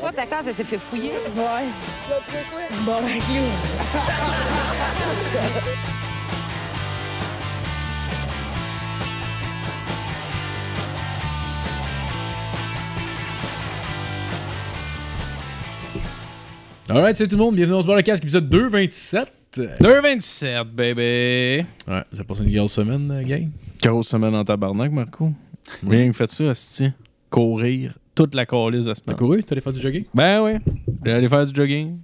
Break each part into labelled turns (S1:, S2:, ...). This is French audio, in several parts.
S1: Toi, ta case, elle s'est fait fouiller.
S2: Ouais. Bon, ben, you.
S3: Alright, c'est tout le monde. Bienvenue dans ce bar le casque, épisode 227. Euh,
S4: 2,27, baby!
S3: Ouais, ça passe une grosse semaine, euh, gang.
S4: Grosse semaine en tabarnak, Marco.
S3: Oui.
S4: Rien que fait ça, asti. Courir toute la calice de la
S3: T'as
S4: semaine.
S3: couru? T'as allé faire du jogging?
S4: Ben oui. J'allais aller faire du jogging.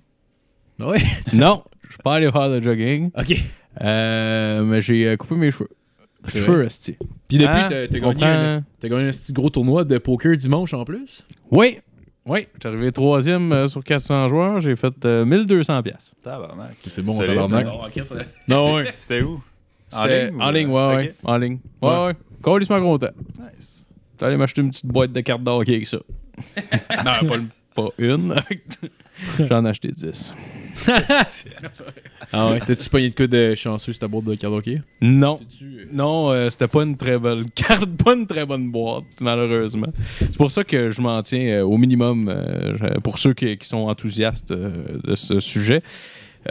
S3: Oui.
S4: Non, je suis pas allé faire de jogging.
S3: OK.
S4: Euh, mais j'ai euh, coupé mes cheveux.
S3: C'est
S4: Cheveux, asti.
S3: Puis depuis,
S4: Hein?
S3: t'as t'as
S4: On
S3: gagné, un-
S4: prend-
S3: t'as gagné un petit gros tournoi de poker dimanche en plus.
S4: Oui! Oui, j'étais arrivé troisième euh, sur 400 joueurs. J'ai fait euh, 1200 piastres.
S5: Tabarnak.
S3: C'est bon,
S5: Solide,
S3: tabarnak.
S5: hein?
S3: Non, ouais.
S5: C'était où?
S4: Ah C'était-
S5: ou-
S4: Ben
S5: euh,
S4: En ligne, ouais,
S5: Ok.
S4: ouais. En ligne. Ouais,
S3: Ouais.
S4: ouais. Calissement content.
S5: Nice.
S4: T'es allé m'acheter une petite boîte de cartes d'hockey avec ça. non, pas, le- pas une. J'en ai acheté 10.
S3: Ah ouais. T'as-tu pogné de coup de chanceux sur ta boîte de carte hockey?
S4: Non.
S3: T'es-tu, euh,
S4: Non, euh, c'était pas une très bonne carte, pas une très bonne boîte, malheureusement. C'est pour ça que je m'en tiens euh, au minimum, euh, je- pour ceux qui, qui sont enthousiastes euh, de ce sujet.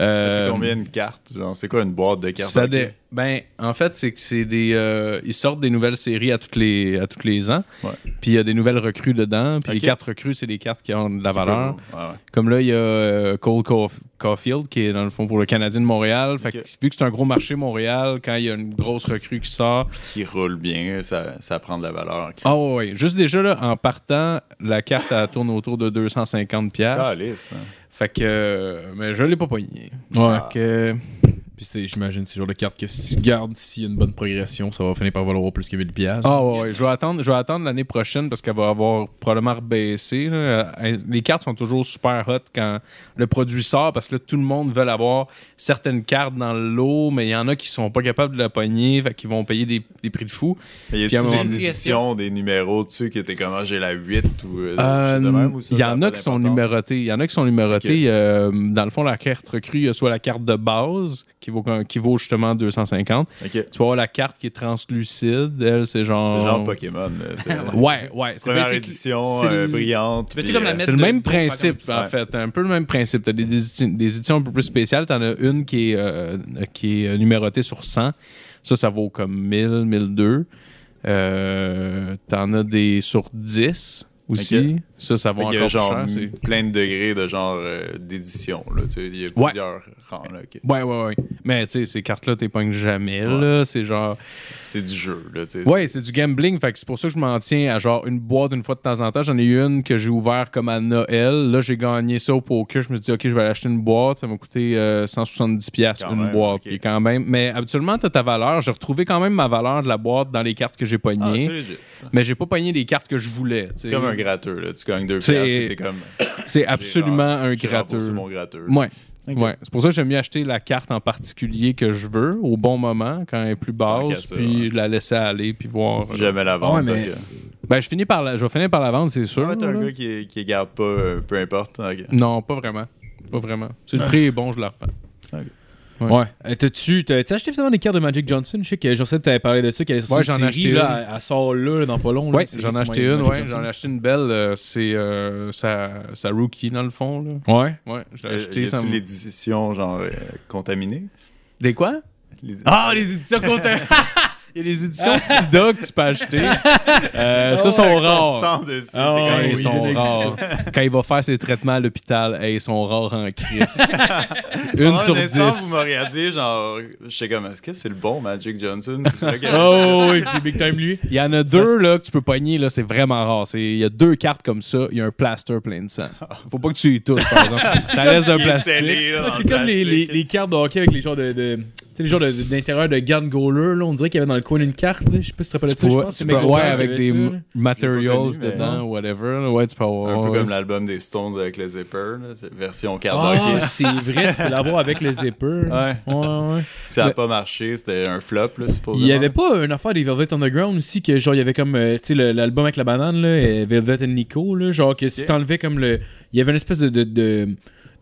S4: Euh,
S5: C'est combien une carte? Genre, c'est quoi une boîte de cartes?
S4: ça
S5: hockey?
S4: dé- Ben, en fait, c'est que c'est des. euh, ils sortent des nouvelles séries à toutes les, à tous les ans.
S5: Ouais.
S4: Puis il y a des nouvelles recrues dedans. Puis
S5: Ok.
S4: les cartes recrues, c'est des cartes qui ont de la valeur.
S5: Ah ouais.
S4: Comme là, il y a euh, Cole Caulf- Caulfield qui est dans le fond pour le Canadien de Montréal. Fait que,
S5: Ok.
S4: vu que c'est un gros marché Montréal, quand il y a une grosse recrue qui sort.
S5: Qui roule bien, ça, ça prend de la valeur. en crise.
S4: Ah ouais, ouais. juste déjà là, en partant, la carte elle tourne autour de 250 pièces.
S5: Calice, hein.
S4: Fait que euh, mais je l'ai pas pogné.
S3: Ouais.
S4: Fait que
S3: Ah, Puis c'est- j'imagine, c'est le genre de carte que si tu gardes, s'il y a une bonne progression, ça va finir par valoir plus que 1000 piastres.
S4: ah ouais, ouais, je vais attendre, je vais attendre l'année prochaine parce qu'elle va avoir probablement rebaissé. là. Euh, Les cartes sont toujours super hot quand le produit sort parce que là, tout le monde veut avoir certaines cartes dans le lot, mais il y en a qui sont pas capables de la pogner, fait qu'ils vont payer des, des prix de fou.
S5: Mais y
S4: Puis à un
S5: a-tu
S4: moment
S5: des
S4: donné-
S5: éditions, des numéros dessus que t'es comment ah, j'ai la 8 ou. euh,
S4: Euh,
S5: des choses de même, ou ça,
S4: Il y
S5: ça a
S4: en
S5: pas
S4: a qui sont
S5: d'importance?
S4: numérotés. Il y en a qui sont numérotés. euh, dans le fond, la carte recrue, il y a soit la carte de base qui vaut, qui vaut justement 250.
S5: Ok. C'est
S4: Tu vas avoir la carte qui est translucide. Elle, c'est genre.
S5: genre Pokémon. là, t'sais.
S4: Oh. Ouais, ouais. C'est
S5: Première
S4: basically-
S5: édition,
S4: c'est
S5: euh,
S4: le-
S5: brillante.
S6: Mais tu
S5: puis,
S6: sais, comme la
S5: euh,
S6: mettre
S4: C'est le
S6: de-
S4: même
S6: de- faire
S4: principe,
S5: comme-
S4: en
S5: Ouais.
S4: fait. Un peu le même principe. Tu as des, édi- des éditions un peu plus spéciales. Tu en as une qui est, euh, qui est euh, numérotée sur 100. Ça, ça vaut comme 1000, 1002. Euh, tu en as des sur 10 aussi.
S5: Ok.
S4: Ça, ça
S5: fait
S4: vaut
S5: qu'il y a
S4: encore plus
S5: genre
S4: cher. c'est-
S5: plein de degrés de genre euh, d'édition. là, t'sais. Il y a plusieurs rangs. là, ok.
S4: Ouais, ouais, ouais. Mais tu sais, ces cartes-là, t'épongles jamais, là. C'est genre.
S5: C'est du jeu. Là, t'sais.
S4: Ouais, c'est du gambling. Fait que c'est pour ça que je m'en tiens à genre une boîte une fois de temps en temps. J'en ai eu une que j'ai ouvert comme à Noël. Là, j'ai gagné ça au poker. Je me suis dit, OK, je vais aller acheter une boîte. Ça m'a coûté euh, 170$ piastres,
S5: Quand
S4: une
S5: même,
S4: boîte.
S5: ok.
S4: qui est quand même... Mais habituellement, t'as ta valeur. J'ai retrouvé quand même ma valeur de la boîte dans les cartes que j'ai
S5: Ah, c'est
S4: pognées.
S5: legit, ça.
S4: mais j'ai pas pogné les cartes que je voulais. tu sais.
S5: C'est comme un gratteux. Là. Tu gagnes deux piastres.
S4: C'est-
S5: puis T'es comme.
S4: C'est absolument un
S5: J'ai remboursé
S4: gratteur.
S5: mon gratteux.
S4: Ouais.
S5: Ok.
S4: Ouais. C'est pour ça que j'aime mieux acheter la carte en particulier que je veux au bon moment, quand elle est plus
S5: Tant qu'à
S4: basse,
S5: ça,
S4: puis
S5: ouais.
S4: je la laisser aller, puis voir.
S5: Jamais la vendre
S3: Ouais, mais-
S5: parce que.
S4: Ben, je, finis par la... je vais finir par la vendre, c'est sûr.
S5: Ah, t'es un
S4: là.
S5: gars qui, qui garde pas, euh, peu importe. ok.
S4: Non, pas vraiment. Pas vraiment. Si le prix est bon, je la refais.
S3: Ouais. Euh, T'as-tu t'as- t'as acheté finalement des cartes de Magic Johnson? Je sais que Joseph t'avais parlé de ça, qu'elle est sortie
S4: Ouais,
S3: une
S4: j'en ai
S3: série,
S4: acheté
S3: là, Elle sort là, là, dans pas long. là,
S4: Ouais,
S3: c'est-
S4: j'en ai
S3: c'est
S4: acheté
S3: Magic
S4: une, ouais.
S3: Johnson.
S4: J'en ai acheté une belle. euh, c'est euh, sa, sa rookie, dans le fond, là.
S3: Ouais.
S4: Ouais, je l'ai
S5: Euh,
S4: acheté.
S5: y
S4: ça
S5: a-tu
S4: me-
S5: l'édition genre euh, contaminée?
S4: Des quoi?
S5: Les-
S4: Ah, les éditions comptables! Il y a les éditions SIDA que tu peux acheter. Euh, ça, sont
S5: Oh, Avec son
S4: rares.
S5: sang dessus,
S3: Ah,
S5: t'es
S4: Quand
S5: comme,
S3: ouais,
S4: ils
S5: oui,
S4: sont
S5: les-
S4: rares. Quand il va faire ses traitements à l'hôpital, hey, ils sont rares en crise. Une
S5: Pendant
S4: sur
S5: un instant, Ah, Vous
S4: dix.
S5: m'auriez dit, genre, je sais comme, est-ce que c'est le bon Magic Johnson? C'est là que-
S3: Oh, oui, puis Big Time, lui.
S4: Il y en a deux là, que tu peux pogner, là, c'est vraiment rare. C'est- Il y a deux cartes comme ça, il y a un plaster plein de sang. Faut pas que tu y touches, par exemple. Ça laisse d'un
S5: Il est
S4: plastique.
S5: scellé, là, dans
S3: C'est
S5: le
S3: comme les, les,
S5: plastique.
S3: les cartes de hockey avec les genres de. de tu sais, les genres de- de- d'intérieur de, Gun Goaler, là. On dirait qu'il y avait dans le coin une carte, là. Je sais pas si tu te rappelles de
S4: Tu
S3: ça. Je
S4: peux-
S3: pense que c'est
S4: tu peux-
S3: McGuire
S4: ouais,
S3: qui
S4: avec
S3: avait
S4: des
S3: ça, là.
S4: m- materials
S5: J'ai pas connu, mais
S4: dedans, whatever. là. Ouais, tu peux avoir.
S5: Un peu
S4: ouais.
S5: comme l'album des Stones avec le zipper, là, c'est version carte
S3: Ah,
S5: d'hockey.
S3: c'est vrai, tu peux l'avoir avec les zippers.
S5: Ouais.
S3: Ouais, ouais.
S5: Ça a pas marché, c'était un flop, là, supposément.
S3: Il y avait pas une affaire des Velvet Underground aussi, que genre, il y avait comme, euh, tu sais, le- l'album avec la banane, là, euh, Velvet and Nico, là, genre, que si
S5: Ok.
S3: t'enlevais comme le. Il y avait une espèce de. de, de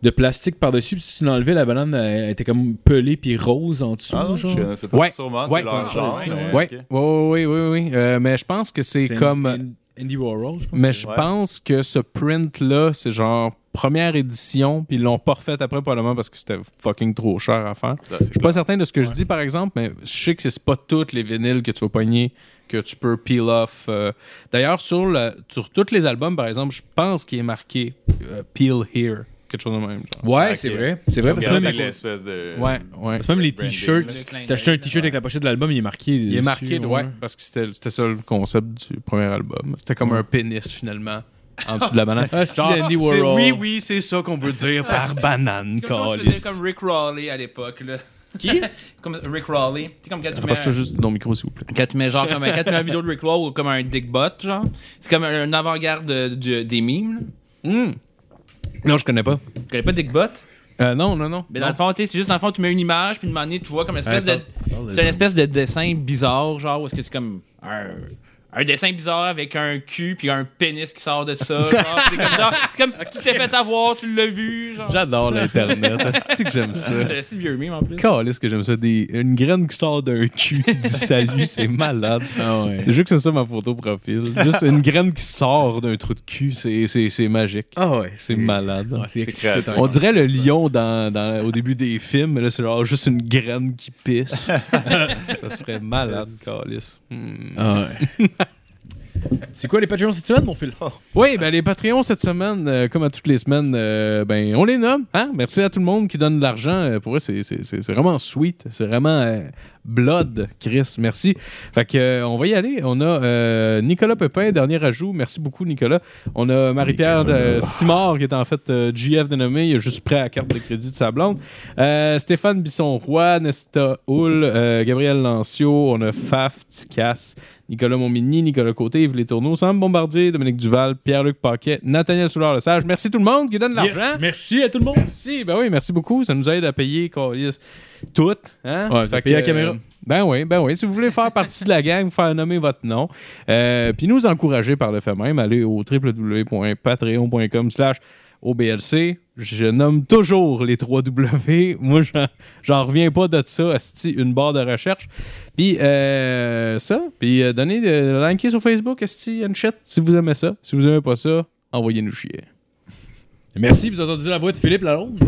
S3: de plastique par-dessus, puis si tu l'enlevais, la banane elle, était comme pelée puis rose en dessous.
S5: Ah, non,
S3: genre.
S5: je connaissais pas.
S4: Ouais,
S5: Sûrement,
S4: ouais,
S5: c'est leur
S4: ouais,
S5: genre.
S3: ouais,
S5: mais-
S4: Ouais,
S5: ok.
S4: ouais, ouais, ouais, ouais, ouais. Euh, mais je pense que c'est
S3: C'est
S4: comme.
S3: in- Andy Warhol, je pense.
S4: Mais je
S5: Ouais.
S4: pense que ce print-là, c'est genre première édition, puis ils l'ont pas refait après, probablement parce que c'était fucking trop cher à faire.
S5: Là,
S4: Je
S5: c'est
S4: suis pas certain de ce que je dis, par exemple, mais je sais que c'est pas toutes les vinyles que tu vas pogner que tu peux peel off. euh. D'ailleurs, sur, le- sur tous les albums, par exemple, je pense qu'il est marqué euh, Peel Here, quelque chose de même. genre.
S3: Ouais,
S5: Ok.
S3: c'est vrai. C'est vrai, parce que
S5: Regardez
S3: même,
S5: l'espèce
S1: Euh,
S5: de.
S4: Ouais, ouais.
S3: parce que même les
S5: branding,
S3: t-shirts,
S5: là.
S1: Le clin
S3: t'as acheté un
S1: d'œil,
S3: t-shirt avec la pochette de l'album, il est marqué.
S4: Il est marqué, ouais, parce que c'était c'était ça le concept du premier album. C'était comme un pénis, finalement, en dessous de la banane.
S3: Ah, c'est
S4: Genre,
S3: Andy
S4: c'est-
S3: Warhol.
S4: Oui, oui, c'est ça qu'on veut dire par banane,
S1: C'est comme, ça, on se
S4: câlisse.
S1: faisait comme Rick Raleigh à l'époque. là. Qui Ah, Comme Rick Raleigh. C'est comme quand tu, mets,
S4: Rapproche-toi juste de ton micro, s'il vous plaît.
S1: quand tu mets genre comme un- quand tu mets une vidéo de Rick Raleigh ou comme un dick bot, genre. C'est comme un avant-garde de- de- des mimes. là.
S4: Non, je connais pas.
S1: Tu connais pas dick bot
S4: Euh, non, non, non.
S1: Mais dans le fond, t'sais, c'est juste dans le fond, tu mets une image, puis de moment donné, tu vois comme une espèce
S4: Ouais,
S1: de. C'est une espèce de dessin bizarre, genre, où est-ce que c'est comme. Un, un dessin bizarre avec un cul, puis un pénis qui sort de ça. genre, c'est comme, genre, c'est comme tu t'es fait avoir, tu l'as vu, genre.
S4: J'adore l'Internet. C'est que j'aime ça.
S1: C'est le vieux meme en plus.
S4: Calisse que j'aime ça. Des, une graine qui sort d'un cul qui dit salut, c'est malade.
S3: Ah ouais.
S4: Je veux que c'est ça ma photo profil. Juste une graine qui sort d'un trou de cul, c'est- c'est c'est magique.
S3: Ah ouais.
S4: C'est malade.
S3: Ouais, C'est hein.
S5: C'est
S3: explicite.
S5: créatif.
S4: On dirait le lion dans, dans- au début des films, mais là, c'est genre juste une graine qui pisse. ça serait malade, Calis. Hmm.
S3: Ah ouais. C'est quoi les Patreons cette semaine, mon fil?
S4: Oui, ben les Patreons cette semaine, euh, comme à toutes les semaines, euh, ben on les nomme. Hein? Merci à tout le monde qui donne de l'argent. Euh, pour eux, c'est c'est- c'est- c'est vraiment sweet. C'est vraiment euh, blood, Chris. Merci. Fait que euh, on va y aller. On a euh, Nicolas Pepin, dernier ajout. Merci beaucoup, Nicolas. On a Marie-Pierre euh, Simard, qui est en fait euh, GF dénommé. Il est juste prêt à la carte de crédit de sa blonde. Euh, Stéphane Bisson-Roy, Nesta Hull, euh, Gabriel Lancio, on a Faf, Ticasse, Nicolas Montmini, Nicolas Côté, Yves Les Tourneaux, Sam Bombardier, Dominique Duval, Pierre-Luc Paquet, Nathaniel Soulard-Lesage. Merci tout le monde qui donne de l'argent.
S3: Yes, merci à tout le monde.
S4: Merci, ben oui, merci beaucoup. Ça nous aide à payer câlisse, tout. Hein?
S3: Ouais,
S4: Fait
S3: payer
S4: que,
S3: la caméra.
S4: euh, Ben oui, ben oui. Si vous voulez faire partie de la gang, faire nommer votre nom, euh, puis nous encourager par le fait même, allez au www.patreon.com slash OBLC. Je nomme toujours les 3 W. Moi, j'en- j'en reviens pas de ça. Asti, une barre de recherche. Puis euh, ça, puis euh, donnez, de liker sur Facebook, Asti, and shit, si vous aimez ça. Si vous aimez pas ça, envoyez-nous chier.
S3: Merci, vous avez entendu la voix de Philippe Lalonde.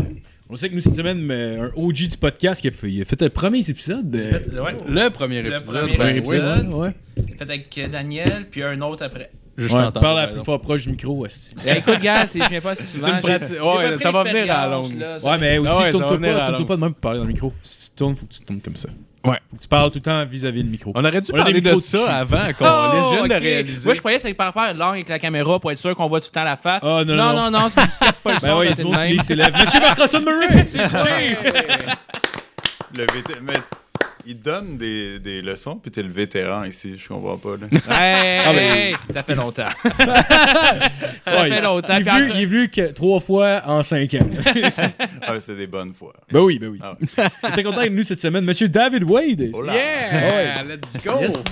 S3: On sait que nous, cette semaine, mais un OG du podcast qui a fait, il a fait le premier épisode. euh,
S1: Ouais,
S4: Le premier
S1: Le
S4: épisode.
S1: premier
S4: ben oui.
S1: épisode.
S3: ouais.
S1: fait avec euh, Daniel, puis un autre après.
S4: Je
S3: Ouais, parle
S4: t'entends. par
S3: à plus
S4: exemple.
S3: fort proche du micro. esti.
S1: Eh, écoute, gars, c'est- je viens pas assez souvent.
S4: C'est une
S1: j'ai-
S4: pratique.
S1: j'ai
S4: Ouais,
S1: pas pris
S4: ça va venir à la
S1: l'expérience,
S4: longue.
S1: là, ça
S3: Ouais, mais aussi,
S4: Ah ouais, ça va
S3: tourne-toi
S4: venir à
S3: pas,
S4: la
S3: tourne-toi
S4: longue.
S3: pas de même pour parler dans le micro. Si tu tournes, faut que tu tournes comme ça.
S4: Ouais.
S3: Faut que tu parles tout le temps vis-à-vis le micro.
S4: On aurait dû
S3: On a des
S4: parler de
S3: micros de
S4: ça avant qu'on
S1: Oh,
S4: les jeunes
S1: ok.
S4: de réaliser.
S1: Moi, je croyais que c'était par rapport à l'angle avec la caméra pour être sûr qu'on voit tout le temps la face.
S3: Ah, non, non,
S1: non, non, non, c'est pas
S3: Ben
S1: le son,
S3: ouais, il y a
S1: t'es
S3: du
S1: de
S3: monde qui
S1: même.
S3: lève ses lèvres. Monsieur Marc-Antoine Murray!
S5: Le vété- Mais il donne des, des leçons, puis t'es le vétéran ici, je comprends pas. Là.
S1: Hey,
S3: ben-
S1: hey, ça fait longtemps.
S3: Ça
S1: fait longtemps,
S3: Il est
S1: puis
S3: venu,
S1: après-
S3: il est venu que trois fois en cinq ans.
S5: Ah, c'est des bonnes fois.
S3: ben oui, ben oui.
S5: Ah.
S3: J'étais content avec nous cette semaine. Monsieur David Wade.
S5: Oh là!
S1: Ah,
S3: Ah,
S4: Yeah! Let's go!
S3: Yes.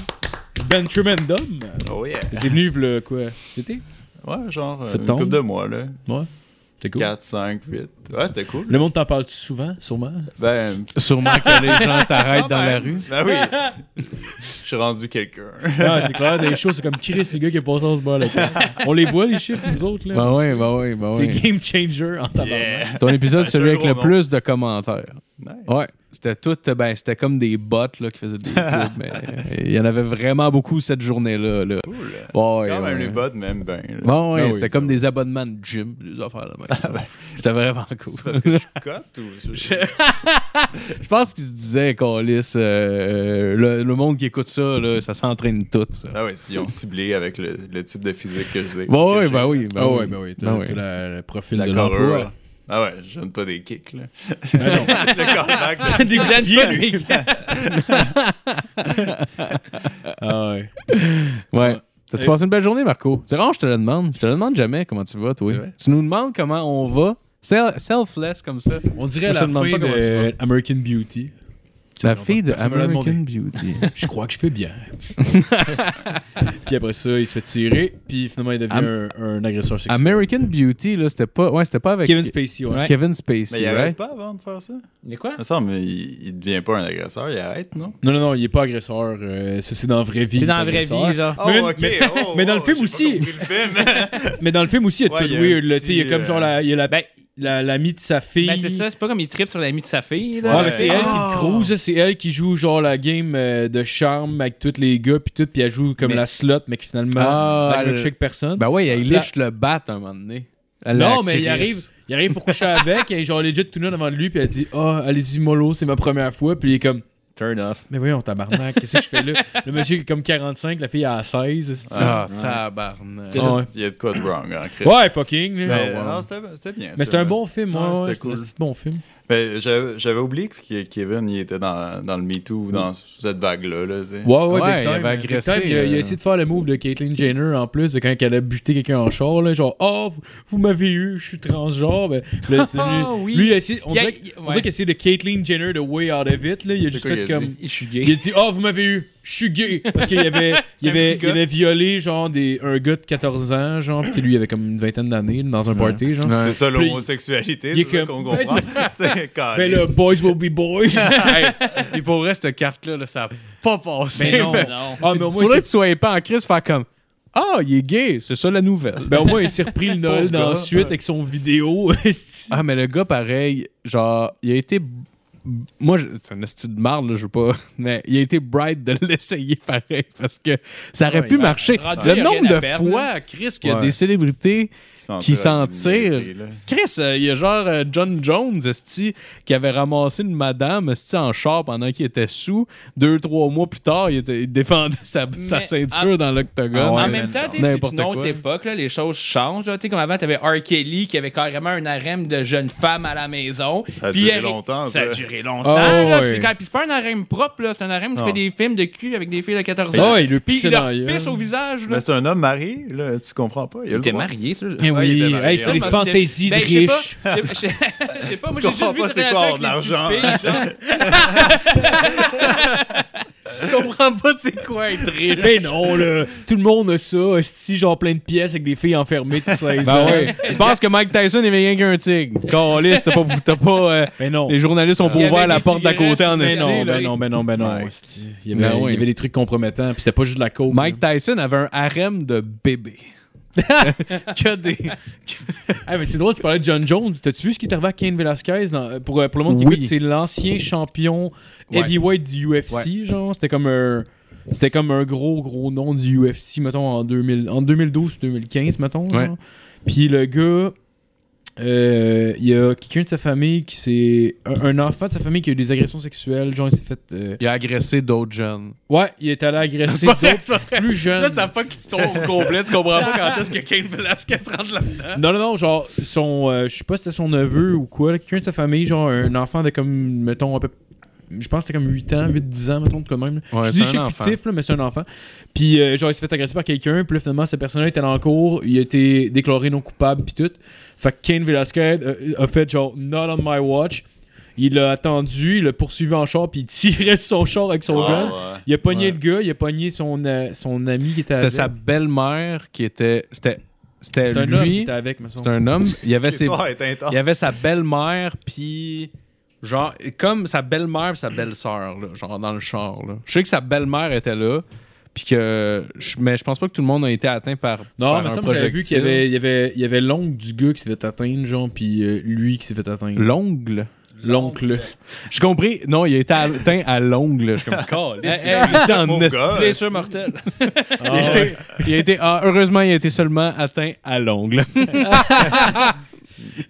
S3: Ben Tremendum.
S5: Oh yeah!
S3: T'es venu, le quoi? C'était?
S5: Ouais, genre, euh, une
S3: Septembre.
S5: couple de mois, là.
S3: Ouais. C'était cool.
S5: 4, 5, 8. Ouais, c'était cool.
S3: Le monde t'en parle souvent, sûrement?
S5: Ben,
S4: Sûrement que les gens t'arrêtent dans la rue.
S5: ben oui! Je suis rendu quelqu'un.
S3: Ah, c'est clair, des shows, c'est comme Chris, ces gars qui passent en ce bas là. On les voit, les chiffres, nous autres, là.
S4: Ben oui, ben oui, ben
S3: C'est
S4: oui.
S3: game changer en tabarnak.
S5: Yeah!
S4: Ton épisode,
S5: Ben,
S4: celui
S5: c'est un
S4: avec le
S5: gros nom.
S4: plus de commentaires.
S5: Nice.
S4: Ouais. C'était tout, ben, c'était comme des bots là, qui faisaient des pubs, mais euh, il y en avait vraiment beaucoup cette journée-là. Là.
S5: Cool.
S4: Ouais,
S5: Quand
S4: ouais.
S3: hein.
S5: même, les bottes, même bien. là.
S4: Bon, ouais,
S5: Ben oui,
S4: c'était
S5: c'est
S4: comme
S5: ça.
S4: des abonnements de gym, des affaires là C'était vraiment cool.
S5: C'est parce que je cote ou.
S4: Je pense qu'ils se disaient, Calis, euh, le, le monde qui écoute ça, là, ça s'entraîne tout. ça.
S5: Ah ouais, ils ont ciblé avec le, le type de physique que j'ai.
S4: Bah
S5: que
S4: oui,
S5: j'ai.
S4: bah oui,
S3: Ah
S4: bah
S3: ouais, ben oui, t'as
S4: Ben oui.
S3: t'as la- le profil
S5: La
S3: de
S5: corrure.
S3: l'emploi. Ben
S5: Ah ouais, je donne pas des kicks, là. le comeback. de-
S3: Des
S1: Vous êtes
S3: pieds.
S1: pas lui.
S3: Ah ouais.
S4: Ouais. T'as-tu
S3: Et-
S4: passé une belle journée, Marco? C'est rare, je te le demande. Je te le demande jamais comment tu vas, toi.
S3: C'est vrai?
S4: Tu nous demandes comment on va. Sel- Selfless comme ça.
S3: On dirait
S4: On se
S3: la fin
S4: demande pas comment tu
S3: de American Beauty.
S4: La fille de
S3: personne me l'a
S4: American Beauty.
S3: Je crois que je fais bien. puis après ça, il se fait tirer, puis finalement, il devient
S4: Am-
S3: un, un agresseur sexuel.
S4: American Beauty, là, c'était pas. Ouais, c'était pas avec.
S3: Kevin Spacey, ouais.
S4: Kevin Spacey,
S5: Mais il
S4: right?
S5: arrête pas avant de faire ça.
S1: Mais quoi?
S5: Il
S3: Ah,
S5: me semble, il, il devient pas un agresseur, il arrête, non?
S3: Non, non, non, il est pas agresseur. euh, ça, c'est dans la vraie vie.
S1: C'est dans la
S3: il est
S1: vraie
S3: agresseur.
S1: vie, genre.
S5: Oh,
S3: Mais-
S5: ok.
S3: mais-
S5: oh,
S3: mais dans le
S5: oh,
S3: film
S5: j'ai
S3: aussi.
S5: pas compris le film.
S3: Mais dans le film aussi, il y a de
S5: Ouais,
S3: quoi de
S5: il y a un
S3: weird. là, tu sais, Il y a
S5: petit,
S3: comme genre
S5: euh,
S3: la- il y a la- la- l'amie de sa fille.
S1: Ben, c'est ça, c'est pas comme il tripe sur l'ami de sa fille.
S3: Ouais,
S1: Là. Ah.
S3: mais c'est elle qui le cruise, là, c'est elle qui joue genre la game euh, de charme avec tous les gars puis tout, puis elle joue comme
S1: Mais-
S3: la slot, mais qui finalement
S4: Ah,
S3: elle ne
S4: elle-
S3: check personne.
S4: Ben ouais, il
S3: La-
S4: lèche le bat un moment donné. La-
S3: non,
S4: l'actrice.
S3: mais il arrive, il arrive pour coucher avec, et genre legit tout nu devant lui, puis elle dit Ah, allez-y, mollo, c'est ma première fois, puis il est comme
S1: Turn off.
S3: Mais voyons, tabarnak, qu'est-ce que je fais là Le monsieur est comme 45, la fille a 16. c'est-tu?
S4: Ah, tabarnak.
S1: Que
S3: Ah, ouais.
S5: Il y a de quoi de wrong en Christ.
S3: ouais, fucking. là.
S5: Mais,
S3: Ouais.
S5: non, c'était c'était bien.
S3: Mais
S5: ça,
S3: c'est un
S5: là.
S3: bon film,
S5: Ouais,
S3: ouais, ouais,
S5: c'était
S3: c'est
S5: cool.
S3: un petit bon film.
S5: Mais j'avais j'avais oublié que Kevin il était dans, dans le Me Too, dans cette vague-là. Là, tu sais.
S3: Ouais, ouais,
S4: Ouais,
S3: big
S4: il
S3: time.
S4: avait
S3: Big
S4: agressé,
S3: time, il, a, il a
S4: euh,
S3: essayé de faire le move de Caitlyn Jenner en plus, de quand elle a buté quelqu'un en char, là, genre, oh, vous, vous m'avez eu, je suis transgenre. Ben, là, c'est venu-
S1: Ah, oui.
S3: Lui, il a essayé, on
S1: Il a-
S3: dirait,
S1: il-
S3: on
S1: ouais.
S3: dirait qu'il a essayé de Caitlyn Jenner de way out of it, là, il a juste
S5: quoi
S3: fait
S5: qu'il a
S3: comme.
S5: dit?
S1: Je suis
S3: Il a
S1: gay.
S3: dit, oh, vous m'avez eu, je suis gay. Parce qu'il avait, il
S1: Un
S3: avait,
S1: petit
S3: il
S1: gars.
S3: avait violé, genre, des, un gars de 14 ans, genre, pis lui, il avait comme une vingtaine d'années, dans un party, genre.
S4: Ouais.
S5: C'est ça
S3: Puis-
S5: l'homosexualité,
S3: il est
S5: c'est ça
S3: comme-
S5: qu'on
S3: Ouais,
S5: comprend. C'est
S3: Mais
S5: calme.
S3: Ben là, boys will be boys.
S4: Hey, Et pour vrai, cette carte-là, là, ça a pas passé.
S3: Mais non.
S4: Fait-
S1: Ben non.
S3: ah, mais au moins,
S4: Faudrait
S3: il
S4: que tu sois pas en crise, faire comme Ah, il est gay, c'est ça la nouvelle.
S3: s'est- ben, au moins, il s'est repris le Noël
S5: Pauvre gars.
S3: ensuite avec son vidéo. esti.
S4: Ah, mais le gars, pareil, genre, il a été. Moi, je- c'est un style de marde, là, je veux pas. Mais il a été bright de l'essayer pareil parce que ça aurait
S3: Ouais,
S4: pu
S3: ben,
S4: marcher.
S1: rendu, il
S4: Le
S1: y a
S4: nombre
S1: rien à
S4: de
S1: perdre,
S4: fois, Chris, qu'il y a
S3: Ouais.
S4: des célébrités qui s'en tirent.
S5: tire.
S4: Chris, euh, il y a genre euh, John Jones, esti, qui avait ramassé une madame, esti, en char pendant qu'il était sous. Deux, trois mois plus tard, il, était- il défendait sa, sa
S1: Mais,
S4: ceinture
S1: en-
S4: dans l'octogone.
S1: en même temps, t'es- c'est
S4: N'importe
S1: une autre
S4: quoi.
S1: époque, là, les choses changent. là. T'sais, Comme avant, t'avais R. Kelly qui avait carrément un harem de jeunes femmes à la maison.
S5: Ça a
S1: Puis
S5: duré
S1: Eric-
S5: longtemps,
S1: Ça a
S5: ça.
S1: duré longtemps.
S3: Ah,
S1: là,
S3: ouais.
S1: puis c'est quand- puis c'est pas un harem propre, là, c'est un harem où tu
S5: Non.
S1: fais des films de cul avec des filles de 14 ans.
S3: Ah, il lui
S1: Puis
S3: pissait
S1: il
S3: dans
S1: leur
S3: la gueule.
S1: pisse au visage. Là.
S5: Mais c'est un homme marié, là, tu comprends pas. Il a le
S1: T'es
S5: droit.
S1: marié, ça.
S3: Eh
S5: Ouais, il
S3: oui,
S5: était marié,
S3: hey, c'est
S5: hein.
S3: les
S1: Ben,
S3: fantaisies de
S1: ben, je sais pas,
S3: riches.
S1: Je je- je sais pas, moi
S5: Tu
S1: j'ai juste
S5: comprends
S1: vu
S5: pas
S1: cette
S5: c'est
S1: relation
S5: quoi avoir de
S1: avec les
S5: l'argent.
S1: petites
S4: Je comprends pas c'est quoi être riche.
S3: Mais Eh ben non, là, tout le monde a ça, esti, genre plein de pièces avec des filles enfermées de 16
S4: Ben
S3: ans.
S4: ouais. Tu penses que Mike Tyson il avait rien qu'un tigre. Caliste, t'as pas. t'as pas euh,
S3: Mais Ben non.
S4: les journalistes ont pas
S1: Il y
S4: ouvert
S1: avait
S4: la
S1: des
S4: porte d'à côté en
S1: figurettes,
S3: Mais
S1: Mais
S3: non,
S4: esti.
S1: non,
S4: là.
S3: ben
S1: là.
S3: non, ben non, ben non.
S5: Ouais.
S3: esti. Il y avait,
S4: Ben
S3: il y
S4: oui.
S3: avait des trucs compromettants, puis c'était pas juste de la coke.
S4: Mike
S3: là.
S4: Tyson avait un harem de bébés. que des.
S3: Ah, mais c'est drôle, tu parlais de John Jones. T'as-tu vu ce qui est arrivé à Cain Velasquez dans- pour, euh, pour le monde qui
S4: Oui.
S3: écoute, c'est l'ancien champion
S4: Ouais.
S3: heavyweight du UFC, genre. C'était comme un. C'était comme un gros, gros nom du UFC, mettons, en, 2000, en 2012 2015, mettons.
S4: Ouais.
S3: genre. Puis le gars, euh, il y a quelqu'un de sa famille qui s'est. Un, un enfant de sa famille qui a eu des agressions sexuelles, genre, il s'est fait. euh,
S4: Il a agressé d'autres jeunes.
S3: Ouais, il est allé agresser
S4: pas vrai,
S3: d'autres plus jeunes.
S4: Là, ça fuck l'histoire au complet. Tu comprends pas quand est-ce que Kane Velasquez rentre là-dedans.
S3: Non, non, non, genre, son. euh, je sais pas si c'était son neveu ou quoi, là, quelqu'un de sa famille, genre, un enfant de comme, mettons, un peu. Je pense que c'était comme 8 ans, 8-10 ans, mettons, de quoi de même. là.
S4: Ouais,
S3: je dis
S4: c'est un
S3: chiffre
S4: enfant.
S3: fictif, là, mais c'est un enfant. Puis, euh, genre, il s'est fait agresser par quelqu'un, puis là, finalement, cette personne-là était en cours, il a été déclaré non coupable, puis tout. Fait que Kane Velasquez euh, a fait, genre, not on my watch. Il l'a attendu, il l'a poursuivi en char, puis il tirait sur son char avec son gun.
S5: Ah, ouais.
S3: Il a pogné
S4: Ouais.
S3: le gars, il a pogné son, euh, son ami qui était
S4: C'était
S3: avec.
S4: sa belle-mère qui était. C'était. C'était
S3: C'est un homme qui
S4: lui.
S3: était avec, me semble.
S4: C'était un homme. Il y avait ses.
S5: L'histoire est intense.
S4: Il y avait sa belle-mère, puis genre, comme sa belle-mère pis sa belle-sœur, là, genre dans le char. Là. Je sais que sa belle-mère était là, puis que. je- Mais je pense pas que tout le monde a été atteint par.
S3: Non,
S4: par
S3: mais
S4: un
S3: ça, moi, j'avais vu qu'il y
S4: projectile.
S3: avait, il y avait, il y avait l'oncle du gars qui s'est fait atteindre, genre, puis euh, lui qui s'est fait atteindre.
S4: L'ongle.
S3: L'oncle.
S4: J'ai compris. Non, il a été atteint à l'ongle. Je suis comme, calisse,
S1: Eh, eh,
S4: il est ici en
S5: pauvre
S4: esti.
S5: gars.
S1: Blessure mortelle.
S5: Ah,
S3: Ah.
S4: Il a été- il a été- ah, heureusement, il a été seulement atteint à l'ongle.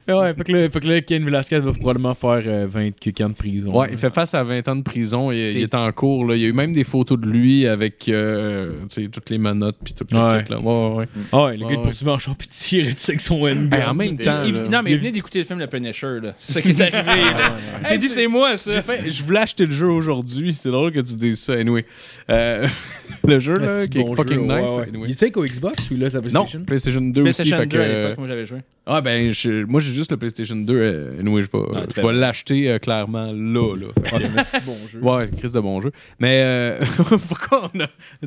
S3: Ah ouais, fait que là, fait que là, Ken Velasquez va probablement faire euh, 20 quelqu'un de prison.
S4: Ouais, il fait face à 20 ans de prison. Il, il
S1: C'est-
S4: est en cours. Là. Il y a eu même des photos de lui avec euh, tu sais, toutes les manottes puis tout le
S3: Ouais.
S4: kit, là. Ouais, ouais, ouais.
S3: Ah ouais, le
S4: Ouais,
S3: gars est
S4: ouais.
S3: poursuivi en champ, puis tiré dessus avec son handgun.
S4: Hey, en même
S5: Il-
S4: temps,
S1: Il-
S4: là-
S1: Non, mais il venait d'écouter le film Le Punisher, là. C'est ça qui est arrivé, là. J'ai dit, c'est moi, ça.
S4: J'ai fait- Euh, je voulais acheter le jeu aujourd'hui. C'est drôle que tu dises ça. Anyway, Euh, le jeu
S3: Ah,
S4: là,
S3: c'est
S4: qui est
S3: bon jeu,
S4: fucking
S3: ouais,
S4: nice.
S3: ouais.
S4: là, anyway.
S3: Il était qu'au Xbox ou là, ça PlayStation?
S4: Non, PlayStation 2 aussi.
S1: PlayStation
S4: fait
S1: 2 à l'époque,
S4: que,
S1: moi j'avais joué.
S4: Ah ben, je- moi j'ai juste le PlayStation 2. euh, Anyway, je vais,
S1: Ah,
S4: je
S1: très
S4: vais l'acheter euh, clairement là. là. Fait que-
S3: Ah, bon jeu.
S4: Ouais, crise de bon jeu. Mais euh, pourquoi on a.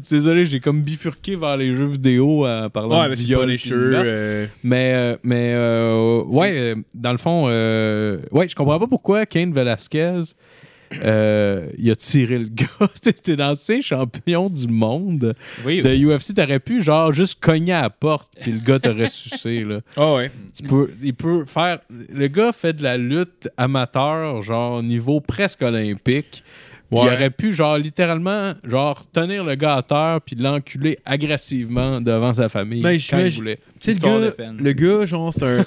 S4: Désolé, j'ai comme bifurqué vers les jeux vidéo en parlant
S3: Ouais, mais
S4: de
S3: c'est
S4: viol
S3: pas les
S4: et de
S3: cheveux.
S4: meurtre.
S3: euh,
S4: Mais, euh, mais euh, ouais, euh, dans le fond, euh, ouais, je comprends pas pourquoi Kane Velasquez euh, il a tiré le gars. T'es lancé champion du monde
S1: Oui,
S4: de UFC. T'aurais pu, genre, juste cogner à la porte, puis le gars t'aurait sucé, là.
S3: Ah ouais.
S4: Tu peux- il peut faire. Le gars fait de la lutte amateur, genre niveau presque olympique. Puis
S3: Ouais.
S4: Il aurait pu, genre, littéralement, genre, tenir le gars à terre puis l'enculer agressivement devant sa famille
S3: Ben,
S4: quand il
S3: j'imagine-
S4: voulait.
S3: Tu sais, le
S1: Histoire de
S3: gars,
S1: peine.
S3: le gars, genre, c'est un.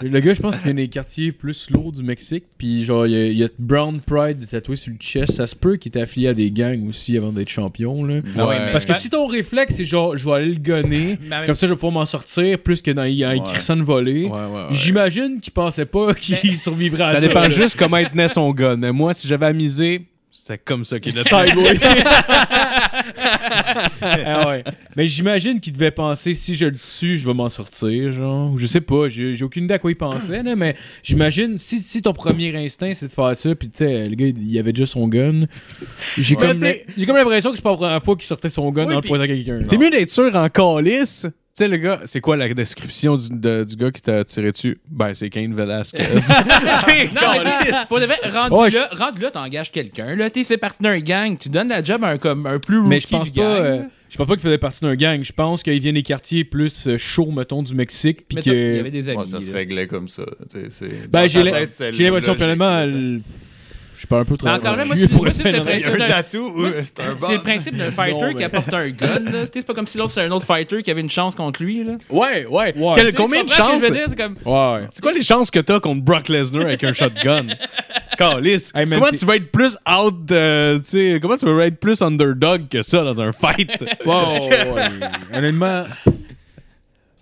S3: le gars, je pense qu'il vient des quartiers plus lourds du Mexique. Puis, genre, il y a- il y, a Brown Pride tatoué sur le chest. Ça se peut qu'il était affilié à des gangs aussi avant d'être champion, là.
S4: Ouais, mais-
S3: Parce que si ton réflexe, c'est genre, je vais aller le gonner,
S1: Mais en même-
S3: comme ça, je vais pouvoir m'en sortir, plus que dans il y a un
S5: Ouais.
S3: crissant de volée.
S4: Ouais, ouais, ouais.
S3: J'imagine qu'il pensait pas qu'il survivrait à ça.
S4: Ça dépend
S3: là.
S4: juste comment il tenait son gun. Mais moi, si j'avais misé, c'était comme ça qu'il le
S3: Sideways. Ah ouais. Mais j'imagine qu'il devait penser si je le tue, je vais m'en sortir, genre. Je sais pas, j'ai j'ai aucune idée à quoi il pensait, là, mais j'imagine si, si ton premier instinct c'est de faire ça, puis tu sais, le gars il avait déjà son gun. J'ai
S4: Ouais.
S3: comme
S4: Mais
S3: l'im- j'ai comme l'impression que c'est pas la première fois qu'il sortait son gun
S4: Oui,
S3: dans le
S4: puis-
S3: poing à quelqu'un.
S4: T'es mieux d'être sûr en calice. Tu sais, le gars, c'est quoi la description du, de- du gars qui t'a tiré dessus? Ben, c'est Kane Velasquez.
S1: Non, mais pour de vrai, rendu
S4: Ouais,
S1: là, rendu là, t'engages quelqu'un. Là, t'es c'est parti d'un gang. Tu donnes la job à un, comme, un plus rookie
S3: Mais je pense
S1: du
S3: pas.
S1: gang.
S3: euh, je pense pas qu'il faisait partie d'un gang. Je pense qu'il vient des quartiers plus euh, chauds, mettons, du Mexique. Puis
S1: Mais
S3: que...
S1: toi, il y avait des amis.
S5: Ouais, ça se
S1: là.
S5: réglait comme ça. tu sais, c'est-
S3: Ben,
S5: dans
S3: j'ai
S5: ta
S3: l'im-
S5: tête, c'est
S3: j'ai l'impression
S5: logique,
S3: pleinement.
S5: tu sais.
S3: le- Je parle un peu trop.
S1: Mais encore là, moi,
S3: je suis
S1: c'est-
S3: pour hein.
S1: moi, c'est
S3: le-
S1: le vrai-
S5: Il y a
S1: C'est
S5: un
S1: le-
S5: tatou, ou c'est un
S1: C'est le
S5: band.
S1: principe d'un fighter
S3: Non,
S1: qui
S3: mais-
S1: apporte un gun. là. C'est pas comme si l'autre c'était un autre fighter qui avait une chance contre lui. Là.
S4: ouais, ouais.
S3: Ouais.
S4: Quel-
S1: Tu
S4: combien de
S1: comprends ce que
S4: chances?
S1: je veux dire? C'est comme-
S3: Ouais.
S4: C'est quoi les chances que t'as contre Brock Lesnar avec un shotgun? Calice.
S3: Hey, man,
S4: comment
S3: t'es-
S4: tu vas être plus out, euh, tu sais, comment tu vas être plus underdog que ça dans un fight?
S3: Wow, ouais. Honnêtement.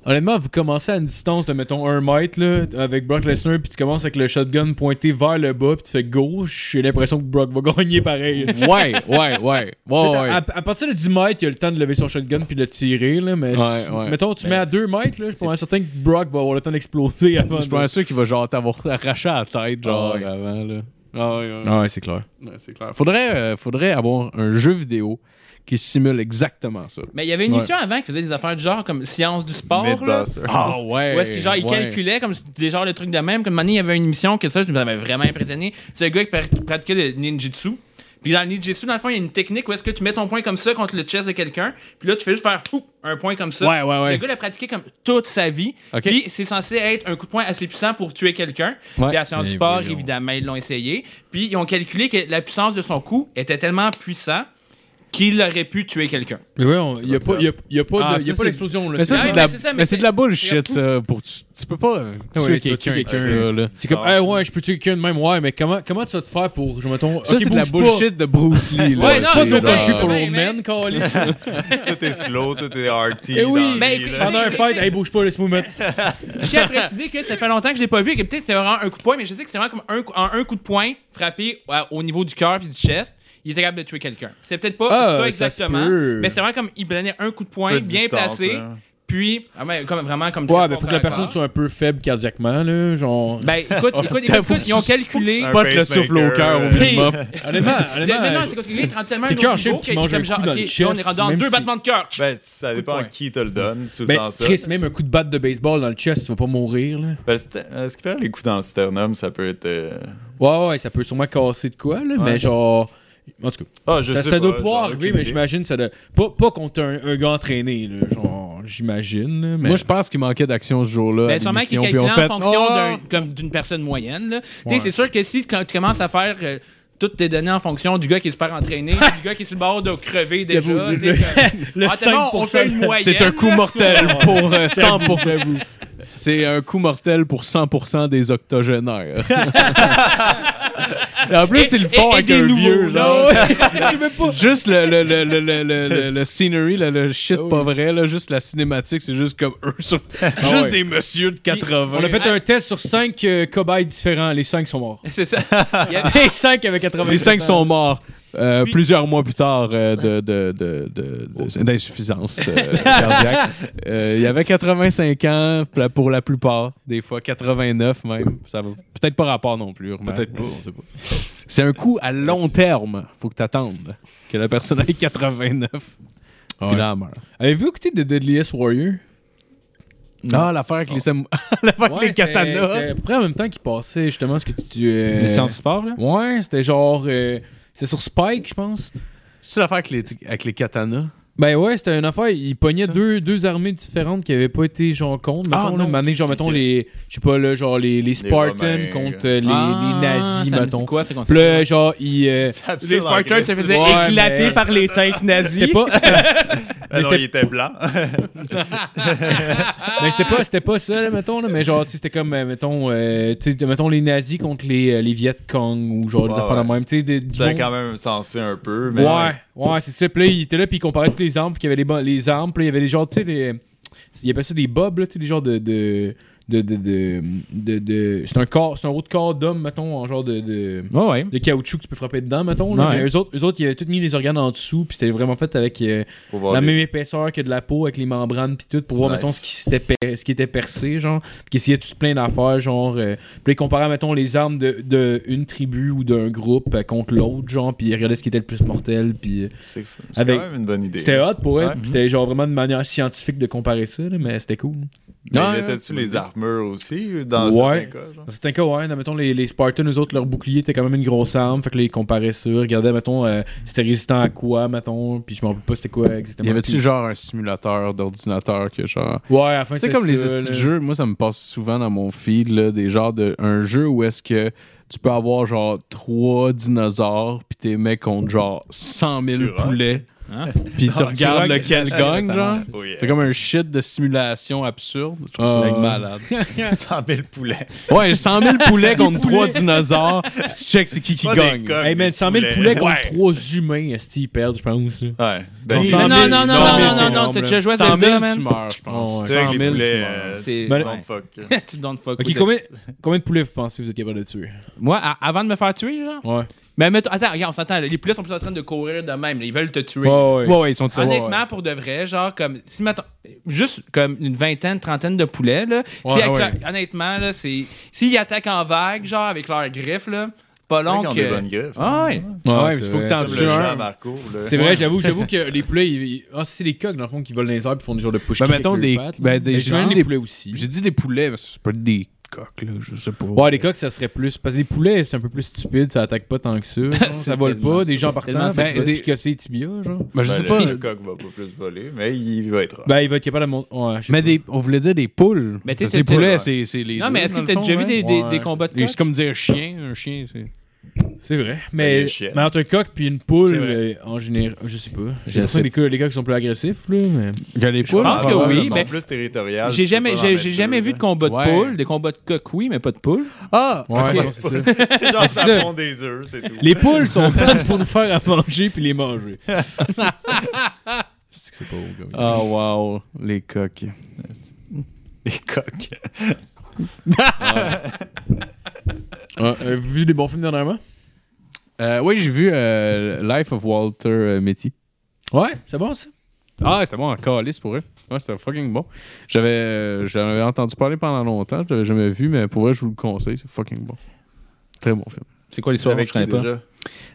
S3: Honnêtement, vous commencez à une distance de, mettons, 1 mètre là, avec Brock Lesnar, puis tu commences avec le shotgun pointé vers le bas, puis tu fais gauche, j'ai l'impression que Brock va gagner pareil.
S4: ouais, ouais, ouais. ouais, ouais.
S3: À, à partir de 10 mètres, il y a le temps de lever son shotgun puis de le tirer, là, mais
S4: Ouais,
S3: si-
S4: ouais.
S3: mettons, tu mets à 2 mètres, là, je suis pas mal certain que Brock va avoir le temps d'exploser avant.
S4: Je suis pas sûr qu'il va genre t'avoir arraché à la tête, genre,
S3: Ah ouais.
S4: avant, là. Ah ouais, ouais.
S3: ouais, c'est clair.
S4: Ouais, c'est clair. Faudrait, euh, faudrait avoir un jeu vidéo qui simule exactement ça.
S1: Mais il y avait une émission avant qui faisait des affaires du genre comme science du sport. Là.
S5: Mythbuster.
S4: Ah ouais.
S1: Où est-ce qu'il genre, il
S4: ouais.
S1: calculait comme des genres de trucs de même. Comme une année, il y avait une émission que ça, je m'avais vraiment impressionné. C'est un gars qui pra- pratiquait le ninjutsu. Puis dans le ninjutsu, dans le fond, il y a une technique où est-ce que tu mets ton poing comme ça contre le chest de quelqu'un. Puis là, tu fais juste faire Oup un point comme ça.
S4: Ouais, ouais, ouais.
S1: Le gars l'a pratiqué comme toute sa vie.
S4: Ok.
S1: Puis c'est censé être un coup de poing assez puissant pour tuer quelqu'un.
S4: Ouais.
S1: Puis à Science du
S3: Mais
S1: Sport,
S3: voyons.
S1: évidemment, ils l'ont essayé. Puis ils ont calculé que la puissance de son coup était tellement puissant qu'il aurait pu tuer quelqu'un.
S3: Mais voyons, il y a pas, il y a- il y a
S4: Ah,
S3: pas de- il y a pas
S4: ça, c'est-
S3: d'explosion, là.
S4: Mais ça,
S1: Ouais,
S4: c'est
S1: mais
S4: de la,
S1: c'est ça, mais
S4: mais c'est
S1: c'est-
S4: de la bullshit, ça. Pour tu, tu peux pas euh,
S3: Ah ouais,
S4: tuer
S3: tu vas tuer
S4: quelqu'un. avec
S3: quelqu'un.
S4: ça, là.
S3: C'est comme, ah ouais, je peux tuer quelqu'un de même, ouais, mais comment, comment tu vas te faire pour, je mettons,
S4: Ça,
S3: ok,
S4: c'est de la
S3: bouge pas.
S4: bullshit de Bruce Lee. là.
S1: Ouais, non,
S4: C'est
S3: Pourquoi je vais
S1: c'est
S3: pas
S1: genre-
S3: tuer pour
S1: Mais,
S3: Old
S1: mais-
S3: Man, câlisse?
S5: Tout est slow, tout est arty.
S3: Eh oui.
S5: dans la
S1: Ben,
S5: vie,
S1: écoute,
S5: là.
S3: Pendant un fight, hey, bouge pas, laisse-moi mettre.
S1: Je tiens à préciser que ça fait longtemps que je l'ai pas vu et que peut-être c'était vraiment un coup de poing, mais je sais que c'était vraiment comme un, coup- en un coup de poing frappé ouais, au niveau du cœur puis du chest. Il était capable de tuer quelqu'un. C'est peut-être pas
S3: Ah,
S1: ça
S3: ça
S1: exactement,
S3: se peut.
S1: mais c'est vraiment comme il donnait un coup de
S5: Peu
S1: poing
S5: de
S1: bien
S5: distance,
S1: placé,
S5: hein.
S1: puis ah ouais, comme, vraiment comme
S3: Ouais,
S1: très
S3: mais
S1: fort
S3: faut que la
S1: sur
S3: personne
S1: corde.
S3: soit un peu faible cardiaquement, là, genre.
S1: Ben écoute, écoute, écoute,
S4: faut que
S1: écoute, ils ont
S4: tu-
S1: calculé.
S5: faut que
S4: Spot le
S5: pacemaker,
S4: souffle au cœur au
S5: euh,
S4: minimum.
S3: Honnêtement,
S1: Le- mais non,
S3: honnêtement.
S1: c'est parce qu'il est 37
S3: C'est
S1: un
S3: un
S1: autre
S3: chien
S1: niveau
S3: qui
S1: qu'il est
S3: mange un
S1: comme
S3: coup
S1: genre,
S3: dans le
S1: ok, là, on est
S3: chest,
S1: rendu en
S3: même
S1: deux
S3: si-
S1: battements de cœur.
S5: Ben, ça dépend
S1: poing.
S5: à qui te le donne, tout le
S3: Ben,
S5: temps ça.
S3: Chris, même un coup de batte de baseball dans le chest, tu vas pas mourir, là.
S5: Ben, le st- euh, ce qui fait les coups dans le sternum, ça peut être. euh,
S3: Ouais, ouais, ça peut sûrement casser de quoi, là, mais
S5: Ouais.
S3: genre. En tout cas,
S5: Ah, je
S3: ça,
S5: sais
S3: ça
S5: pas,
S3: doit pouvoir
S5: j'en ai
S3: arriver,
S5: aucune
S3: mais
S5: idée.
S3: j'imagine, ça doit. Pas, pas contre un, un gars entraîné, là, genre, j'imagine, là, mais.
S4: Moi, je pense qu'il manquait d'action ce jour-là. à
S1: Ben, sûrement qu'il
S4: l'émission, puis
S1: calcule
S4: on
S1: en
S4: fait,
S1: fonction
S4: Ah!
S1: d'un- comme d'une personne moyenne. là. Tu sais,
S3: Ouais.
S1: C'est sûr que si quand tu commences à faire euh, toutes tes données en fonction du gars qui est super entraîné, du gars qui est sur le bord de crever déjà,
S3: J'avoue,
S1: tu sais, comme,
S3: le
S1: Ah, tellement, on
S3: 5%,
S1: fait une moyenne.
S4: C'est un coup mortel pour euh, 100 pour-
S3: J'avoue.
S4: C'est un coup mortel pour 100% des octogénaires. en plus, ils le font
S1: Et- et
S4: avec
S1: des
S4: un
S1: nouveaux,
S4: vieux,
S1: là.
S4: genre.
S3: Je veux pas.
S4: Juste le, le, le, le, le, le, le- le scenery, le, le shit
S3: Oh.
S4: pas vrai, là, juste la cinématique, c'est juste comme eux. sur- juste
S3: ouais.
S4: des messieurs de 80.
S3: On a fait un test sur euh, 5 cobayes différents. Les 5 sont morts.
S1: C'est ça. Il y a-
S3: Les 5 avec 80
S4: Les cinq sont morts. Euh,
S1: Puis-
S4: plusieurs mois plus tard euh, de- de- de- de- de- d'insuffisance euh, cardiaque. Euh, il y avait 85 ans pla- pour la plupart, des fois 89 même. Ça va peut-être pas rapport non plus. remarque.
S5: Peut-être pas.
S4: On sait pas. C'est un coup à long terme. Faut que t'attendes que la personne ait 89. Puis
S3: Ouais.
S4: là, elle meurt.
S3: Avez-vous écouté The Deadliest Warrior?
S4: Ah, l'affaire avec les, sam- l'affaire avec les
S3: c'était-
S4: katanas.
S3: C'était à peu près en même temps qu'il passait justement ce que tu. euh,
S1: Des sciences du sport, là.
S3: Ouais, c'était genre. euh, c'était sur Spike, je pense.
S4: C'est l'affaire avec les, avec les katanas.
S3: Ben ouais, c'était une affaire. Il pognait
S4: ça?
S3: deux, deux armées différentes qui avaient pas été genre contre.
S4: Ah,
S3: Mettons, là,
S4: non.
S3: une année, genre, mettons,
S4: Ok.
S3: les. Je sais pas, là, genre, les, les Spartans
S5: Romains,
S3: contre euh, les,
S4: Ah,
S3: les nazis,
S1: Ah, ça me dit
S3: mettons.
S1: quoi, c'est qu'on
S3: Puis là, genre, ils. euh,
S1: Les Spartans se faisaient
S3: Ouais,
S1: éclater
S3: mais-
S1: par les tanks nazis.
S3: c'était pas,
S5: Ah non, il était blanc.
S3: mais c'était pas, c'était pas ça, là, mettons, là, mais genre, tu sais, c'était comme, euh, mettons, euh, tu sais, mettons, les nazis contre les, euh, les Viet Cong ou genre des
S5: Ouais,
S3: affaires de
S5: ouais.
S3: même, tu sais, des- du
S5: C'était
S3: monde-
S5: quand même censé un peu, mais.
S3: Ouais, ouais, c'est ça. Puis là, il était là, puis il comparait toutes les armes, puis il y avait les, bon- les armes, puis là, il y avait des genres, tu sais, les. Il appelle ça des bobs, là, tu sais, des genres de. de de, de, de, de- de- c'est un corps c'est un autre corps d'homme mettons en genre de, de,
S4: ouais.
S3: de caoutchouc que tu peux frapper dedans mettons là.
S4: Ouais.
S3: Mais eux autres eux autres ils avaient tout mis les organes en dessous puis c'était vraiment fait avec euh,
S5: Pour voir
S3: la
S5: les-
S3: même épaisseur que de la peau avec les membranes puis tout pour voir
S5: Nice.
S3: mettons ce qui s'était per- ce qui était percé genre puis qu'il y a tout plein d'affaires genre euh, puis ils comparaient mettons les armes de, de une tribu ou d'un groupe euh, contre l'autre genre puis ils regardaient ce qui était le plus mortel puis euh,
S5: C'est c'est
S3: Avec-
S5: quand même une bonne idée.
S3: c'était hot pour elle
S5: Ouais.
S3: puis c'était genre vraiment de manière scientifique de comparer ça là, mais c'était cool
S5: Mais
S4: Ouais,
S5: il était-tu
S4: ouais.
S5: les armures aussi dans
S3: Ouais.
S5: certains cas? genre?
S3: dans certains cas ouais dans, mettons les, les Spartans eux autres leur bouclier était quand même une grosse arme fait que là ils comparaient ça regardaient mettons euh, c'était résistant à quoi mettons puis je m'en rappelle pas c'était quoi exactement
S4: Y avait-tu
S3: Puis-
S4: genre un simulateur d'ordinateur que genre.
S3: ouais à la fin,
S4: C'est
S3: c'était
S4: comme les
S3: ça,
S4: petits
S3: là.
S4: jeux, moi ça me passe souvent dans mon feed, là, des genres de. Un jeu où est-ce que tu peux avoir genre trois dinosaures, puis t'es mets contre genre 100 000
S5: Sur un.
S4: poulets,
S1: Hein?
S4: puis tu
S3: Ah,
S5: Non,
S4: regardes
S5: sur un.
S4: lequel gagne, genre.
S5: Oh, yeah.
S4: C'est comme un shit de simulation absurde. Je trouve
S3: Ah,
S4: ça
S3: ouais.
S4: malade.
S5: 100 000 poulets.
S4: Ouais, 100 000 poulets contre trois dinosaures, puis tu checks c'est qui qui
S5: Pas des
S4: gagne.
S5: coqs,
S3: Hey man,
S5: des
S3: 100 000 poulets
S5: poulets.
S3: contre 3 humains, est-ce ils perdent, je pense. là.
S5: Ouais.
S3: Non,
S5: Ben,
S3: cent
S1: Non,
S5: non,
S1: non,
S3: mille,
S1: non, non,
S3: cent mille,
S1: non,
S3: c'est
S1: non, non,
S3: énorme,
S1: t'as
S3: là.
S1: déjà joué à
S4: 100 000,
S1: Zelda,
S4: tu
S1: man.
S4: meurs, je pense.
S3: Oh, ouais.
S5: c'est avec
S4: 100
S5: les
S4: 000,
S5: poulets.
S4: tu meurs.
S5: euh,
S1: C'est-
S5: don't
S1: Ouais.
S5: fuck.
S1: Tu donnes fuck.
S3: Ok, combien, combien de poulets vous pensez que vous êtes capable de tuer
S1: Moi, à- avant de me faire tuer, genre.
S3: Ouais.
S1: Mais mettons- attends, regarde, on s'entend. là, Les poulets sont plus en train de courir de même. là, Ils veulent te tuer.
S3: Ouais, ouais.
S4: Ouais, ouais, ils sont ouais, ouais.
S1: Honnêtement, pour de vrai, genre, comme, si mettons, juste comme une vingtaine, trentaine de poulets, là. si
S3: Ouais,
S1: avec
S3: ouais.
S1: leur- honnêtement, là, c'est. S'ils attaquent en vague, genre, avec leurs griffes, là, pas
S5: Donc,
S1: long
S5: ils ont
S1: que.
S5: des bonnes griffes.
S1: Ah ouais.
S3: Ouais,
S4: Ouais,
S3: c'est
S4: il faut que
S3: vrai.
S4: t'en
S5: Comme le
S4: tues
S5: Jean
S4: un.
S5: Marco. là.
S3: C'est vrai, j'avoue, j'avoue que les poulets, ils- ils- ah, c'est les coqs dans le fond qui volent dans les airs puis font des genres de push
S4: Ben, mettons, des- ben, des- j'ai
S3: gens
S4: dit
S3: des
S4: des-
S3: poulets aussi.
S4: J'ai dit des poulets, mais c'est pas des coqs, là, je sais pas.
S3: Ouais, les coqs, ça serait plus. Parce que les poulets, c'est un peu plus stupide, ça attaque pas tant que ça. genre, ça vole
S1: tellement-
S3: pas, des gens partant,
S1: tellement
S3: fait
S4: ben,
S3: que
S4: des-
S3: des... casser les tibias, genre.
S4: Ben, je
S5: Ben,
S4: sais
S5: le-
S4: pas.
S5: Le coq va pas plus voler, mais il va être.
S3: Ben, il va être capable de monter. Ouais, je sais
S4: Mais
S3: pas.
S4: des, on voulait dire des poules.
S1: Mais t'sais,
S4: Parce que
S1: c'est
S4: les
S1: le-
S4: poulets,
S5: ouais.
S4: c'est c'est les.
S1: Non, mais
S4: deux,
S1: est-ce
S4: dans
S1: que
S4: le
S1: t'as
S4: fond, hein?
S1: déjà vu
S4: ouais.
S1: des, des,
S3: Ouais.
S1: des combats de
S4: Et
S1: coq?
S4: C'est comme dire chien, un chien, c'est.
S3: C'est vrai.
S5: Ben, il y a
S3: Mais,
S5: le chien.
S3: mais entre un coq puis une poule,
S4: C'est vrai.
S3: euh, en général, je sais pas.
S4: Je
S3: J'ai l'impression
S4: sais
S3: que les coqs- les coqs sont plus agressifs, là, mais.
S4: J'ai les
S1: poules, pense que
S5: Ah,
S1: oui,
S5: ils sont
S1: mais-
S5: plus territoriales,
S1: J'ai
S5: tu peux
S1: jamais,
S5: Ah, pas en
S1: j'ai,
S5: mettre
S1: j'ai
S5: deux,
S1: jamais vu
S5: là.
S1: de combat de
S4: Ouais.
S1: poule, des combats de coq, oui, mais pas de poule.
S4: Ah!
S3: Ouais,
S4: Ok.
S3: non, c'est ça.
S5: C'est genre,
S3: ça.
S5: ça pond des œufs, c'est tout.
S3: Les poules sont faites pour nous faire à manger puis les manger. c'est que c'est pas beau, gars.
S4: Ah, wow, les coqs.
S5: Les coqs.
S3: Ah, euh, vu des bons films dernièrement?
S4: Euh, oui, j'ai vu euh, Life of Walter euh, Mitty.
S3: Ouais, c'est bon ça.
S4: Ah, c'était bon, en calice pour eux. Ouais, c'était fucking bon. J'avais euh, j'en avais entendu parler pendant longtemps, je l'avais jamais vu, mais pour vrai, je vous le conseille, c'est fucking bon. Très bon film.
S1: C'est quoi l'histoire?
S5: Avec
S1: Je
S5: qui
S1: connais pas.
S5: déjà?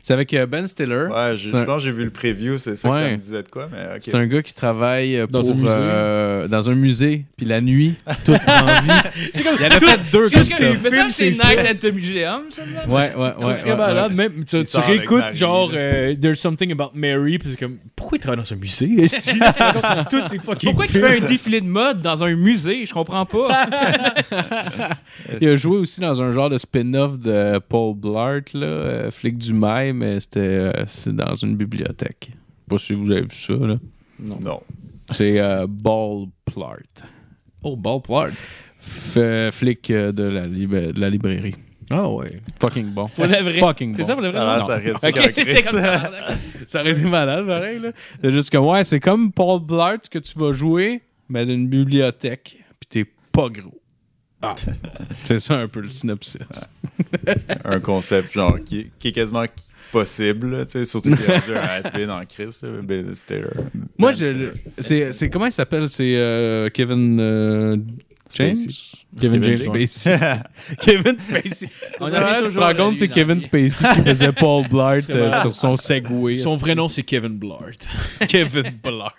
S4: C'est avec euh, Ben Stiller.
S5: Ouais, je,
S4: C'est un-
S5: je pense que j'ai vu le preview, c'est ça que
S4: Ouais.
S5: ça me disait de quoi, mais ok.
S4: C'est un gars qui travaille euh,
S3: Dans
S4: pour,
S3: un musée.
S4: euh, dans un musée, puis la nuit, tout en vie. Il avait fait deux comme
S1: Qu'est-ce que
S4: ça.
S1: tu fais?
S3: c'est
S1: C'est
S3: ça.
S1: Night at the Museum, ça? là?
S4: Ouais, ouais, ouais.
S3: Ouais,
S4: ouais,
S3: c'est malade,
S4: ouais.
S3: même. Tu,
S5: Il
S3: tu
S5: sort avec
S3: réécoutes
S5: Marie,
S3: genre
S5: là.
S3: euh, There's Something About Mary, puis c'est comme pourquoi il travaille dans un musée esti? C'est comme Tout c'est fucking.
S1: Pourquoi tu
S3: films.
S1: fais un défilé de mode dans un musée? Je comprends pas.
S4: Il a joué aussi dans un genre de spin-off de Paul Blart, là, euh, flic du mail, mais c'était euh, c'est dans une bibliothèque. Pas si vous avez vu ça, là.
S5: Non.
S4: C'est euh, Ball Plart.
S3: Oh ball plot.
S4: F- euh, flic euh, de, la libra- de la librairie.
S3: Ah ouais.
S4: Fucking bon.
S1: Pour de vrai.
S4: Fucking bon.
S1: C'est ça pour de vrai?
S5: Ça a l'air,
S1: Non.
S5: ça risque
S1: Ok,
S5: d'un
S1: j'étais
S5: Christ.
S1: comme ça.
S4: Ça aurait été malade, pareil. Là. C'est juste que, ouais, c'est comme Paul Blart que tu vas jouer, mais d'une bibliothèque, puis t'es pas gros. Ah. C'est ça un peu le synopsis.
S5: un concept genre qui, qui est quasiment possible, là, tu sais, surtout qu'il est rendu un has-been en crise, là, Ben Stiller.
S4: Moi,
S5: Ben
S4: je.
S5: Stiller.
S4: le- C'est c'est- comment il s'appelle C'est euh, Kevin. euh, James
S5: Spacey.
S3: Kevin
S5: Kevin
S3: James. ouais.
S4: Kevin Spacey.
S1: On
S4: On
S1: est
S4: a tu te
S1: toujours
S4: rends
S1: de
S4: compte,
S1: lui
S4: c'est
S1: dans
S4: Kevin
S1: le-
S4: Spacey qui faisait Paul Blart euh, sur son Segway.
S3: Son vrai nom, c'est Kevin Blart.
S4: Kevin Blart.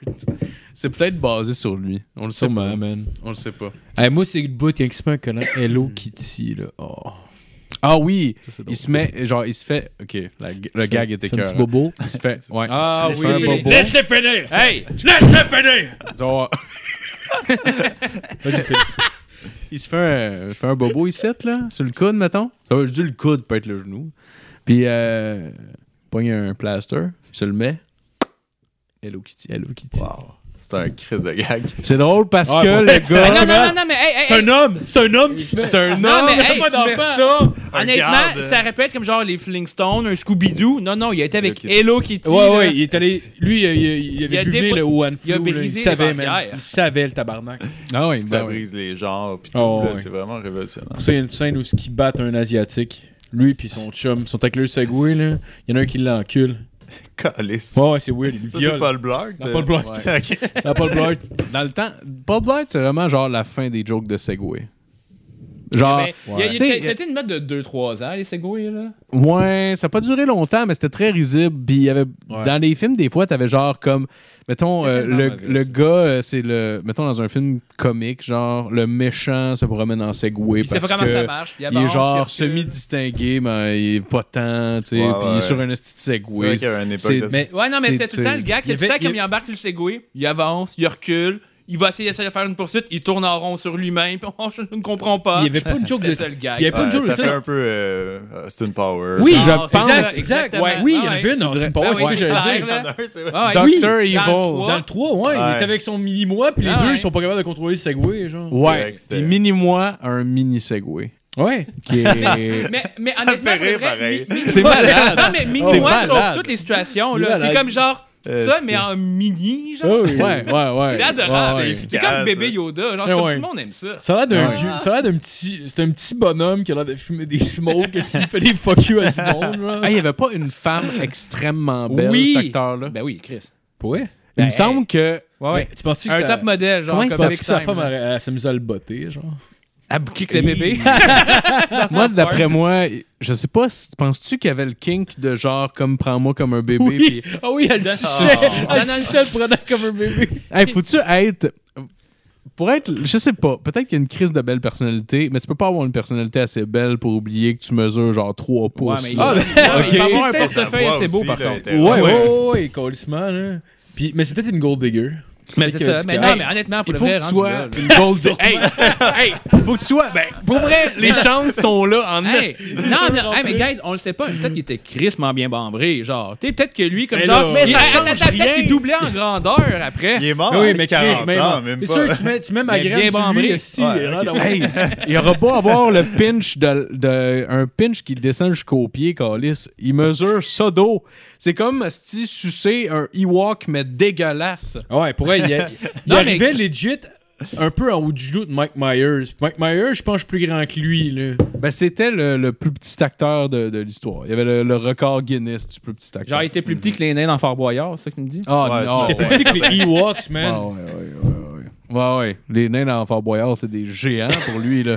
S4: C'est peut-être basé sur lui. On le sait
S3: Sûrement,
S4: pas.
S3: man.
S4: On le sait pas.
S3: Hey, moi, c'est le bout, il y a qui se met un collant Hello Kitty, là. Oh,
S4: Ah oui,
S3: ça, c'est drôle.
S4: il se met, genre, euh, il se fait. Ok, la- le gag était
S3: Fait un
S4: cœur.
S3: petit bobo.
S4: Il se fait. Ouais.
S3: Ah
S4: il se fait
S3: oui.
S4: un bobo.
S1: Laisse-le finir! Hey! Laisse-le finir!
S4: Genre- il se fait un, il fait un bobo ici, là, sur le coude, mettons. Euh, je dis le coude, peut être le genou. Puis, euh, il pogne un plaster, il se le met. Hello Kitty, Hello Kitty. Ah,
S5: Wow. C'est un crise de gag.
S4: C'est drôle parce
S3: Ouais,
S4: que
S3: ouais.
S4: le gars.
S1: Ah, non, non, non, non, mais hey, hey,
S3: C'est
S1: hey,
S3: un homme! C'est un homme qui se met.
S4: C'est un
S1: Non,
S4: homme
S1: mais hey,
S4: qui
S1: pas
S4: se met
S1: d'enfant.
S4: ça.
S5: Regarde.
S1: Honnêtement, ça répète comme genre les Flintstones, un Scooby-Doo. Non, non, il a été avec Hello
S5: Hello
S1: Kitty.
S3: Ouais,
S1: là.
S3: ouais, il est allé. Lui, il, il- il
S1: Il
S3: avait
S1: a
S3: buvé
S1: dépo-
S3: le One Flew.
S1: il a
S3: là.
S1: brisé
S3: il
S1: les
S3: savait, man.
S1: barrières.
S3: Il savait le tabarnak.
S4: Ah oui,
S5: Parce que
S4: ben
S5: ça
S4: oui.
S5: brise les genres, puis tout,
S3: Oh,
S5: là,
S3: ouais.
S5: c'est vraiment révolutionnaire.
S3: Pour ça, il y a une scène où ils battent un Asiatique. Lui puis son chum, ils sont avec le Segway, là. Il y en a un qui l'encule.
S5: Calice.
S3: Ouais, ouais, c'est weird. Il le
S5: Ça,
S3: viole.
S5: c'est Paul Blart.
S3: Dans
S5: euh,
S3: Paul Blart.
S5: ok.
S3: Dans Paul Blart.
S4: Dans le temps, Bob Light, c'est vraiment genre la fin des jokes de Segway. Genre,
S1: Mais il y a- il y a-
S4: T'sais, il y a-
S1: C'était une note de 2-3 ans, les Segway, là.
S4: Ouais, ça n'a pas duré longtemps, mais c'était très risible. Puis il y avait, dans les films, des fois, t'avais genre comme, mettons, euh,
S1: Quelqu'un
S4: le,
S1: dans ma vie,
S4: le
S1: ça.
S4: gars, euh, c'est le, mettons, dans un film comique, genre, le méchant se promène en Segway
S1: Il sait
S4: parce
S1: pas comment
S4: que
S1: ça marche. Il,
S4: il est
S1: avance,
S4: genre
S1: recule.
S4: semi-distingué, mais il est pas tant, tu sais,
S5: Ouais,
S4: puis il est
S5: ouais.
S4: sur un esti de
S5: C'est vrai
S4: Segway.
S5: qu'il y avait une
S4: C'est-
S5: époque de
S3: mais-
S1: Ouais, non, mais
S4: C'était-
S1: c'est tout le temps le gars.
S3: il y
S1: C'est tout le
S3: avait-
S1: temps comme
S3: il-
S1: il embarque sur le Segway, il avance, il recule, il va essayer, essayer de faire une poursuite, il tourne en rond sur lui-même, puis on- je ne comprends pas.
S3: Il y avait pas une joke
S1: C'était
S3: de.
S1: ça, le gag.
S3: il y avait pas
S5: Ouais,
S3: une joke de
S5: ça fait
S3: ça.
S5: un peu euh, Austin Power.
S3: Oui,
S1: Non,
S4: je
S1: c'est
S4: pense.
S1: exact,
S3: Exact,
S1: exactement.
S3: ouais. Oui, il y en avait une,
S1: c'est
S3: non, c'est
S1: vrai.
S3: pas vrai,
S1: Ah
S3: c'est
S1: oui,
S3: j'allais
S1: clair,
S3: dire.
S1: là.
S5: c'est vrai.
S1: Ah ouais.
S4: Dr.
S3: Oui,
S4: Evil.
S1: dans le
S3: Dans le 3, ouais, il
S5: Ouais.
S3: était avec son mini-moi, puis les
S1: Ah
S3: deux,
S1: ouais.
S3: ils sont pas capables de contrôler le Segway, genre.
S5: C'est
S4: Ouais,
S5: vrai que c'était-
S4: puis mini-moi, un mini-Segway.
S3: Ouais.
S4: Qui est...
S1: Mais, mais
S5: Ça
S1: honnêtement,
S5: me fait rire,
S1: pour le vrai,
S5: pareil.
S1: mi- mi-
S4: C'est
S1: ouais,
S4: malade.
S1: Non, mais mini
S4: C'est
S1: moi sauve
S4: malade.
S1: toutes les situations.
S3: Il est
S1: là. C'est
S3: malade.
S1: comme genre
S5: Euh,
S1: ça,
S5: c'est-
S1: mais en mini, genre.
S3: Oh, oui.
S4: ouais, ouais, ouais.
S1: C'est adorable.
S4: Ouais, ouais.
S5: C'est
S1: C'est
S5: efficace,
S1: comme bébé
S5: ça.
S1: Yoda. Genre,
S3: Eh
S1: c'est comme
S3: ouais.
S1: tout le monde aime ça.
S3: Ça a l'air d'un
S4: Ouais.
S3: vieux. Ça a l'air d'un petit. C'est un petit bonhomme qui a l'air de fumer des smokes. Qu'est-ce qu'il fait des fuck you à du monde, genre.
S4: Ah, il n'y avait pas une femme extrêmement belle,
S1: Oui.
S4: cet acteur-là?
S1: Ben oui, Chris.
S4: ouais. Il
S1: Ben,
S4: me semble que.
S1: Ouais, ouais.
S3: Mais Tu penses que
S1: Un
S3: ça-
S1: top modèle, genre.
S4: Comment il
S1: comme
S4: s'appelle
S1: avec
S3: Parce que sa
S1: Time,
S3: femme
S1: là.
S3: elle- elle s'amusait à le botter, genre.
S1: À bouquer que le bébé.
S4: Moi, d'après moi, je sais pas, si- penses-tu qu'il y avait le kink de genre comme prends-moi comme un bébé?
S3: Oui.
S4: puis
S3: Ah oui, elle
S1: Non.
S3: suçait.
S1: Non,
S3: Elle
S1: non,
S3: suçait le prenant comme un bébé.
S4: Hey, faut-tu être. Pour être. Je sais pas, peut-être qu'il y a une crise de belle personnalité, mais tu peux pas avoir une personnalité assez belle pour oublier que tu mesures genre 3 pouces.
S1: mais il-
S4: là.
S1: Ah,
S5: Ouais,
S1: Il peut avoir
S5: c'est
S1: un
S5: peut-être sa
S1: portefeuille
S5: voix
S1: assez beau,
S5: aussi,
S1: par
S5: là,
S1: contre.
S5: était-
S3: Ouais, ouais,
S4: ouais.
S3: ouais, ouais, colissement, là. Puis, mais c'est peut-être une gold digger.
S1: Mais c'est ça. Mais non, mais honnêtement, pour
S4: Il
S1: le
S4: faut
S1: vrai,
S4: que tu sois
S1: rendu là,
S4: une gold. hey, hey, faut que tu sois. Ben, pour vrai, les chances sont là en
S1: là. Hey,
S4: esti.
S1: non, mais, hey, mais guys, on le sait pas. Peut-être qu'il était crissement bien bambré, genre. Tu sais, peut-être que lui, comme
S3: Mais
S1: genre.
S3: là- Mais
S1: il-
S3: ça
S1: attends,
S5: change
S1: attends, Peut-être
S5: rien.
S1: qu'il doublait en grandeur après.
S5: Il est mort.
S3: oui,
S5: avec
S3: mais
S5: 40
S3: Chris, même.
S5: ans, même
S3: c'est
S5: pas.
S3: sûr, que tu mets, tu mets ma
S1: Mais bien
S3: graine sur lui
S1: membré.
S3: aussi.
S5: Ouais,
S3: il a l'air
S5: ok.
S3: d'avoir-
S4: Hey, il aura beau avoir le pinch de, de- un pinch qui descend jusqu'au pied, Calis. Il mesure ça d'eau. C'est comme si sucer un Ewok mais dégueulasse.
S3: Ah Ouais, pour vrai, il, a- il
S1: Non,
S3: arrivait legit un peu en haut du genou de Mike Myers. Mike Myers, je pense, que je suis plus grand que lui, là.
S4: Ben, c'était le, le plus petit acteur de, de l'histoire. Il y avait le, le record Guinness du plus petit acteur.
S1: Genre, il était plus petit que les nains dans Fort Boyard, c'est ça que tu me dis?
S4: Ah
S5: Ouais,
S4: non.
S5: c'était-
S3: T'es petit que les Ewoks, man.
S4: Ah, ouais, ouais, ouais, ouais. Ouais, ouais. Les nains dans Fort Boyard, c'est des géants pour lui. Là.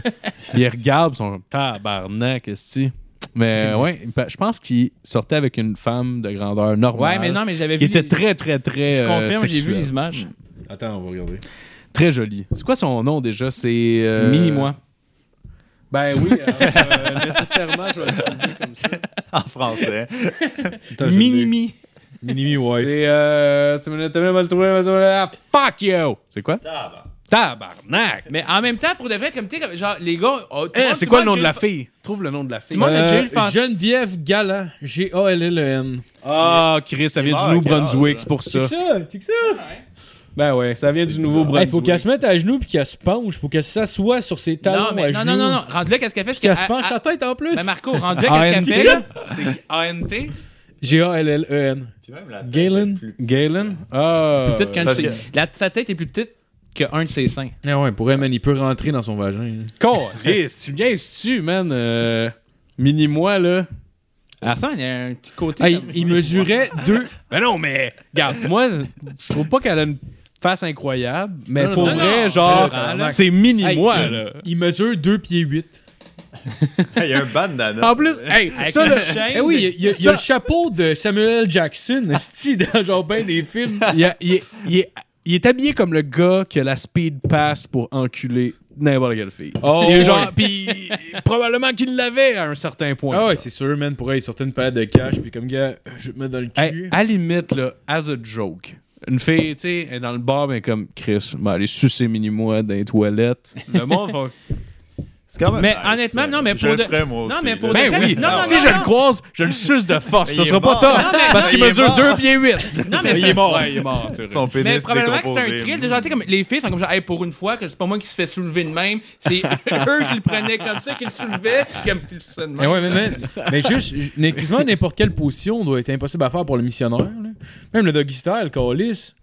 S4: Ils regardent, ils sont tabarnak, est Mais ouais, ben, je pense qu'il sortait avec une femme de grandeur normale.
S1: Ouais, mais non, mais j'avais
S4: Ah, Il
S1: vu.
S4: était
S1: les-
S4: très, très, très.
S1: Je
S4: euh,
S1: confirme, j'ai vu
S4: sexuel.
S1: les images.
S3: Attends, on va regarder.
S4: Très joli. C'est quoi son nom déjà C'est. euh,
S1: Mini-moi.
S3: Ben oui, euh, nécessairement, je vais le trouver comme ça.
S5: En français.
S1: Minimi.
S3: Minimi, ouais.
S4: C'est. euh, Tu me tu me- tu me- tu me- tu me- ah, Fuck you C'est quoi Tabarnak
S1: Mais en même temps, pour de vrai, comme tu sais, comme, genre, les gars. oh, tout
S4: Eh,
S1: monde-
S4: C'est
S1: tout
S4: quoi le nom
S1: monde
S4: de la
S1: Jane-
S4: fille Trouve le nom de la fille.
S1: Tout le monde- a déjà eu le fan-
S3: Euh, Geneviève Gala. G-A-L-L-E-N.
S4: Ah, Chris, ça vient
S5: meurt
S4: du
S5: à quel
S4: Nouveau-Brunswick,
S5: âge,
S4: c'est pour ça.
S3: C'est que ça, c'est que ça.
S4: Ben ouais, ça vient du
S5: bizarre.
S3: Il
S4: Nouveau-Brunswick.
S3: faut qu'elle se mette à genoux puis qu'elle se penche. faut qu'elle s'assoie sur ses talons.
S1: Non, mais
S3: à
S1: non, non,
S3: genoux.
S1: non, non. Rendu-le, qu'est-ce qu'elle fait?
S3: Qu'elle se penche
S1: à-
S3: la tête en plus.
S1: Mais ah, ben, Marco, rendu-le, qu'est-ce qu'elle fait? là?
S4: C'est ANT
S3: G-A-L-L-E-N.
S5: Puis même la tête
S3: E Galen.
S5: est plus petite.
S4: Galen Ah.
S1: Peut-être qu'un de
S5: Parce
S1: ses-
S5: que-
S1: la- Sa tête est plus petite qu'un de ses seins.
S3: Ah ouais, pour elle, man, il peut rentrer dans son vagin. hein.
S4: Caliste, tu viens, tu man. euh, Mini-moi, là.
S5: Ah.
S1: Arthur, il y a un petit côté.
S3: Ah, il,
S1: comme-
S3: il mesurait deux. Ah,
S4: Ben non, mais regarde, moi, je trouve pas qu'elle a une face incroyable, mais
S3: Non,
S4: pour
S1: non,
S4: vrai,
S1: non,
S4: genre,
S1: je le prends,
S4: c'est mini
S3: Hey,
S4: moi,
S3: il,
S4: là.
S3: il mesure 2 pieds 8.
S5: Il y a un bandana.
S4: En plus, hey, ça, là,
S3: Eh oui, il, y a- il y a le chapeau de Samuel Jackson, esti, dans genre ben des films.
S4: il, a- il est- il est- il est habillé comme le gars qui a la speed pass pour enculer n'importe quelle fille.
S3: Oh,
S4: il est
S3: ouais.
S4: genre, puis probablement qu'il l'avait à un certain point.
S3: Ah ouais, c'est sûr, man. Pour elle, il sortait une palette de cash, puis comme gars, euh, je vais te mettre dans le cul.
S4: Hey, à la limite, là, as a joke. Une fille, tu sais, elle est dans le bar, mais comme Chris, ben, allez sucer mini-moi dans les toilettes. Le monde va.
S5: C'est quand même
S1: Mais
S5: nice,
S1: honnêtement,
S5: ça.
S1: non, mais
S5: Je
S1: pour
S5: le
S1: de-
S5: ferais, moi
S1: Non,
S5: aussi,
S1: mais pour
S5: là.
S1: de-
S4: Ben oui,
S1: Non, non,
S4: si
S1: non,
S4: je
S1: non.
S4: le croise, je le suce de force.
S5: Mais
S4: Ça
S5: il
S4: sera
S5: est
S4: pas
S5: mort.
S4: top. Parce
S5: mais
S4: qu'il
S5: il est
S4: mesure
S5: mort.
S4: 2 pieds 8.
S1: Non, mais-
S4: il est mort. il est mort, c'est vrai.
S5: Son pénis
S1: Mais probablement que c'est
S5: décomposé.
S1: un thrill. Déjà, tu sais, comme les filles sont comme genre, hey, pour une fois, que c'est pas moi qui se fait soulever de même, c'est eux qui le prenaient comme ça, qui le soulevaient, qui comme tu le soulevais de
S3: Mais
S1: même.
S3: Eh ouais, mais, mais- mais juste, j- mais quasiment n'importe quelle position doit être impossible à faire pour le missionnaire. là. Même le doggy style, Calis.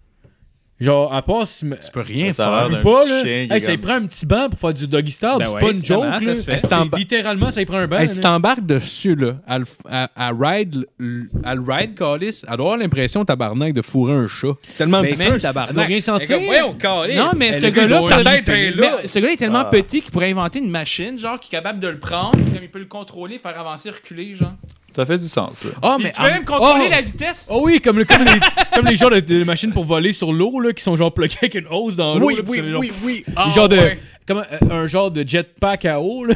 S3: Genre, à part si.
S4: Tu peux rien
S5: Ça a
S4: faire.
S5: l'air d'un
S3: pas,
S5: petit
S3: là.
S5: chien qui
S3: Hey,
S5: est
S3: ça y
S5: comme-
S3: prend un petit banc pour faire du doggy style,
S1: Ben
S3: pis c'est
S1: ouais,
S3: pas une
S1: justement,
S3: joke,
S1: ça
S3: là.
S1: se fait.
S3: Hey, c'est
S4: C'est en bas.
S3: littéralement, ça y prend un banc.
S4: Hey, si
S3: là.
S4: t'embarques dessus, là, à le f- à à ride, l- à le ride Calis, elle doit avoir l'impression, tabarnak, de fourrer un chat. C'est tellement
S3: Ben,
S4: petit,
S3: mais- elle doit
S4: tabarnak.
S3: rien sentir.
S1: Non, mais ce
S4: le gars,
S1: gars-là,
S4: il doit-
S1: ça-
S4: sa tête est là.
S1: Mais ce gars-là est tellement
S5: Ah.
S1: petit qu'il pourrait inventer une machine, genre, qui est capable de le prendre, puis comme il peut le contrôler, faire avancer, reculer, genre.
S5: Ça fait du sens, ça.
S4: Ah,
S1: Il
S4: mais
S1: peut même contrôler la vitesse.
S3: Oh oui, comme, le, comme, les, comme les genres de, de machines pour voler sur l'eau, là, qui sont genre pluggés avec une hose dans l'eau.
S4: Oui,
S3: là, puis
S4: oui,
S3: ça fait genre-
S4: oui, oui.
S1: Ah,
S3: les genres de, comment- euh, un genre de jetpack à eau, là.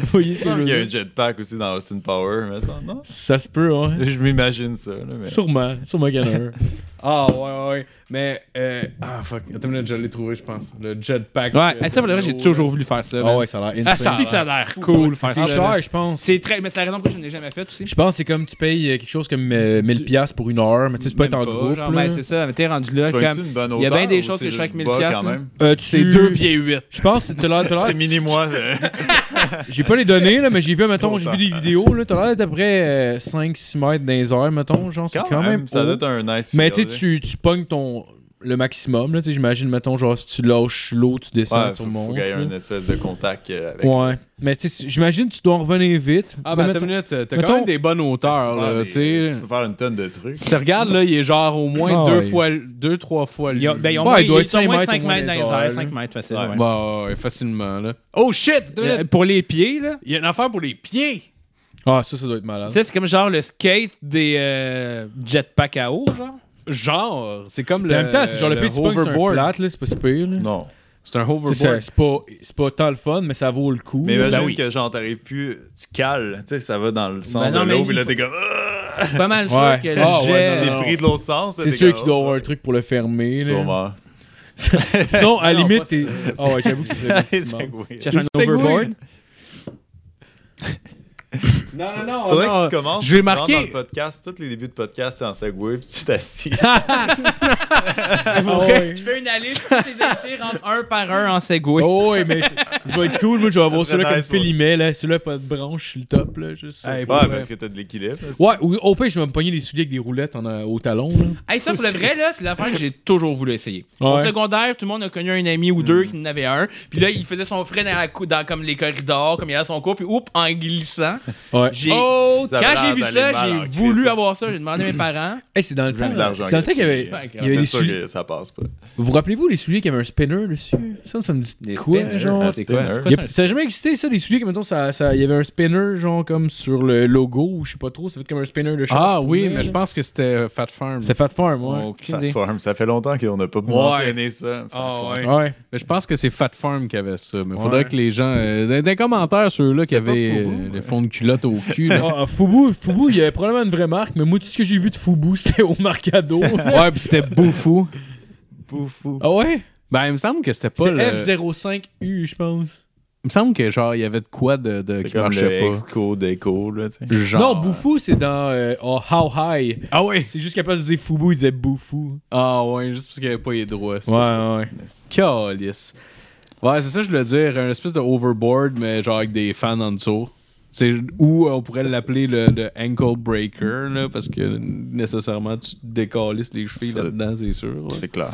S3: Vous voyez ce que je veux
S5: Il y a un
S3: dire?
S5: jetpack aussi dans Austin Power, mais ça, non?
S3: Ça se peut, hein.
S5: Je m'imagine ça, là, mais...
S3: Sûrement, sûrement qu'il y en a un.
S4: Ah, ouais, ouais. Mais, euh, ah, fuck. Attends une minute, je l'ai trouvé, je pense. Le jetpack. euh,
S1: Ouais, ça, pour le vrai, j'ai
S4: l'eau,
S1: toujours voulu faire ça.
S3: Ah ouais, ça a l'air
S1: Ah, ça,
S3: insane.
S1: ça a l'air cool faire ça.
S3: C'est cher, je pense.
S1: C'est très. Mais c'est la raison pourquoi je ne l'ai jamais fait, tu sais.
S3: Je pense que c'est comme tu payes euh, quelque chose comme euh, 1000$ piastres pour une heure, mais tu sais, tu peux être en groupe.
S1: Genre,
S3: là.
S1: ben, c'est ça, mais t'es rendu là.
S5: Tu
S1: Comme...
S5: prends-tu une bonne
S1: il y a bien
S5: hauteur
S1: des
S5: ou
S1: choses que
S5: c'est
S1: je fais avec
S5: le
S1: 1000
S5: bas,
S1: piastres,
S5: quand
S1: là?
S5: même?
S3: Euh, tu-
S4: C'est 2 pieds 8.
S3: Je pense que t'as l'air- t'as
S5: C'est
S3: l'air.
S5: mini-moi. euh,
S3: J'ai pas les données, là, mais j'ai vu, mettons,
S5: Trop
S3: j'ai
S5: tard.
S3: vu des vidéos, là. T'as l'air d'à peu près 5-6 mètres dans les heures, mettons. Genre, c'est
S5: Quand, même, ça
S3: haut.
S5: doit être un nice
S3: Mais tu
S5: feel,
S3: sais, tu- tu pognes ton. Le maximum, là, tu sais, j'imagine, mettons, genre, si tu lâches l'eau, tu descends,
S5: Ouais,
S3: tu
S5: faut,
S3: remontes.
S5: faut qu'il y ait
S3: là.
S5: un espèce de contact euh, avec...
S3: Ouais. Mais tu sais, j'imagine, tu dois en revenir vite.
S4: Ah, ben,
S3: Mais
S4: attends une
S3: mettons-
S4: minute. T'as
S3: mettons-
S4: quand même des bonnes hauteurs,
S5: Tu peux
S4: là,
S5: faire des-
S4: Ah, tu sais.
S5: Tu peux faire une tonne de trucs.
S4: Tu regardes, là, il est genre au moins
S3: Ah,
S4: deux,
S3: ouais.
S4: fois, deux, trois fois lui.
S1: Il y a, ben, ils ont
S3: Ouais,
S1: moins-
S3: il doit
S1: ils
S3: être
S1: sont
S3: cinq
S1: moins
S3: mètres,
S1: 5
S3: au moins,
S1: mètres dans les
S3: les
S1: airs,
S3: airs,
S4: hein.
S1: 5 mètres facile.
S5: Ouais.
S1: ouais.
S4: Bah, ouais, facilement, là. Oh shit!
S1: Euh, Pour les pieds, là,
S4: Il y a une affaire pour les pieds.
S3: Ah, ça, ça doit être malade.
S1: tu sais, c'est comme genre le skate des euh, jetpacks à eau, genre.
S4: Genre, c'est comme
S3: Puis
S4: le.
S3: en même temps, Ah, c'est genre le petit point c'est un
S4: hoverboard.
S3: flat, là, c'est pas si pire. là.
S5: Non.
S4: C'est un
S3: Tu sais, ça-
S4: hoverboard.
S3: C'est pas, c'est pas tant le fun, mais ça vaut le coup.
S5: Mais
S3: là.
S5: imagine
S1: Ben oui.
S5: que genre t'arrives plus, tu cales, tu sais, ça va dans le sens
S1: Ben non,
S5: de
S1: mais
S5: l'eau,
S1: il
S5: puis là
S1: faut-
S5: t'es comme... Ah!
S1: C'est pas mal sûr
S3: Ouais.
S1: que le
S3: Ah, ouais,
S1: jet-
S3: non,
S5: T'es
S3: non.
S5: pris de l'autre sens. là,
S3: C'est
S5: t'es
S3: sûr
S5: comme,
S3: qu'il doit
S5: oh,
S3: avoir un truc pour le fermer. là.
S5: Sûrement.
S3: Sinon, à la
S4: Non,
S3: limite,
S4: pas
S3: t'es.
S4: ça.
S3: Ah ouais, j'avoue que c'est.
S5: C'est weird.
S1: Cherche un
S4: Segway.
S1: overboard.
S4: Non, non, non.
S5: Faudrait que tu commences.
S4: Je vais
S5: tu rentres
S4: marquer-
S5: Dans le podcast, tous les débuts de podcast, t'es en Segway, puis tu t'assis.
S3: Ah ouais.
S1: Tu fais une allée, tous les invités rentrent un par un en segway.
S3: Oh ouais, mais c'est- je vais être cool. Moi, je vais avoir
S5: Ça serait
S3: celui-là comme
S5: nice, ouais.
S3: Philimé. là. Celui-là, pas de branche, sur le top. Là, juste...
S4: Hey,
S3: ouais,
S4: pour
S5: Ouais,
S4: vrai.
S5: parce que t'as de l'équilibre. là, c'est-
S3: ou au pire, je vais me pogner des souliers avec des roulettes en, euh, au talon. Là.
S1: Hey, ça, pour le vrai, là, c'est l'affaire que j'ai toujours voulu essayer. Au
S3: Ouais. Mm.
S1: secondaire, tout le monde a connu un ami ou deux qui en avait un. Puis là, il faisait son frais dans, la cou- dans comme les corridors, comme il allait à son cours, puis oups, en glissant.
S3: Ouais.
S1: J'ai-
S3: Oh,
S5: Ça
S1: Quand
S5: avait
S1: j'ai
S5: l'air
S1: vu
S5: d'aller
S1: ça,
S5: mal en
S1: j'ai
S5: crise,
S1: voulu
S5: ça.
S1: avoir ça. J'ai demandé à mes parents.
S3: Ah, Hey, c'est dans le
S5: J'aime
S3: temps.
S5: l'argent
S3: C'est dans le temps qu'il y avait,
S5: gaspillé.
S3: il y avait des
S5: C'est sûr
S3: souliers.
S5: que ça passe pas.
S3: Vous vous rappelez-vous les souliers qui avaient un spinner dessus Ça, ça me dit
S1: Des
S3: quoi,
S1: spinners.
S3: genre
S5: Ah, c'est quoi?
S3: spinner. Il y a- ça a jamais existé, ça, des souliers que, mettons, ça, ça- il y avait un spinner, genre, comme sur le logo, ou je sais pas trop, ça fait comme un spinner de char.
S4: Ah
S3: qui
S4: oui,
S3: tournait,
S4: mais je
S3: là.
S4: pense que c'était euh, Fat Farm.
S3: C'est Fat Farm, ouais.
S4: Aucune idée.
S5: Platform, ça fait longtemps qu'on n'a pas mentionné ça.
S4: Ah ouais.
S3: Ouais.
S4: Mais je pense que c'est Fat Farm qui avait ça. Mais
S3: Ouais.
S4: faudrait que les gens. euh, dans dans les commentaires, ceux-là qui
S5: C'est pas
S4: avaient
S5: Fubu,
S4: euh, les fonds de culotte au cul. là.
S3: Ah, ah, Fubu, Fubu, il y avait probablement une vraie marque, mais moi, tout ce que j'ai vu de Fubu, c'était au Mercado.
S4: ouais, puis c'était Boufou.
S5: Poufou.
S3: ah ouais?
S4: Ben, il me semble que c'était pas
S3: C'est
S4: le.
S3: F05U, je pense.
S4: Il me semble que genre, il y avait de quoi de, de
S5: C'est
S4: qui
S5: comme le
S4: marchait pas.
S5: exco déco, là, tu sais.
S4: Genre.
S3: Non, Boufou, c'est dans euh, oh, How High.
S4: Ah ouais.
S3: C'est juste qu'à place de dire Fubu, il disait Boufou.
S4: Ah ouais, juste parce qu'il n'y avait pas les droits. c'est ça.
S3: ouais.
S4: Calice. Ouais, c'est ça, je voulais dire. Un espèce de overboard, mais genre avec des fans en dessous. C'est où euh, on pourrait l'appeler le, le ankle breaker, là, parce que nécessairement, tu décalisses les chevilles
S5: Ça-
S4: là-dedans, c'est sûr. là.
S5: C'est clair.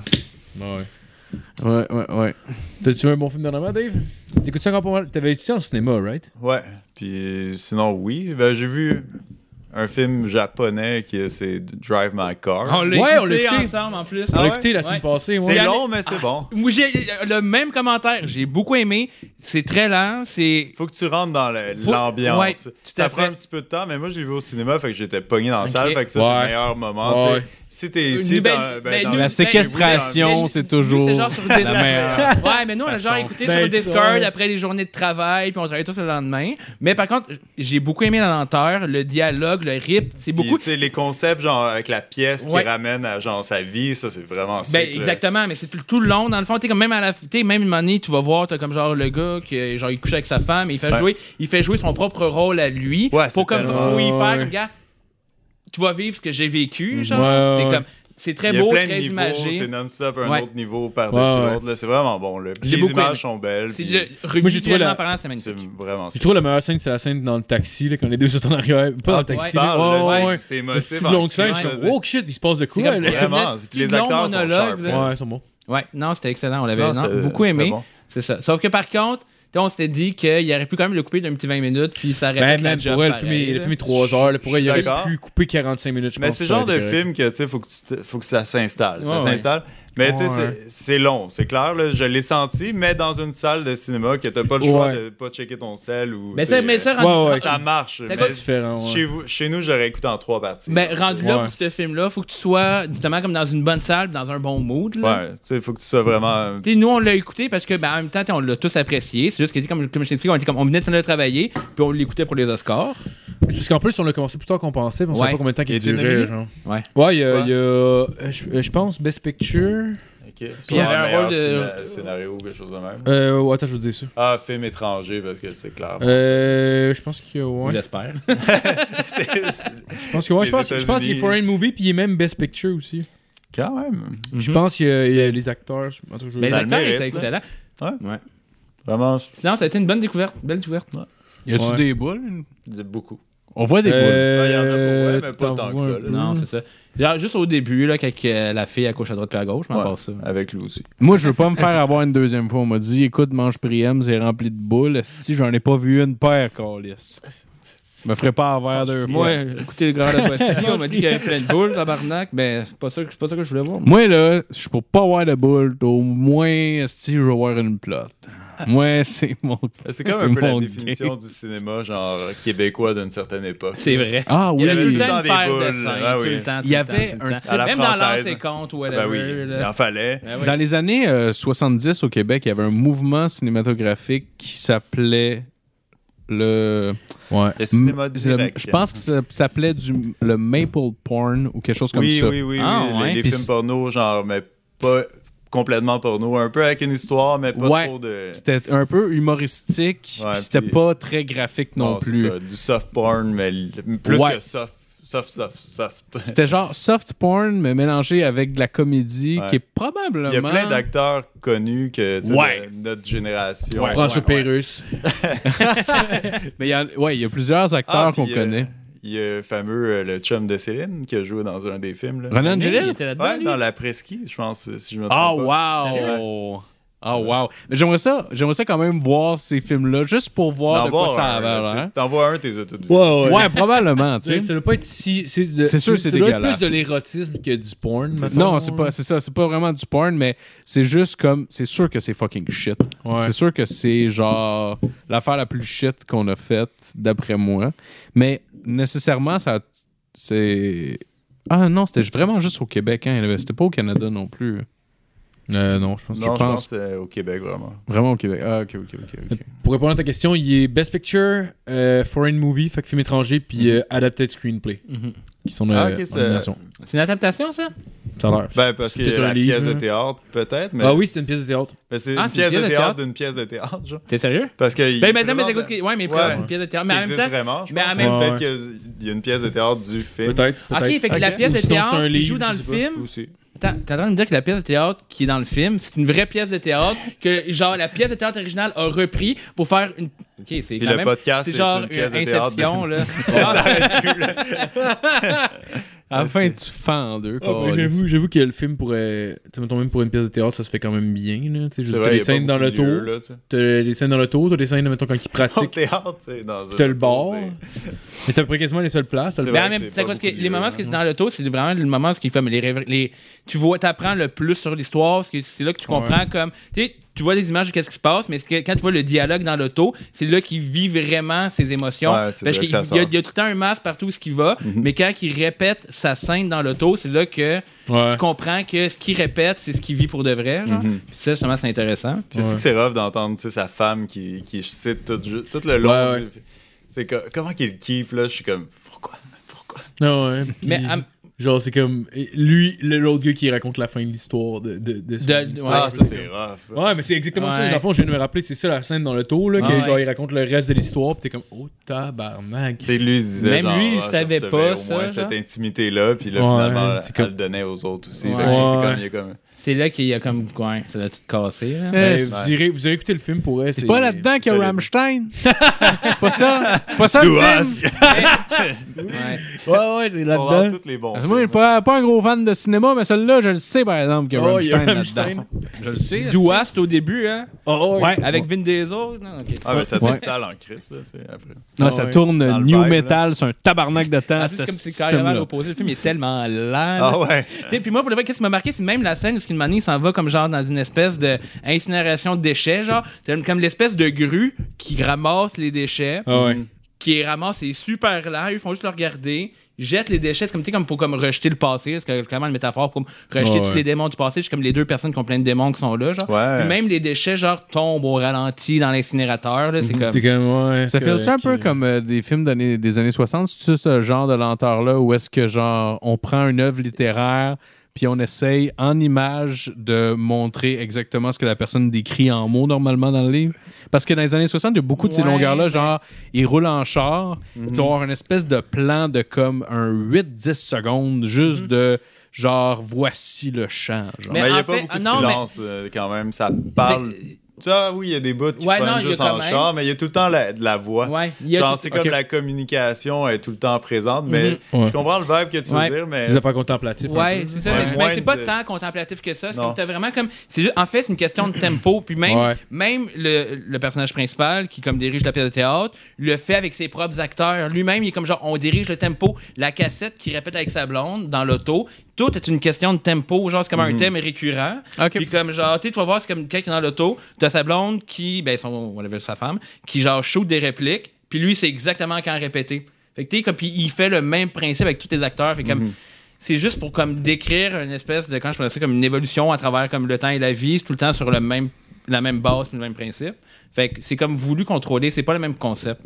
S3: Ouais.
S4: Ouais, ouais, ouais.
S3: T'as-tu vu un bon film dernièrement, Dave T'écoutes ça encore pas mal T'avais étudié en cinéma, right
S5: Ouais. Puis sinon, oui. Ben, j'ai vu un film japonais qui est- c'est Drive My Car.
S1: On l'a
S3: Ouais, on
S1: écouté
S3: l'a écouté.
S1: ensemble en plus.
S3: On l'a
S5: ouais?
S3: écouté la semaine
S1: Ouais.
S3: passée, ouais.
S5: c'est
S1: ouais.
S5: long, mais c'est bon.
S1: Moi, j'ai le même commentaire. J'ai beaucoup aimé. C'est très lent. C'est.
S5: Faut que tu rentres dans le-
S1: Faut-
S5: l'ambiance.
S1: ouais, tout à
S5: ça prend
S1: fait.
S5: un petit peu de temps, mais moi, j'ai vu au cinéma, fait que j'étais pogné dans la
S1: Ok.
S5: salle, fait que ça, c'est
S3: Ouais.
S5: le meilleur moment. tu sais.
S3: Ouais.
S5: Si t'es
S1: Une
S5: ici,
S1: belle-
S5: dans, ben,
S1: ben,
S5: dans-
S1: nous-
S4: La
S1: ben,
S4: séquestration,
S1: oui,
S4: c'est toujours
S1: Nous, c'est genre sur des-
S4: la meilleure.
S1: Ouais, mais nous, on a genre
S4: façon.
S1: écouté
S3: Ben,
S1: sur Discord
S3: ça.
S1: après les journées de travail, puis on travaillait tous le lendemain. Mais par contre, j'ai beaucoup aimé la lenteur, le dialogue, le rythme. C'est
S5: Puis,
S1: beaucoup.
S5: tu sais, les concepts, genre, avec la pièce
S1: Ouais.
S5: qui ramène à, genre, sa vie, ça, c'est vraiment
S1: Ben,
S5: sick, là.
S1: exactement, mais c'est tout, tout le long. Dans le fond, t'es comme même à la. T'es même une année, tu vas voir, t'as comme genre le gars qui euh, genre, il couche avec sa femme et il fait,
S5: Ouais.
S1: jouer, il fait jouer son propre rôle à lui.
S5: Ouais, c'est
S1: pour comme
S5: tellement-
S1: pour y faire,
S3: Ouais.
S1: comme, gars, tu vas vivre ce que j'ai vécu. Genre,
S3: Ouais,
S1: c'est
S3: ouais.
S1: comme. C'est très
S5: Mhm. Il y a
S1: beau,
S5: plein de
S1: très
S5: niveaux,
S1: imagé.
S5: c'est non-stop, un
S1: Ouais.
S5: autre niveau par-dessus
S3: Ouais, ouais.
S5: l'autre. là. C'est vraiment bon. Là. Puis
S1: J'ai
S5: les
S1: beaucoup
S5: images
S1: aimé.
S5: sont belles.
S1: C'est
S5: puis
S1: le
S3: Moi, j'ai trouvé la-
S1: revisuellement parlant, c'est
S5: C'est
S1: magnifique.
S5: vraiment
S3: Je
S5: sick.
S3: trouve la meilleure scène, c'est la scène dans le taxi, là, quand les deux sont en arrière. Pas
S5: Ah,
S3: dans le taxi,
S5: tu parles,
S3: là.
S5: là,
S3: Ouais,
S5: c'est-
S3: ouais.
S5: c'est
S3: Une
S5: émotif
S3: petite
S5: en
S3: longue
S5: plus,
S3: scène,
S5: ouais,
S3: je suis comme,
S5: c'est-
S3: oh shit, il se passe de
S1: C'est
S3: quoi,
S1: comme-
S3: là?
S1: Ouais.
S5: Vraiment.
S1: Ernest,
S5: Puis les
S1: petit long
S5: acteurs sont
S1: monologue,
S5: sharp.
S1: là.
S5: là.
S3: Ouais, ils sont bons.
S1: Ouais, non, c'était excellent, on l'avait
S5: Non,
S1: non,
S5: c'est-
S1: beaucoup
S5: c'est
S1: aimé.
S5: bon.
S1: C'est ça. Sauf que par contre, tu sais, on s'était dit qu'il aurait pu quand même le couper d'un petit 20 minutes, puis ça aurait
S3: Ben,
S1: fait la
S3: man,
S1: job
S3: pour elle, le
S1: pareil,
S3: film est- le
S1: là.
S3: film est 3 heures. là. Pour elle, il
S5: Je suis
S3: aurait
S5: d'accord.
S3: pu couper 45 minutes, je pense.
S5: Mais c'est le
S3: ça
S5: genre
S3: aurait
S5: de
S3: été correct.
S5: film que, tu sais, faut que, tu te- faut que ça s'installe.
S1: Ouais,
S5: ça
S1: ouais.
S5: s'installe. Mais, tu sais,
S3: Ouais.
S5: c'est- c'est long, c'est clair. là. Je l'ai senti, mais dans une salle de cinéma que t'as pas le choix
S3: Ouais.
S5: de pas checker ton sel ou...
S1: Mais
S5: tu sais,
S1: Ben, ça, mais ça,
S5: euh,
S1: rendu,
S3: Ouais, ouais.
S5: ça marche. mais
S1: pas
S3: différent, ouais.
S5: chez, vous, chez nous, j'aurais écouté en trois parties.
S1: ben, rendu là
S3: Ouais.
S1: pour ce film-là, faut que tu sois justement comme dans une bonne salle, dans un bon mood. Là.
S5: Ouais, tu sais, faut que tu sois vraiment... euh,
S1: Tu sais, nous, on l'a écouté parce que, ben, en même temps, tu sais, on l'a tous apprécié. C'est juste que, tu sais, comme, comme je t'ai dit, on, était comme- on venait de finir de travailler, puis on l'écoutait pour les Oscars.
S3: C'est parce qu'en plus, on l'a commencé plus tard qu'on pensait, puis on
S1: Ouais.
S3: savait pas combien de temps
S5: Il
S3: qu'il
S5: était
S3: durait.
S5: nominé?
S3: genre.
S1: Ouais.
S3: Ouais, il y a,
S5: Ouais.
S3: il y a, euh, je euh, je pense, Best Picture.
S5: Puis
S1: il y avait un rôle de-
S5: scénario ou quelque chose de même.
S3: Euh, ouais, attends, je vais te dire ça.
S5: Ah, film étranger, parce que c'est clair.
S3: Euh, je pense qu'il y a. Ouais.
S1: J'espère.
S5: C'est- c'est-
S3: Je pense que ouais, je
S5: Les
S3: pense, je pense qu'il y a
S5: États-Unis.
S3: Foreign Movie, puis il est même Best Picture aussi.
S5: Quand même.
S3: Je pense qu'il y, a- il y a les acteurs. je- en tout cas, je-
S1: Mais
S5: Ça le
S1: l'acteur
S5: mérite,
S1: était
S5: là.
S1: excellent.
S5: Vraiment,
S1: Non, ça a été une bonne découverte. Belle découverte.
S4: Y a-tu
S3: Ouais.
S4: des boules
S5: je- beaucoup.
S4: On voit des boules.
S3: Euh,
S5: Ah, il y en a pour- ouais, mais pas
S3: t'en
S5: tant que
S3: vois
S5: ça,
S3: un
S5: là.
S3: peu.
S1: Non, c'est ça. Genre, juste au début, là, quand euh, la fille à gauche, à droite, puis à gauche, je m'en
S5: Ouais.
S1: passe ça.
S5: Avec lui aussi.
S4: Moi, je veux pas me faire avoir une deuxième fois. On m'a dit, écoute, mange Priam, c'est rempli de boules. Si j'en ai pas vu une paire, Carlis. Je me ferais pas avoir deux fois.
S1: Ouais, écoutez le grand de Bastille, on m'a dit qu'il y avait plein de boules, tabarnak, mais c'est pas ça que, c'est pas ça que je voulais voir. moi.
S4: Moi, là, je suis pour pas avoir de boules. Au moins, si je veux avoir une plot. Moi, c'est mon.
S5: Ah, C'est comme
S4: C'est
S5: un peu la
S4: mon
S5: définition du cinéma, genre euh, québécois d'une certaine époque.
S1: C'est vrai.
S4: Ah
S1: Il y
S4: oui,
S1: avait tout le
S5: oui.
S1: temps
S5: Dans
S1: une
S5: des
S1: paire de
S5: boules,
S1: seins,
S5: ah
S1: tout
S5: oui.
S1: le temps, tout
S4: Il y
S1: le temps,
S4: avait
S1: tout le
S4: un
S1: temps.
S4: petit-
S5: À la
S1: Même dans l'air,
S5: française.
S1: c'est compte,
S5: Ah
S1: whatever.
S5: ben oui, il
S1: là.
S5: en fallait.
S1: Ben oui.
S4: Dans les années euh, 70 au Québec, il y avait un mouvement cinématographique qui s'appelait le.
S3: Ouais.
S5: Le cinéma du
S4: le-
S5: Québec.
S4: Je pense que ça s'appelait du le maple porn ou quelque chose comme
S5: oui,
S4: ça.
S5: oui, oui,
S1: Ah,
S5: oui,
S1: ouais.
S5: Les, les
S4: Puis
S5: films
S4: c'est-
S5: porno, genre, mais pas complètement porno. Un peu avec une histoire, mais pas
S4: Ouais.
S5: trop de...
S4: C'était un peu humoristique,
S5: Ouais,
S4: puis c'était
S5: puis-
S4: pas très graphique non,
S5: c'est
S4: plus.
S5: ça, du soft porn, mais l- plus
S4: Ouais.
S5: que soft, soft, soft, soft.
S4: C'était genre soft porn, mais mélangé avec de la comédie,
S5: Ouais.
S4: qui est probablement.
S5: Il y a plein d'acteurs connus que tu sais,
S4: Ouais.
S5: de notre génération.
S3: François
S5: Ouais, ouais.
S3: Pérusse.
S4: Mais il y a- ouais, il y a plusieurs
S5: Ah,
S4: acteurs qu'on
S5: puis, euh,
S4: connaît.
S5: Il y a le fameux euh, le chum de Céline qui a joué dans un des films. Là.
S4: René
S1: Il
S4: Angélil?
S1: était là-dedans,
S5: Ouais,
S1: lui.
S5: dans la presqu'île, je pense, euh, si je me trompe
S4: Ah,
S5: pas.
S4: wow! Ah, wow! Mais j'aimerais ça, j'aimerais ça quand même voir ces films-là, juste pour voir
S5: T'en
S4: de quoi
S5: vois
S4: ça
S5: un, là,
S4: avait
S5: tu sais.
S4: l'air. hein?
S5: T'en vois un, t'es autos
S4: Ouais, probablement,
S3: Tu sais,
S4: tu
S3: ça
S4: sais.
S3: doit pas être si. C'est de-
S4: C'est sûr que c'est
S3: ça doit être
S4: dégueulasse.
S3: plus de l'érotisme que du porn. mettons.
S4: Non, c'est pas, c'est ça, c'est pas vraiment du porn, mais c'est juste comme, c'est sûr que c'est fucking shit.
S3: Ouais.
S4: C'est sûr que c'est genre l'affaire la plus shit qu'on a faite, d'après moi. Mais nécessairement, ça, c'est. Ah non, c'était vraiment juste au Québec, hein. C'était pas au Canada non plus.
S3: Euh, non, je pense.
S5: Non, je pense que c'est au Québec, vraiment.
S4: Vraiment au Québec. Ah, ok, ok, ok. ok.
S3: Pour répondre à ta question, il est Best Picture, euh, Foreign Movie, fait que film étranger,
S4: Mhm.
S3: puis euh, Adapted Screenplay.
S1: Mhm.
S3: Qui sont euh,
S5: Ah, ok,
S3: en
S5: c'est-
S3: nomination.
S1: C'est une adaptation, ça?
S3: Ça a l'air.
S5: Ben, parce que
S3: peut-être un
S5: la pièce
S3: livre,
S5: de théâtre, peut-être, mais
S3: Ah oui, c'est une pièce de théâtre.
S5: mais c'est
S1: Ah,
S5: une pièce de théâtre
S1: théâtre?
S5: d'une pièce de théâtre, genre.
S1: T'es sérieux?
S5: Parce que.
S1: Ben, maintenant, mais t'écoutes. Ouais, mais
S5: Ouais.
S1: une pièce de théâtre. Mais
S5: Mais
S1: en même temps.
S5: vraiment, je
S1: mais en
S5: pense.
S1: même-
S5: Peut-être
S3: Ouais.
S5: qu'il y a une pièce de théâtre du film.
S3: Peut-être.
S1: Ok,
S3: peut-être.
S1: fait que la
S5: Ok.
S1: pièce
S3: Ou
S1: de
S3: sinon, c'est un
S1: théâtre qui
S3: livre,
S1: joue dans
S3: je
S1: le
S3: sais pas.
S1: film,
S5: Aussi.
S1: T'as t'es en train de me dire que la pièce de théâtre qui est dans le film, c'est une vraie pièce de théâtre que, genre, la pièce de théâtre originale a repris pour faire une. Ok, c'est
S5: Puis
S1: quand
S5: le
S1: même.
S5: podcast,
S1: C'est
S5: c'est
S1: genre Ah,
S5: une pièce de
S1: Inception,
S5: théâtre.
S1: là.
S5: Ça arrête plus, là.
S4: À la fin,
S5: c'est-
S4: tu fends en deux.
S3: Ah, ben,
S4: câlisse.
S3: j'avoue, j'avoue que le film pourrait. Tu sais, mettons, même pour une pièce de théâtre, ça se fait quand même bien. Là. Tu sais,
S5: C'est
S3: juste
S5: vrai,
S3: t'as
S5: y a
S3: des
S5: pas
S3: scènes dans
S5: beaucoup
S3: l'auto,
S5: de lieux, là, tu sais.
S3: t'as les scènes dans l'auto, t'as des scènes, mettons, quand ils
S5: Au
S3: pratiquent.
S5: théâtre, tu sais, dans un
S3: T'as le
S5: auto,
S3: bar.
S5: c'est-
S3: Mais c'est à peu près quasiment les seules places. t'as le
S5: C'est
S1: Mais
S5: vrai
S1: Ben, en
S5: que
S1: même
S5: c'est
S1: tu sais
S5: pas
S1: quoi, ce
S5: beaucoup
S1: que-
S5: de
S1: les moments
S5: lieux,
S1: ce que dans l'auto, c'est vraiment le moment ce qui fait mais les, réver- les tu vois t'apprends le plus sur l'histoire, parce que c'est là que tu comprends comme tu sais, tu vois des images de qu'est-ce qui se passe, mais c'est que quand tu vois le dialogue dans l'auto, c'est là qu'il vit vraiment ses émotions.
S5: Ouais, c'est
S1: parce
S5: là que
S1: qu'il y,
S5: ça
S1: a-
S5: sort. Mhm.
S1: il y a tout le temps un masque partout où ce qui va, mais quand il répète sa scène dans l'auto, c'est là que
S3: Ouais.
S1: tu comprends que ce qu'il répète, c'est ce qu'il vit pour de vrai. Genre.
S5: Mhm.
S1: Puis ça justement c'est intéressant.
S5: Puis je sais
S3: Ouais.
S5: que c'est rough d'entendre tu sais, sa femme qui, qui cite tout, ju- tout le long.
S3: Ouais,
S5: du- C'est co- comment qu'il keep, là, je suis comme, pourquoi, pourquoi?
S3: Ah ouais. puis-
S1: Mais à-
S3: Genre, c'est comme. Lui, le- l'autre gars qui raconte la fin de l'histoire de. de, de son
S1: De-
S3: histoire.
S5: Ah, ça, c'est rough.
S3: Ouais, mais c'est exactement ça.
S1: Ouais.
S3: Dans le fond, je viens de me rappeler, c'est ça la scène dans l'auto, là, que
S1: Ouais.
S3: genre, il raconte le reste de l'histoire, pis t'es comme, oh tabarnak.
S5: Tu sais, lui, il se disait,
S1: Même
S5: genre,
S1: lui, il
S5: ah, je
S1: savait
S5: recevais
S1: pas
S5: au
S1: ça,
S5: moins
S1: genre.
S5: cette intimité-là, puis là,
S3: Ouais,
S5: finalement,
S3: c'est
S5: elle
S3: comme-
S5: le donnait aux autres aussi.
S1: Ouais.
S5: Fait que c'est
S3: Ouais.
S5: comme, il y a comme...
S1: c'est là qu'il y a comme ouais, ça l'a tout cassé. là.
S3: Ben,
S4: Eh,
S3: vous, irez, vous irez écouter le film pour elle.
S4: C'est pas là-dedans qu'il y a
S5: Solide.
S4: Rammstein. C'est pas ça. C'est pas ça
S5: Do
S4: le film.
S5: ask!
S1: Ouais.
S3: Ouais, ouais, c'est
S5: On rend
S3: là-dedans.
S5: tous les bons
S4: Moi, je suis
S5: films.
S4: pas, pas un gros fan de cinéma, mais celui-là, je le sais par exemple qu'il y a
S3: Oh, il y a
S4: Rammstein
S3: Rammstein.
S4: là-dedans. Je le sais.
S1: Douast au début hein,
S3: Oh,
S4: Ouais.
S1: avec Vin Diesel. Non, ok.
S5: Ah, mais ça
S4: Ouais.
S5: t'installe en crise, là, tu sais, après.
S4: Non,
S3: Ah,
S4: ça
S3: ouais.
S4: tourne
S5: Dans le
S4: new
S5: vibe,
S4: metal, c'est un tabarnak de
S3: Ah,
S4: temps.
S1: En plus,
S4: ce
S1: c'est comme si c'est
S4: film-là.
S1: carrément l'opposé. Le film est tellement lent.
S5: Ah ouais!
S1: T'sais, Puis moi, pour le vrai, qu'est-ce qui m'a marqué, c'est même la scène où ce qu'une manie s'en va comme genre dans une espèce de incinération de déchets, genre T'as comme l'espèce de grue qui ramasse les déchets,
S3: Ah ouais.
S1: qui les ramasse, c'est super lent. Ils font juste le regarder, ils jettent les déchets, c'est comme tu sais, comme pour comme rejeter le passé, c'est clairement une métaphore pour comme, rejeter
S3: Ouais,
S1: tous
S3: Ah ouais.
S1: les démons du passé. C'est comme les deux personnes qui ont plein de démons qui sont là, genre.
S5: Ouais.
S1: Puis même les déchets genre tombent au ralenti dans l'incinérateur, là, c'est
S3: Mhm. T'es
S1: comme.
S3: comme, ouais.
S4: Ça
S3: c'est
S4: fait-tu un
S3: correct,
S4: peu
S3: euh,
S4: comme euh, des films d'année- des années 60? C'est-tu ce genre de lenteur-là où est-ce que, genre, on prend une œuvre littéraire puis on essaye, en image, de montrer exactement ce que la personne décrit en mots, normalement, dans le livre? Parce que dans les années 60, il y a beaucoup de ces
S1: Ouais,
S4: longueurs-là,
S1: ben-
S4: genre, ils roulent en char,
S3: Mhm.
S4: tu vas avoir une espèce de plan de comme un 8-10 secondes
S1: Mhm.
S4: juste de, genre, voici le champ. genre.
S1: Mais
S5: Mais il n'y
S1: en
S5: a pas
S1: fait-
S5: beaucoup de
S1: non, mais-
S5: silence euh, quand même. Ça parle.
S1: C'est-
S5: Tu vois, oui, il y a des bouts qui
S1: Ouais,
S5: se
S1: non,
S5: prennent
S1: il y a
S5: juste
S1: quand
S5: en
S1: même-
S5: char, mais il y a tout le temps la, de la voix.
S1: Ouais, il y a
S5: Genre, c'est comme
S4: ok.
S5: la communication est tout le temps présente, mais
S3: Mhm. Ouais.
S5: je comprends le verbe que tu veux
S1: Ouais.
S5: dire, mais
S3: Des affaires contemplatives. hein. un
S1: Ouais,
S3: peu.
S1: c'est ça.
S5: Ouais.
S1: mais-
S5: Moins
S1: Mais c'est pas
S5: de-
S1: tant contemplatif que ça. C'est
S5: Non.
S1: comme t'as vraiment comme. c'est juste- en fait, c'est une question de tempo. Puis même,
S3: Ouais.
S1: même le, le personnage principal qui comme dirige la pièce de théâtre le fait avec ses propres acteurs. Lui-même, il est comme genre on dirige le tempo. La cassette qu'il répète avec sa blonde dans l'auto, tout est une question de tempo. Genre c'est comme
S5: Mm-hmm.
S1: un thème récurrent.
S4: Ok.
S1: Puis comme genre tu sais, tu vas voir c'est comme quelqu'un qui est dans l'auto, t'as sa blonde qui ben son whatever, sa femme qui genre shoot des répliques. Puis lui c'est exactement quand répéter. Fait que t'es comme puis il fait le même principe avec tous les acteurs. Fait que
S5: Mm-hmm.
S1: comme c'est juste pour comme décrire une espèce de quand je pensais comme une évolution à travers comme le temps et la vie, c'est tout le temps sur le même la même base, le même principe. Fait que c'est comme voulu contrôler, c'est pas le même concept.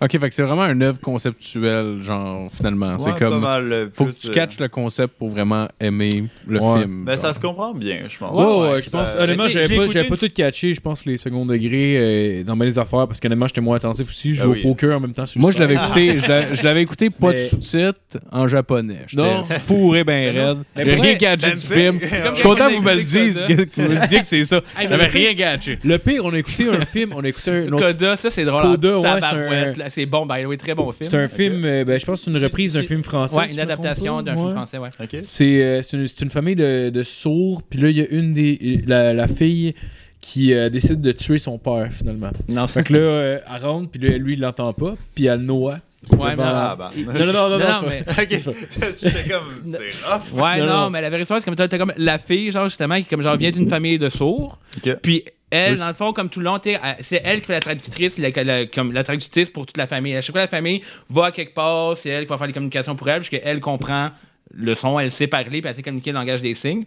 S4: OK, fait que c'est vraiment une œuvre conceptuelle, genre, finalement.
S5: Ouais,
S4: c'est
S5: pas
S4: comme...
S5: mal, euh,
S4: Faut que
S5: plus,
S4: tu
S5: euh,
S4: catches le concept pour vraiment aimer le
S3: Ouais.
S4: film.
S5: Mais Ben, ça
S4: genre.
S5: se comprend bien, je pense.
S3: Ouais, ouais, je pense.
S5: Euh,
S3: honnêtement,
S1: mais t'sais,
S3: j'avais
S1: j'ai
S3: pas,
S1: écouté
S3: j'avais pas
S1: une-
S3: tout catché. Je pense que les seconds degrés euh, dans mes affaires, parce qu'honnêtement, j'étais moins attentif aussi. Je
S5: Ah
S3: jouais
S5: oui.
S3: au poker en même temps. sur le
S4: Moi, je
S3: side.
S4: l'avais écouté, je l'a- je l'avais écouté pas
S3: Mais-
S4: de sous-titres en japonais. J'étais
S3: Non.
S4: fourré ben
S3: non.
S4: raide.
S3: Mais
S4: J'ai
S3: pour
S4: rien
S3: vrai,
S4: gagé du
S5: Sensei.
S4: film.
S5: Ouais.
S4: Je suis content que vous me le
S1: Japonais,
S4: disiez, que vous me disiez que c'est ça. J'avais rien gagé.
S3: Le pire, on a écouté un film, on a écouté un autre
S1: Coda, ça c'est drôle.
S3: Coda,
S1: en
S3: ouais, c'est un-
S1: tabarouette, là. c'est bon, by the way, très bon film.
S3: C'est un film, euh, ben, je pense que c'est une reprise d'un
S1: C'est-
S3: film français.
S1: Ouais,
S3: si
S1: une
S3: je me
S1: adaptation
S3: trompe pas.
S1: d'un film
S3: Ouais.
S1: français, ouais.
S5: OK.
S3: C'est euh, c'est une, c'est une famille de, de sourds, puis là, il y a une des. La, la fille qui euh, décide de tuer son père, finalement.
S1: Non,
S3: Fait que là, euh, elle rentre, puis là, lui, il l'entend pas, puis elle noie.
S1: Ouais,
S3: Devant-
S1: non.
S5: Ah, bah.
S3: Non, non, non, non, non,
S1: Non, non, mais
S5: OK. J'étais comme, c'est rough.
S1: Ouais,
S3: Non,
S1: non,
S3: non.
S1: mais la vraie histoire, c'est comme, t'as- t'as comme la fille, genre, justement, qui comme, genre, vient d'une famille de sourds.
S5: OK.
S1: Puis elle, dans le fond, comme tout le long, t'es- elle- c'est elle qui fait la traductrice, la, la- comme la traductrice pour toute la famille. À chaque fois, la famille va quelque part, c'est elle qui va faire les communications pour elle, parce qu'elle comprend le son, elle sait parler, puis elle sait communiquer le langage des signes.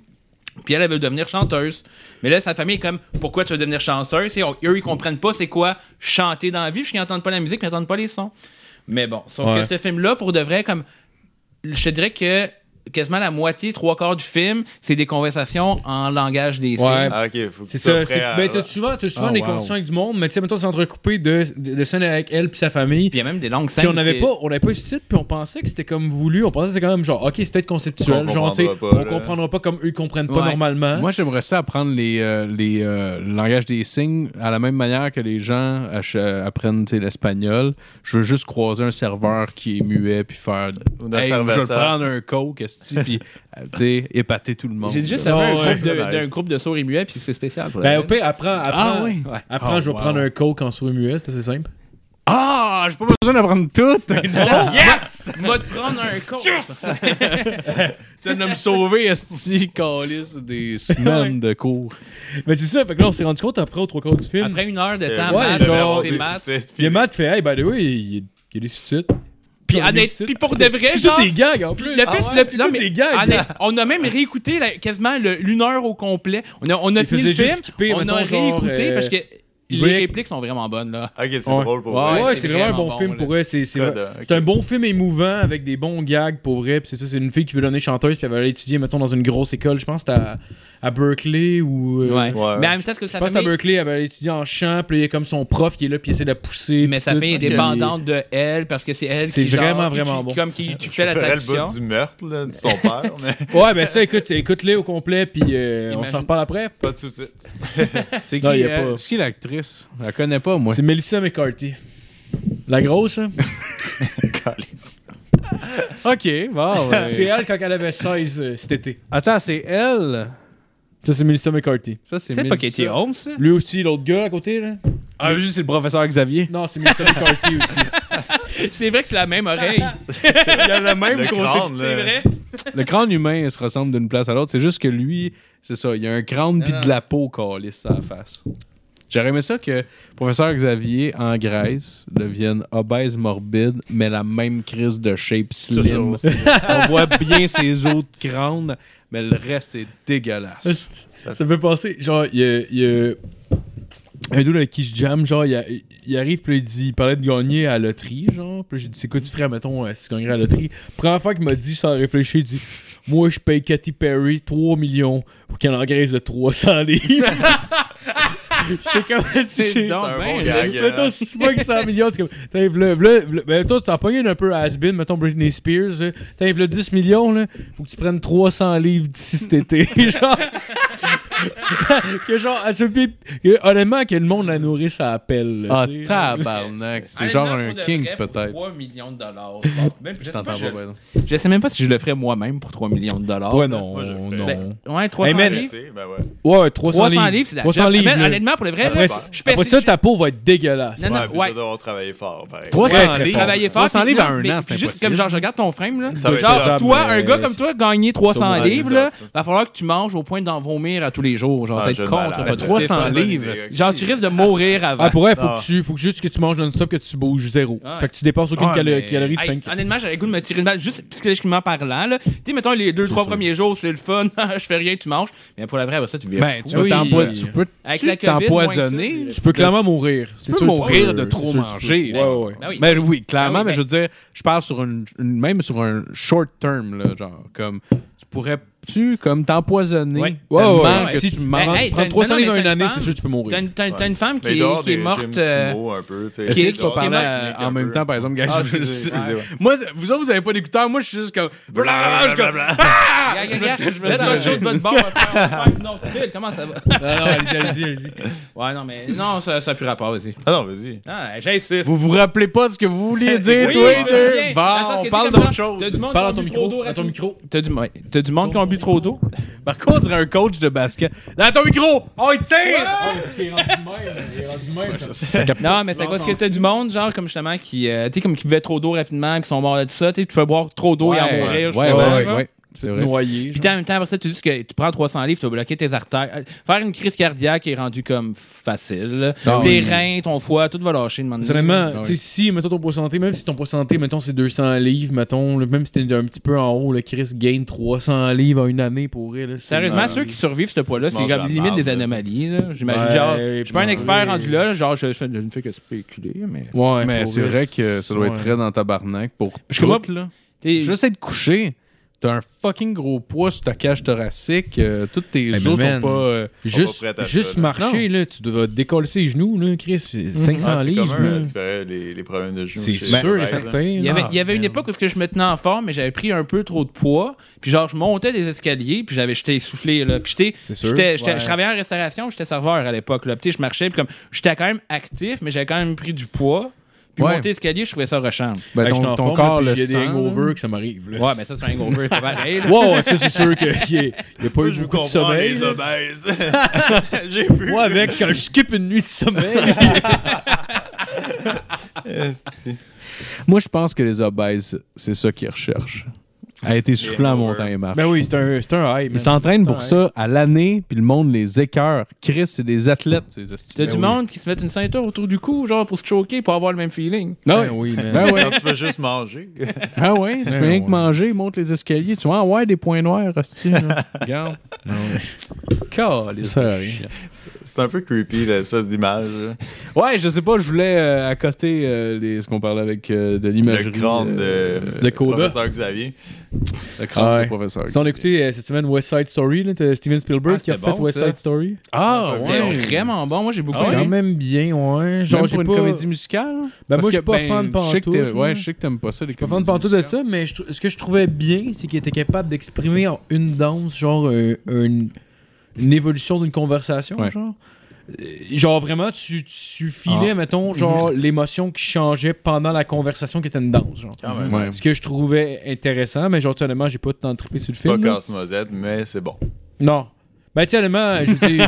S1: Puis elle, elle veut devenir chanteuse. Mais là, sa famille est comme, pourquoi tu veux devenir chanteuse? Et on- eux, ils comprennent pas c'est quoi chanter dans la vie, parce qu'ils n'entendent pas la musique, puis ils n'entendent pas les sons. Mais bon, sauf
S3: Ouais.
S1: que ce film-là, pour de vrai, comme, je te dirais que quasiment la moitié, trois quarts du film, c'est des conversations en langage des signes.
S3: Ouais.
S5: Ah, ok, faut que
S3: C'est
S5: tu
S3: ça.
S5: sois
S3: c'est-
S5: prêt à-
S3: Ben, t'as souvent, t'as souvent
S4: Ah,
S3: des
S4: wow.
S3: conversations avec du monde, mais tu sais, mettons, c'est entrecoupé de, de, de scènes avec elle puis sa famille.
S1: Puis il y a même des longues scènes.
S3: Puis on n'avait
S1: c'est-
S3: pas, on avait pas eu ce titre, puis on pensait que c'était comme voulu. On pensait que c'était quand même genre, ok, c'est peut-être conceptuel.
S5: On
S3: genre, tu sais,
S5: comprendra pas,
S3: on
S5: là.
S3: comprendra pas comme eux ils comprennent pas
S1: Ouais.
S3: normalement.
S4: Moi, j'aimerais ça apprendre les, euh, les, euh, le langage des signes à la même manière que les gens ach- euh, apprennent tu sais, l'espagnol. Je veux juste croiser un serveur qui est muet puis faire.
S5: Ou d'un
S4: Hey, je veux
S5: servasseur.
S4: prendre un coke, esti, puis euh, tu sais, épater tout le monde.
S1: J'ai juste
S4: là.
S1: fait
S3: Ouais,
S1: un
S3: ouais,
S1: groupe
S5: c'est
S1: de-
S5: nice.
S1: d'un groupe de sourds et muets, puis c'est spécial. pour
S3: Ben,
S1: la-
S3: au pire, apprends, apprends,
S4: Ah, oui.
S1: Ouais.
S3: apprends,
S4: Oh,
S3: je vais
S4: wow.
S3: prendre un coke en souris muet, c'est assez simple.
S4: Ah, j'ai pas besoin d'apprendre tout.
S1: Ah, Yes! M'a de prendre un con.
S4: Ça va me sauver, esti, calice, des semaines de cours.
S3: Mais c'est ça, fait que là, on s'est rendu compte après au trois quarts du film.
S1: Après une heure de
S5: Euh,
S1: temps,
S5: ouais,
S1: Matt,
S5: j'avais avoir
S1: c'est
S5: des
S1: Matt.
S5: sous-titres, puis-
S3: Puis Matt fait, hey, by the way, il y a- il y a des sous-titres.
S1: Puis,
S3: Comme
S1: honnête-
S3: des sous-titres.
S1: puis pour de vrai,
S3: C'est
S1: genre.
S3: tous des gags en
S1: Puis
S3: plus.
S1: le
S3: Ah
S1: pire,
S3: ouais,
S1: le-
S3: c'est
S1: non,
S3: tous
S1: mais-
S3: des gags.
S1: honnête, on a même réécouté la- quasiment le- l'une heure au complet. On a, on a
S3: Il
S1: fini le
S3: faisait
S1: film,
S3: juste skipper,
S1: on a
S3: mettons, genre,
S1: réécouté
S3: euh,
S1: parce que les
S3: Break.
S1: répliques sont vraiment bonnes là.
S5: Ok, c'est
S3: Ouais.
S5: drôle pour
S1: Ouais,
S5: vrai.
S3: Ouais,
S1: ouais,
S3: c'est
S1: c'est
S3: vraiment un
S1: vraiment
S3: bon,
S1: bon,
S3: film
S1: là.
S3: pour vrai. C'est c'est
S5: Code,
S3: vrai-
S5: euh,
S3: c'est
S5: ok.
S3: un bon film émouvant avec des bons gags pour vrai. Puis c'est ça, c'est une fille qui veut devenir chanteuse. Puis elle va aller étudier, mettons, dans une grosse école. Je pense que c'était à, à Berkeley ou. euh,
S1: Ouais.
S5: Ouais, ouais.
S1: Mais en même temps, est-ce que
S3: Je
S1: sa
S3: pense que à
S1: famille,
S3: Berkeley, elle va aller étudier en chant. Puis il y a comme son prof qui est là. Puis il essaie de la pousser.
S1: mais
S3: puis
S1: sa
S3: tout.
S1: famille est
S3: Puis-
S1: dépendante de elle parce que c'est elle
S3: C'est
S1: qui genre,
S3: vraiment,
S1: qui-
S3: vraiment
S1: qui-
S3: bon.
S1: Comme qui tu
S5: Je
S1: fais la
S5: ferais le
S1: traduction.
S5: bout du meurtre là, de son père, mais
S3: Ouais, ben ça, écoute, écoute-les au complet. Puis euh, on
S1: Imagine-
S3: s'en reparle après.
S5: pas de sous-titres.
S4: C'est qui,
S3: Non, y a
S4: euh,
S3: pas.
S4: c'est qui l'actrice? Je la connais pas, moi.
S3: C'est Melissa McCarthy. La grosse, hein?
S4: OK, bon. ouais.
S3: C'est elle quand elle avait 16 euh, cet été.
S4: Attends, c'est elle.
S3: Ça, c'est Melissa McCarthy.
S4: Ça, c'est
S1: C'est pas
S4: Mélissa.
S1: Katie Holmes ça?
S3: Lui aussi, l'autre gars à côté, là?
S4: Ah, juste, c'est le professeur Xavier.
S3: Non, c'est Melissa McCarthy aussi.
S1: C'est vrai que c'est la même oreille.
S4: Il y a le même
S5: Le
S4: côté.
S5: crâne,
S1: c'est
S5: là.
S1: vrai.
S4: Le crâne humain il se ressemble d'une place à l'autre. C'est juste que lui, c'est ça, il y a un crâne puis
S1: Non,
S4: de la peau calisse sa face. J'aurais aimé ça que professeur Xavier en Grèce devienne obèse morbide, mais la même crise de shape slim.
S5: Toujours.
S4: On voit bien ses autres crânes, mais le reste est dégueulasse.
S3: Ça me fait penser, genre, il y a, il y a un dude avec qui je jam, genre, il, a- il arrive, puis il dit, il parlait de gagner à la loterie, genre, puis j'ai dit, c'est quoi tu ferais, mettons, euh, si tu gagnerais à la loterie? Première fois qu'il m'a dit, sans réfléchir, il dit, moi, je paye Katy Perry 3 millions pour qu'elle engraisse de 300 livres. J'étais comme, c'est
S1: donc
S5: un
S1: bien,
S5: bon
S1: là.
S5: gag. hein.
S3: Mettons, si tu pognes 100 millions, t'es comme. T'as v'là- v'là- v'là- ben, toi, tu t'en pognes un peu has-been, mettons Britney Spears. là. T'as v'là 10 millions, là. Faut que tu prennes 300 livres d'ici cet été. genre. que genre, à ce pied. que, Honnêtement, que le monde la nourrisse à la pelle. là,
S4: Ah,
S3: tu sais.
S4: tabarnak. C'est genre un king, peut-être.
S1: 3 millions de dollars. je pense. Même- je, sais
S4: T'entends
S1: pas,
S4: pas,
S1: je,
S4: par exemple.
S1: je sais même pas si je le ferais moi-même pour 3 millions de dollars.
S3: Ouais, non.
S5: Moi, je le ferais.
S3: non.
S1: Ben, ouais, 300
S3: man,
S1: livres.
S5: Merci, ben ouais.
S3: ouais, 300,
S1: 300
S3: livres.
S1: livres, c'est la
S3: 300
S1: job.
S3: livres.
S1: Man,
S3: là.
S1: honnêtement, pour le vrai,
S3: Après,
S1: là,
S3: ça-
S1: je pèse-
S3: après ça,
S1: je-
S3: ta peau va être dégueulasse.
S1: Non, non,
S5: Ouais, puis
S1: ouais.
S5: ça doit travailler fort, pareil.
S4: 300
S3: Ouais,
S4: livres.
S1: travailler fort.
S4: 300
S1: puis-
S4: livres à
S1: non,
S4: un
S1: mais
S4: an, c'est
S1: puis Juste
S4: impossible.
S1: comme genre, je regarde ton frame, là.
S5: Ça va être
S1: Genre,
S5: faisable,
S1: toi,
S3: mais-
S1: un gars comme toi, gagner 300
S5: Ouais,
S1: livres,
S5: c'est
S1: là,
S5: tough.
S1: va falloir que tu manges au point d'en vomir à tous les jours. Genre,
S5: Ah,
S1: ça va
S5: je
S1: être
S5: me
S1: contre
S5: malade.
S1: pas trop.
S4: 300 livres.
S1: Genre, tu risques de mourir avant.
S3: Ah, pour vrai, faut
S5: Non.
S3: que tu, faut que juste que tu manges non-stop, que tu bouges zéro.
S1: Ouais.
S3: Fait que tu dépenses aucune
S4: Ouais,
S3: calo-
S4: mais-
S3: calorie. tu
S1: Hey,
S3: fais une-
S1: honnêtement, j'avais le goût de me tirer une balle juste psychologiquement parlant. là. Tu sais, mettons, les deux, trois premiers jours, c'est le fun, je fais rien, tu manges. Mais pour la vraie, après ça, tu vis.
S4: Ben, tu peux
S3: Oui. euh,
S4: t'empois- tu peux
S1: Avec
S4: tu
S1: la COVID, moins
S4: t'empoisonner.
S1: que
S3: Tu peux clairement mourir.
S4: Tu
S3: C'est
S4: peux
S3: sûr que
S4: mourir
S3: peux.
S4: de trop
S3: C'est sûr que tu
S4: manger.
S3: peux. Ouais, ouais, ouais.
S1: Ben oui.
S4: Ben oui, clairement,
S1: Ah oui,
S4: mais
S1: ben-
S4: je veux dire, je parle sur une, une- même sur un short term, là, genre, comme, tu pourrais-tu, comme, t'empoisonner
S1: Ouais.
S4: tellement
S3: Ouais, ouais, ouais.
S4: que
S3: Si
S4: tu
S3: tu-
S4: manges-
S1: Ben, hey,
S3: Prendre
S1: t'as-
S3: 300
S1: maintenant,
S3: livres en
S1: t'as
S3: une
S1: une
S3: année,
S1: femme.
S3: c'est sûr que tu peux
S1: T'as
S3: mourir.
S1: une, t'as- t'as une femme qui,
S5: Mais dehors
S1: qui est
S5: des
S1: morte.
S5: gyms
S1: euh,
S5: sumo un peu, tu sais.
S4: Essayez de
S1: Qui-
S4: pas
S1: qui est
S4: parler
S1: mal-
S4: euh, en même temps, par exemple, gars,
S5: Ah,
S4: je-
S5: excusez, excusez, ouais.
S4: Moi, c'est- vous autres, vous avez pas d'écouteurs, moi, je suis juste comme, blablabla, je suis comme,
S1: ah, Regarde, regarde, regarde,
S4: me
S1: faites
S4: suis-
S1: autre chose de votre bord, on va faire- on va faire une autre ville, Comment ça va?
S3: Non, non, allez-y, allez-y, allez-y.
S1: Ouais, non, mais. Non, ça n'a plus rapport, vas-y.
S5: Ah non, vas-y.
S1: Ah, j'insiste.
S4: vous vous rappelez pas de ce que vous vouliez dire,
S5: Oui,
S4: toi,
S5: oui,
S4: deux?
S1: bien.
S4: Bon,
S1: Dans le sens
S4: on
S1: que
S4: parle
S1: t'es comme
S4: d'autre
S1: genre,
S4: chose.
S1: t'as du monde
S3: Parle
S1: qui
S3: à
S1: a
S3: ton
S1: bu
S3: micro,
S1: trop d'eau
S3: à ton
S1: rapide.
S3: micro.
S1: T'as du, ouais, t'as du monde qui a bu trop d'eau?
S4: Par contre, on dirait un coach de basket. Dans ton micro, on y tire!
S3: Ah, parce qu'il est rendu même, il est rendu même.
S1: Non, mais c'est quoi? Est-ce que t'as du monde, genre, comme justement, qui, euh, tu sais, comme qui buvait trop d'eau rapidement, qui sont morts de ça, tu sais, tu fais boire trop d'eau et en mourir,
S4: ouais,
S1: justement,
S4: ouais, ouais,
S1: genre?
S4: ouais, c'est vrai.
S3: Noyé.
S1: Puis
S3: genre.
S1: en même temps, après ça, tu dis que tu prends 300 livres, tu vas bloquer tes artères. Euh, Faire une crise cardiaque est rendu comme facile.
S4: Ah
S1: tes
S4: oui.
S1: reins, ton foie, tout va lâcher de
S3: Sérieusement,
S4: Ah
S3: tu
S4: oui.
S3: sais, si, mettons ton poids santé, même si ton poids santé, mettons, c'est 200 livres, mettons, là, même si t'es un petit peu en haut, le Chris gagne 300 livres en une année pour elle. là, c'est-
S1: Sérieusement,
S5: Ouais.
S1: ceux qui survivent ce poids-là,
S5: Tu
S1: c'est
S5: manges la
S1: comme limite
S5: marde,
S1: des
S5: là,
S1: anomalies. là. J'imagine,
S3: Ouais,
S1: genre, je suis pas un
S3: puis
S1: expert
S3: oui.
S1: rendu là, genre, je, je fais- je ne fais que spéculer, mais.
S3: Ouais,
S4: Mais
S3: pour
S4: c'est vrai
S3: c'est-
S4: que ça doit être
S3: ouais.
S4: raide dans tabarnak pour
S1: Je suis comme,
S4: toutes, là.
S1: T'es-
S4: Juste être couché, T'as un fucking gros poids sur ta cage thoracique. euh, toutes tes
S3: mais
S4: os
S3: man,
S4: sont pas. euh,
S3: Juste,
S5: prêts à ça,
S3: juste
S5: là.
S3: marcher, là, tu devras décoller les genoux, là, Chris. c'est 500
S5: Ah, c'est
S3: livres,
S5: commun,
S3: là.
S5: euh, c'est pareil, les, les problèmes de genoux.
S3: C'est
S5: chez-
S3: sûr
S5: chez-
S3: et
S5: chez-
S3: certain.
S1: Il y avait,
S3: Ah,
S1: il y avait une
S3: man.
S1: époque où est-ce que je me tenais en forme, mais j'avais pris un peu trop de poids. Puis genre, je montais des escaliers, puis j'avais j'étais essoufflé. Là. Puis j'étais,
S3: C'est sûr.
S1: j'étais- j'étais-
S4: Ouais.
S1: je travaillais en restauration, j'étais serveur à l'époque. Là. Puis tu sais, je marchais, puis comme, j'étais quand même actif, mais j'avais quand même pris du poids. Puis
S4: Ouais.
S1: monter escalier, je trouvais ça rechambre.
S4: ben,
S3: Fait que je suis
S4: ton
S3: en
S4: ton
S3: forme,
S4: corps
S3: là,
S4: le
S3: puis Il y a des
S4: sent.
S3: hangovers que ça m'arrive, là.
S1: Ouais, mais ça, c'est un hangover, pas pareil. là.
S3: Wow, ça, c'est sûr qu'il n'y a, y a pas
S5: Moi,
S3: eu
S5: je
S3: beaucoup
S5: vous
S3: de
S5: comprends,
S3: sommeil.
S5: les
S3: là.
S5: obèses. J'ai pu.
S3: Moi, avec, quand je skip une nuit de sommeil.
S5: euh,
S4: Moi, je pense que les obèses, c'est ça qu'ils recherchent. A été soufflant à
S5: hangovers.
S4: montagne et marche.
S3: ben oui, c'est un, c'est un high, man.
S4: Ils s'entraînent pour ça à l'année, puis le monde les écœure. Chris, c'est des athlètes, ces Ben estimes.
S1: T'as du monde qui se met une ceinture autour du cou, genre pour se choquer, pour avoir le même feeling.
S3: Ben oui, man.
S4: Ben ouais.
S5: Quand tu peux juste manger.
S4: Ah ouais, tu peux
S3: Ben
S4: rien que
S3: ouais.
S4: manger, monte les escaliers. Tu vois, ah ouais, des points noirs, hostie. là. Regarde. Caliste
S3: Ça sert à
S4: de
S3: rien.
S4: chien.
S5: C'est un peu creepy, l'espèce d'image. là.
S4: Ouais, je sais pas, je voulais euh, accoter euh, les- ce qu'on parlait avec euh, de l'imagerie.
S5: Le crâne
S4: euh,
S5: de
S3: le Coda.
S5: professeur Xavier.
S4: Le crâne
S3: Ah ouais.
S4: du professeur.
S3: Si on écoutait euh, cette semaine West Side Story, là, t'as Steven Spielberg
S1: Ah,
S3: qui a
S1: c'était
S3: fait
S1: bon,
S3: West
S1: ça.
S3: Side Story.
S4: Ah
S1: C'était
S4: ouais. Ah
S1: vraiment bon, moi j'ai beaucoup
S3: C'est quand
S1: aimé.
S3: même bien, ouais.
S4: Genre
S3: Genre,
S4: Même
S3: j'ai
S4: pour une
S3: pas-
S4: comédie musicale?
S3: Ben,
S4: Parce
S3: moi, je suis
S4: que,
S3: pas
S4: ben,
S3: fan
S4: je sais que
S3: pantoute,
S4: t'aimes-
S3: là.
S4: Ouais, je sais que t'aimes pas ça, les
S3: Pas fan
S4: comédies
S3: de pantoute de
S4: musicales.
S3: ça, mais je trou- ce que je trouvais bien, c'est qu'il était capable d'exprimer en une danse, genre euh, une, une évolution d'une conversation,
S4: Ouais.
S3: genre. Euh, Genre vraiment, tu, tu
S4: Ah.
S3: filais, mettons, genre l'émotion qui changeait pendant la conversation qui était une danse, genre.
S5: Quand même.
S4: Ouais.
S3: Ce que je trouvais intéressant, mais genre, tu sais, honnêtement, j'ai pas tant trippé sur le
S5: Pas
S3: film. là.
S5: casse-noisette, mais c'est bon.
S3: Non. Ben, tu sais, honnêtement, je veux dire,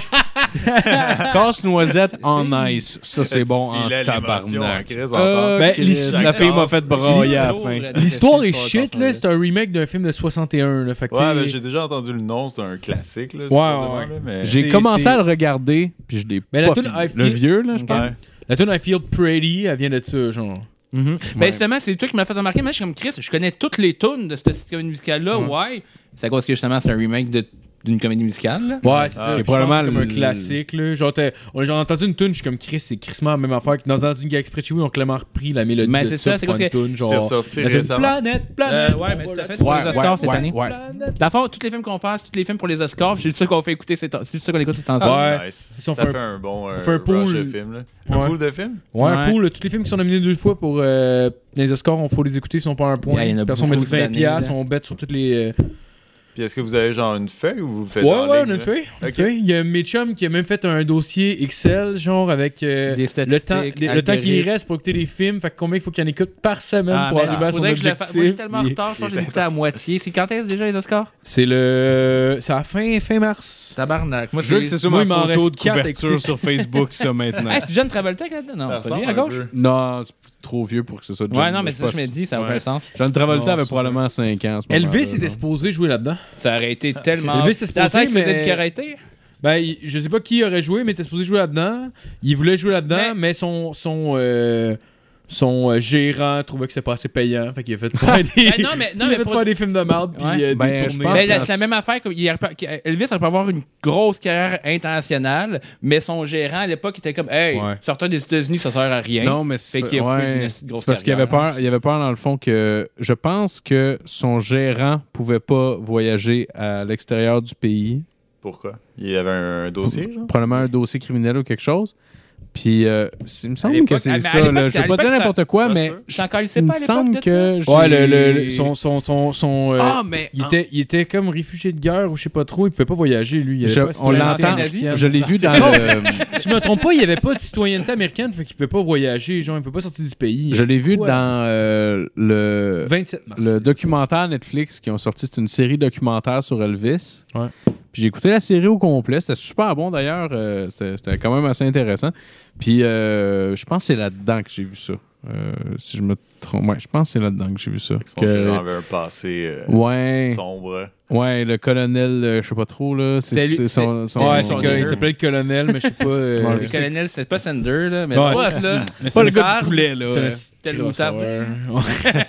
S4: Casse-noisette en ice. Ça, c'est
S5: Tu
S4: bon en
S5: filais l'émotion en
S4: tabarnak.
S5: crise en
S4: Euh,
S5: temps.
S3: Ben,
S4: Chris,
S3: l'histoire-
S4: la fille m'a fait brailler à la fin.
S1: Lourd,
S3: l'histoire est
S1: l'histoire
S3: shit, là. C'est un remake d'un film de 61, là. Fait que, tu
S5: Ouais,
S3: sais,
S5: ben, j'ai déjà entendu le nom, c'est un classique. Là, ouais,
S3: ouais.
S5: mais...
S4: J'ai
S3: C'est-
S4: commencé
S3: c'est-
S4: à le regarder, puis je l'ai
S3: Mais la
S4: pas
S3: toune
S4: fini.
S3: I
S4: Le
S3: Feel-
S4: vieux, là, je pense.
S5: Ouais.
S3: la tune I Feel Pretty, elle vient de ça, genre.
S1: Mhm.
S4: Ouais.
S1: Ben justement, c'est toi qui m'as fait remarquer. Moi, je suis comme Chris, je connais toutes les tunes de cette comédie musicale-là.
S3: Ouais.
S1: Ouais. C'est à cause que justement, c'est un remake de- d'une comédie musicale. là.
S3: Ouais, c'est
S5: Ah,
S3: ça.
S5: ok.
S3: Je
S4: Probablement
S3: pense que c'est
S4: le-
S3: comme un classique. Là. Genre, t'as- on a genre entendu une tune, je suis comme Chris, c'est Chris la même affaire. que Dans, dans une gag spreadsheet, ils ont clairement repris la mélodie.
S1: Mais
S3: de
S1: c'est ça, c'est
S3: pour
S1: parce
S3: une
S1: que-
S3: tune,
S5: C'est
S3: genre.
S5: ressorti
S3: la tune
S5: récemment.
S3: Planète,
S1: Euh,
S3: planète.
S1: ouais, mais tout à fait, c'est
S4: Ouais,
S1: pour les Oscars
S4: ouais,
S1: cette
S4: ouais,
S1: année.
S4: ouais.
S1: D'abord, tous les films qu'on passe, tous les films pour les Oscars, c'est juste ça qu'on fait écouter, ces temps- c'est juste ça qu'on écoute ces temps-ci.
S3: Ouais.
S5: Ah, c'est nice.
S3: Ils ont
S5: Ça
S3: fait un-
S5: fait un bon euh,
S3: fait un pool.
S5: rush de film. Là. Un
S3: Ouais.
S5: pool de film?
S3: Ouais,
S1: Ouais.
S3: pour le- tous les films qui sont nominés deux fois pour euh, les Oscars, on faut les écouter, ils sont pas un point.
S1: Yeah, il y en a
S3: Personne met
S1: beaucoup
S3: du 20$,
S1: cette
S3: piastres,
S1: année,
S3: on bête sur toutes les. euh,
S5: Puis est-ce que vous avez genre une feuille ou vous le faites
S3: Ouais,
S5: en
S3: ouais,
S5: ligne,
S3: on a
S5: là?
S3: fait.
S5: Ok.
S3: fait. Il y a mes chums qui a même fait un dossier Excel, genre avec euh,
S1: Des
S3: le
S1: statistiques,
S3: temps, les- le temps qu'il y
S1: algorithmes.
S3: reste pour écouter les films. Fait que combien il faut qu'il en écoute par semaine
S1: Ah,
S3: pour
S1: mais
S3: arriver à son
S1: faudrait que je le
S3: objectif.
S1: fasse. Moi, je suis tellement en
S3: Il-
S1: retard, je pense que j'ai écouté à moitié. C'est quand est-ce déjà les Oscars
S3: C'est le. C'est à la fin, fin mars.
S1: Tabarnak. Moi,
S4: Je veux que c'est sur
S3: Moi, il m'en
S4: ma photo
S3: reste
S4: de
S3: quatre à
S4: couverture
S3: écouter.
S4: sur Facebook, ça, maintenant.
S1: Hey, c'est John Travolta qui est là-dedans?
S5: Ça
S1: Non, pas
S5: ressemble
S1: lui, à
S5: un
S1: gauche.
S5: peu.
S4: non, c'est trop vieux pour que c'est ça.
S1: Ouais, non, mais c'est ça que je me dis, ça n'a aucun sens.
S4: John Travolta
S3: Non,
S4: avait
S3: c'est
S4: probablement 5 ans. à ce moment-là,
S3: Elvis était
S4: là.
S3: supposé jouer là-dedans.
S1: Ça aurait été tellement.
S3: Elvis, Ah, c'est
S1: Dans la tête,
S3: supposé,
S1: faisait
S3: mais-
S1: du karaté.
S3: Ben, il- je sais pas qui aurait joué, mais était supposé jouer là-dedans. Il voulait jouer là-dedans, mais...
S1: Mais-
S3: son. son euh, Son euh, gérant trouvait que c'était pas assez payant, fait qu'il a fait faire des,
S1: Ah, non, mais-
S3: il a
S1: non, mais
S3: fait
S1: pour-
S3: faire des films de merde puis
S1: Ouais.
S3: euh,
S4: Ben,
S3: des
S4: je
S3: tournées.
S4: pense
S1: Mais
S4: que-
S1: la- c'est la même affaire. que- il aurait pas- que- euh, Elvis aurait pu avoir une grosse carrière internationale, mais son gérant à l'époque était comme Hey,
S4: Ouais.
S1: sortir des États-Unis, ça sert à rien.
S4: Non, mais c'est
S1: Fait qu'il a
S4: ouais,
S1: pris une grosse
S4: c'est parce qu'il avait
S1: carrière.
S4: peur, il avait peur dans le fond que je pense que son gérant pouvait pas voyager à l'extérieur du pays,
S5: Pourquoi? Il y avait un dossier, genre?
S4: probablement un dossier criminel ou quelque chose. Puis euh, c'est- il me semble
S1: l'époque-
S4: que
S1: à-
S4: c'est
S1: mais à
S4: ça.
S1: l'époque,
S4: là. Je
S1: à
S4: vais pas
S1: l'époque,
S4: dire
S1: ça-
S4: n'importe quoi,
S5: ça se
S4: mais
S5: peut.
S4: je-
S1: T'en calissais
S4: il me
S1: pas à l'époque
S4: semble
S1: de ça?
S4: que
S3: Ouais, le,
S4: j'ai-
S3: le- son son son son. euh,
S1: Ah, mais.
S3: il
S1: en-
S3: était il était comme réfugié de guerre ou je sais pas trop. Il pouvait pas voyager lui. Il avait
S4: Je-
S3: pas de
S4: on
S3: citoyenneté
S4: l'entend.
S3: américaine.
S4: Je l'ai vu dans
S3: con.
S4: le.
S3: Si je me trompe pas, il y avait pas de citoyenneté américaine, fait qu'il pouvait pas voyager. Genre, il pouvait pas sortir du pays.
S4: Je l'ai vu
S3: Ouais.
S4: dans euh, le
S3: 27 mars.
S4: le documentaire Netflix qui ont sorti, c'est une série documentaire sur Elvis.
S3: Ouais.
S4: Puis j'ai écouté la série au complet. C'était super bon d'ailleurs. Euh, C'était c'était quand même assez intéressant. Puis euh, je pense que c'est là-dedans que j'ai vu ça. Euh, si je me trompe. Ouais, je pense que c'est là-dedans que j'ai vu ça.
S5: Son
S4: Que-
S5: gérant avait un passé euh,
S4: Ouais,
S5: sombre.
S4: ouais, le colonel, euh, je sais pas trop, là. C'est
S1: Salut,
S4: c'est son, son-
S3: Ouais, c'est
S4: son-
S3: que- il s'appelait le colonel, mais je sais pas. euh,
S4: Ouais,
S1: Le
S4: je sais.
S1: colonel, c'était pas Sander, là, mais
S3: Ouais,
S1: toi,
S4: c'est-
S1: là,
S3: mais
S4: pas
S3: c'est
S4: le
S3: une-
S4: gars du poulet, là.
S3: c'est une-
S4: Ouais.
S1: c'était le moutarde.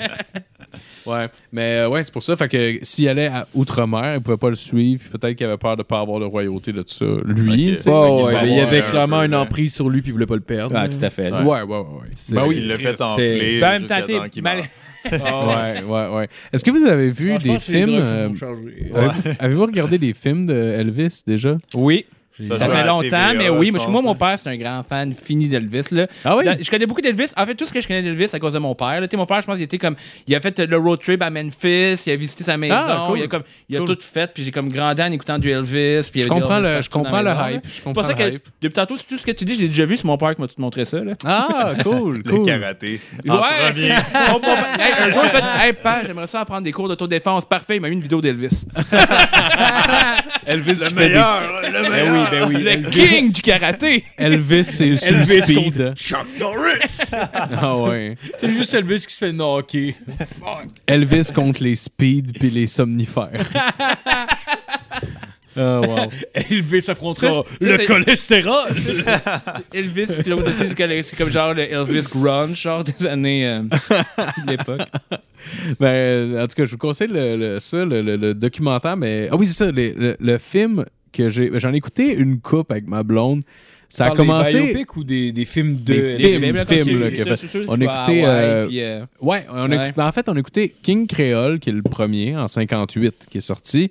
S4: Ouais, mais euh, ouais, c'est pour ça. Fait que s'il allait à Outre-mer, il pouvait pas le suivre. puis Peut-être qu'il avait peur de pas avoir de royauté de tout ça. Lui,
S5: Ok.
S4: tu
S3: Ouais,
S4: sais.
S5: Fait
S3: Bah ouais,
S5: qu'il va
S3: mais il y
S5: avoir
S3: avait
S5: un-
S3: clairement
S5: un-
S3: une emprise sur lui, puis il voulait pas le perdre. Bah
S1: Ah, tout à fait.
S4: Ouais, ouais, ouais. ouais.
S3: C'est-
S4: Ben oui,
S5: il l'a
S4: Chris,
S5: fait enfler
S1: Quand même
S5: jusqu'à
S1: tenté
S5: temps qu'il
S1: mal-
S5: meure.
S4: ouais, ouais, ouais. Est-ce que vous avez vu
S3: Ah, je
S4: des
S3: pense que les
S4: films.
S3: drogues sont
S4: euh,
S3: chargées.
S5: Ouais.
S4: avez- Avez-vous regardé des films de Elvis déjà?
S1: Oui.
S5: Ça joue
S1: Ça
S5: à
S1: fait
S5: la TVA,
S1: longtemps, mais
S5: je
S1: oui. Moi,
S5: pense,
S1: moi, mon
S5: hein.
S1: père, c'est un grand fan fini d'Elvis. là.
S4: Ah oui?
S1: Dans- Je connais beaucoup d'Elvis. En fait, tout ce que je connais d'Elvis, c'est à cause de mon père. là. Tu sais, Mon père, je pense, il était comme. Il a fait euh, le road trip à Memphis, il a visité sa maison,
S4: Ah, cool.
S1: il a, comme, il a
S4: Cool.
S1: tout fait, puis j'ai comme grandi en écoutant du Elvis. Puis il y
S4: Je
S1: avait
S4: comprends
S1: des Elvis
S4: le,
S1: partout
S4: je
S1: dans la
S4: comprends le
S1: maison, là.
S4: hype. Je
S1: C'est
S4: comprends
S1: pour ça
S4: le
S1: que
S4: hype.
S1: depuis tantôt, tout ce que tu dis, je l'ai déjà vu. C'est mon père qui m'a tout montré ça. Là.
S4: Ah, cool,
S5: Le
S4: cool.
S5: karaté. En
S1: ouais!
S5: premier.
S1: Mon papa- hey, un jour, il a fait, hey, père, j'aimerais ça apprendre des cours d'autodéfense. Parfait, il m'a mis une vidéo d'Elvis.
S4: Elvis qui
S5: Le
S4: fait des...
S5: meilleur! Le
S3: Ben oui,
S5: meilleur!
S3: ben oui.
S1: Le king du karaté!
S4: Elvis, c'est sur le
S3: Elvis
S4: speed.
S5: Chuck Norris!
S4: Ah ouais.
S3: C'est juste Elvis qui se fait knocker.
S4: Elvis contre les speed puis les somnifères. Ah wow.
S3: Elvis affrontera
S1: Ça, ça,
S3: le
S1: c'est-
S3: cholestérol.
S1: Elvis, Claude, tu sais, lequel- c'est comme genre le Elvis grunge, genre des années euh,
S4: Ah,
S1: de l'époque.
S4: Ben, en tout cas, je vous conseille le, le- ça, le, le- le documentaire. Mais ah oui, c'est ça, les- le, le film que j'ai, j'en ai écouté une coupe avec ma blonde. Ça a
S3: Parle des
S4: commencé.
S3: biopics ou des, des films de.
S4: Des
S3: Elvis?
S4: films.
S1: là, comme
S4: film, là,
S1: tu-
S4: qu'il a
S1: ça,
S4: fait.
S1: c'est sûr que
S4: On
S1: tu vas à
S4: écoutait,
S1: Hawaï,
S4: euh,
S1: puis, euh,
S4: Ouais, on a
S1: Ouais.
S4: écouté- ben, en fait, on a écouté King Creole, qui est le premier en 58 qui est sorti.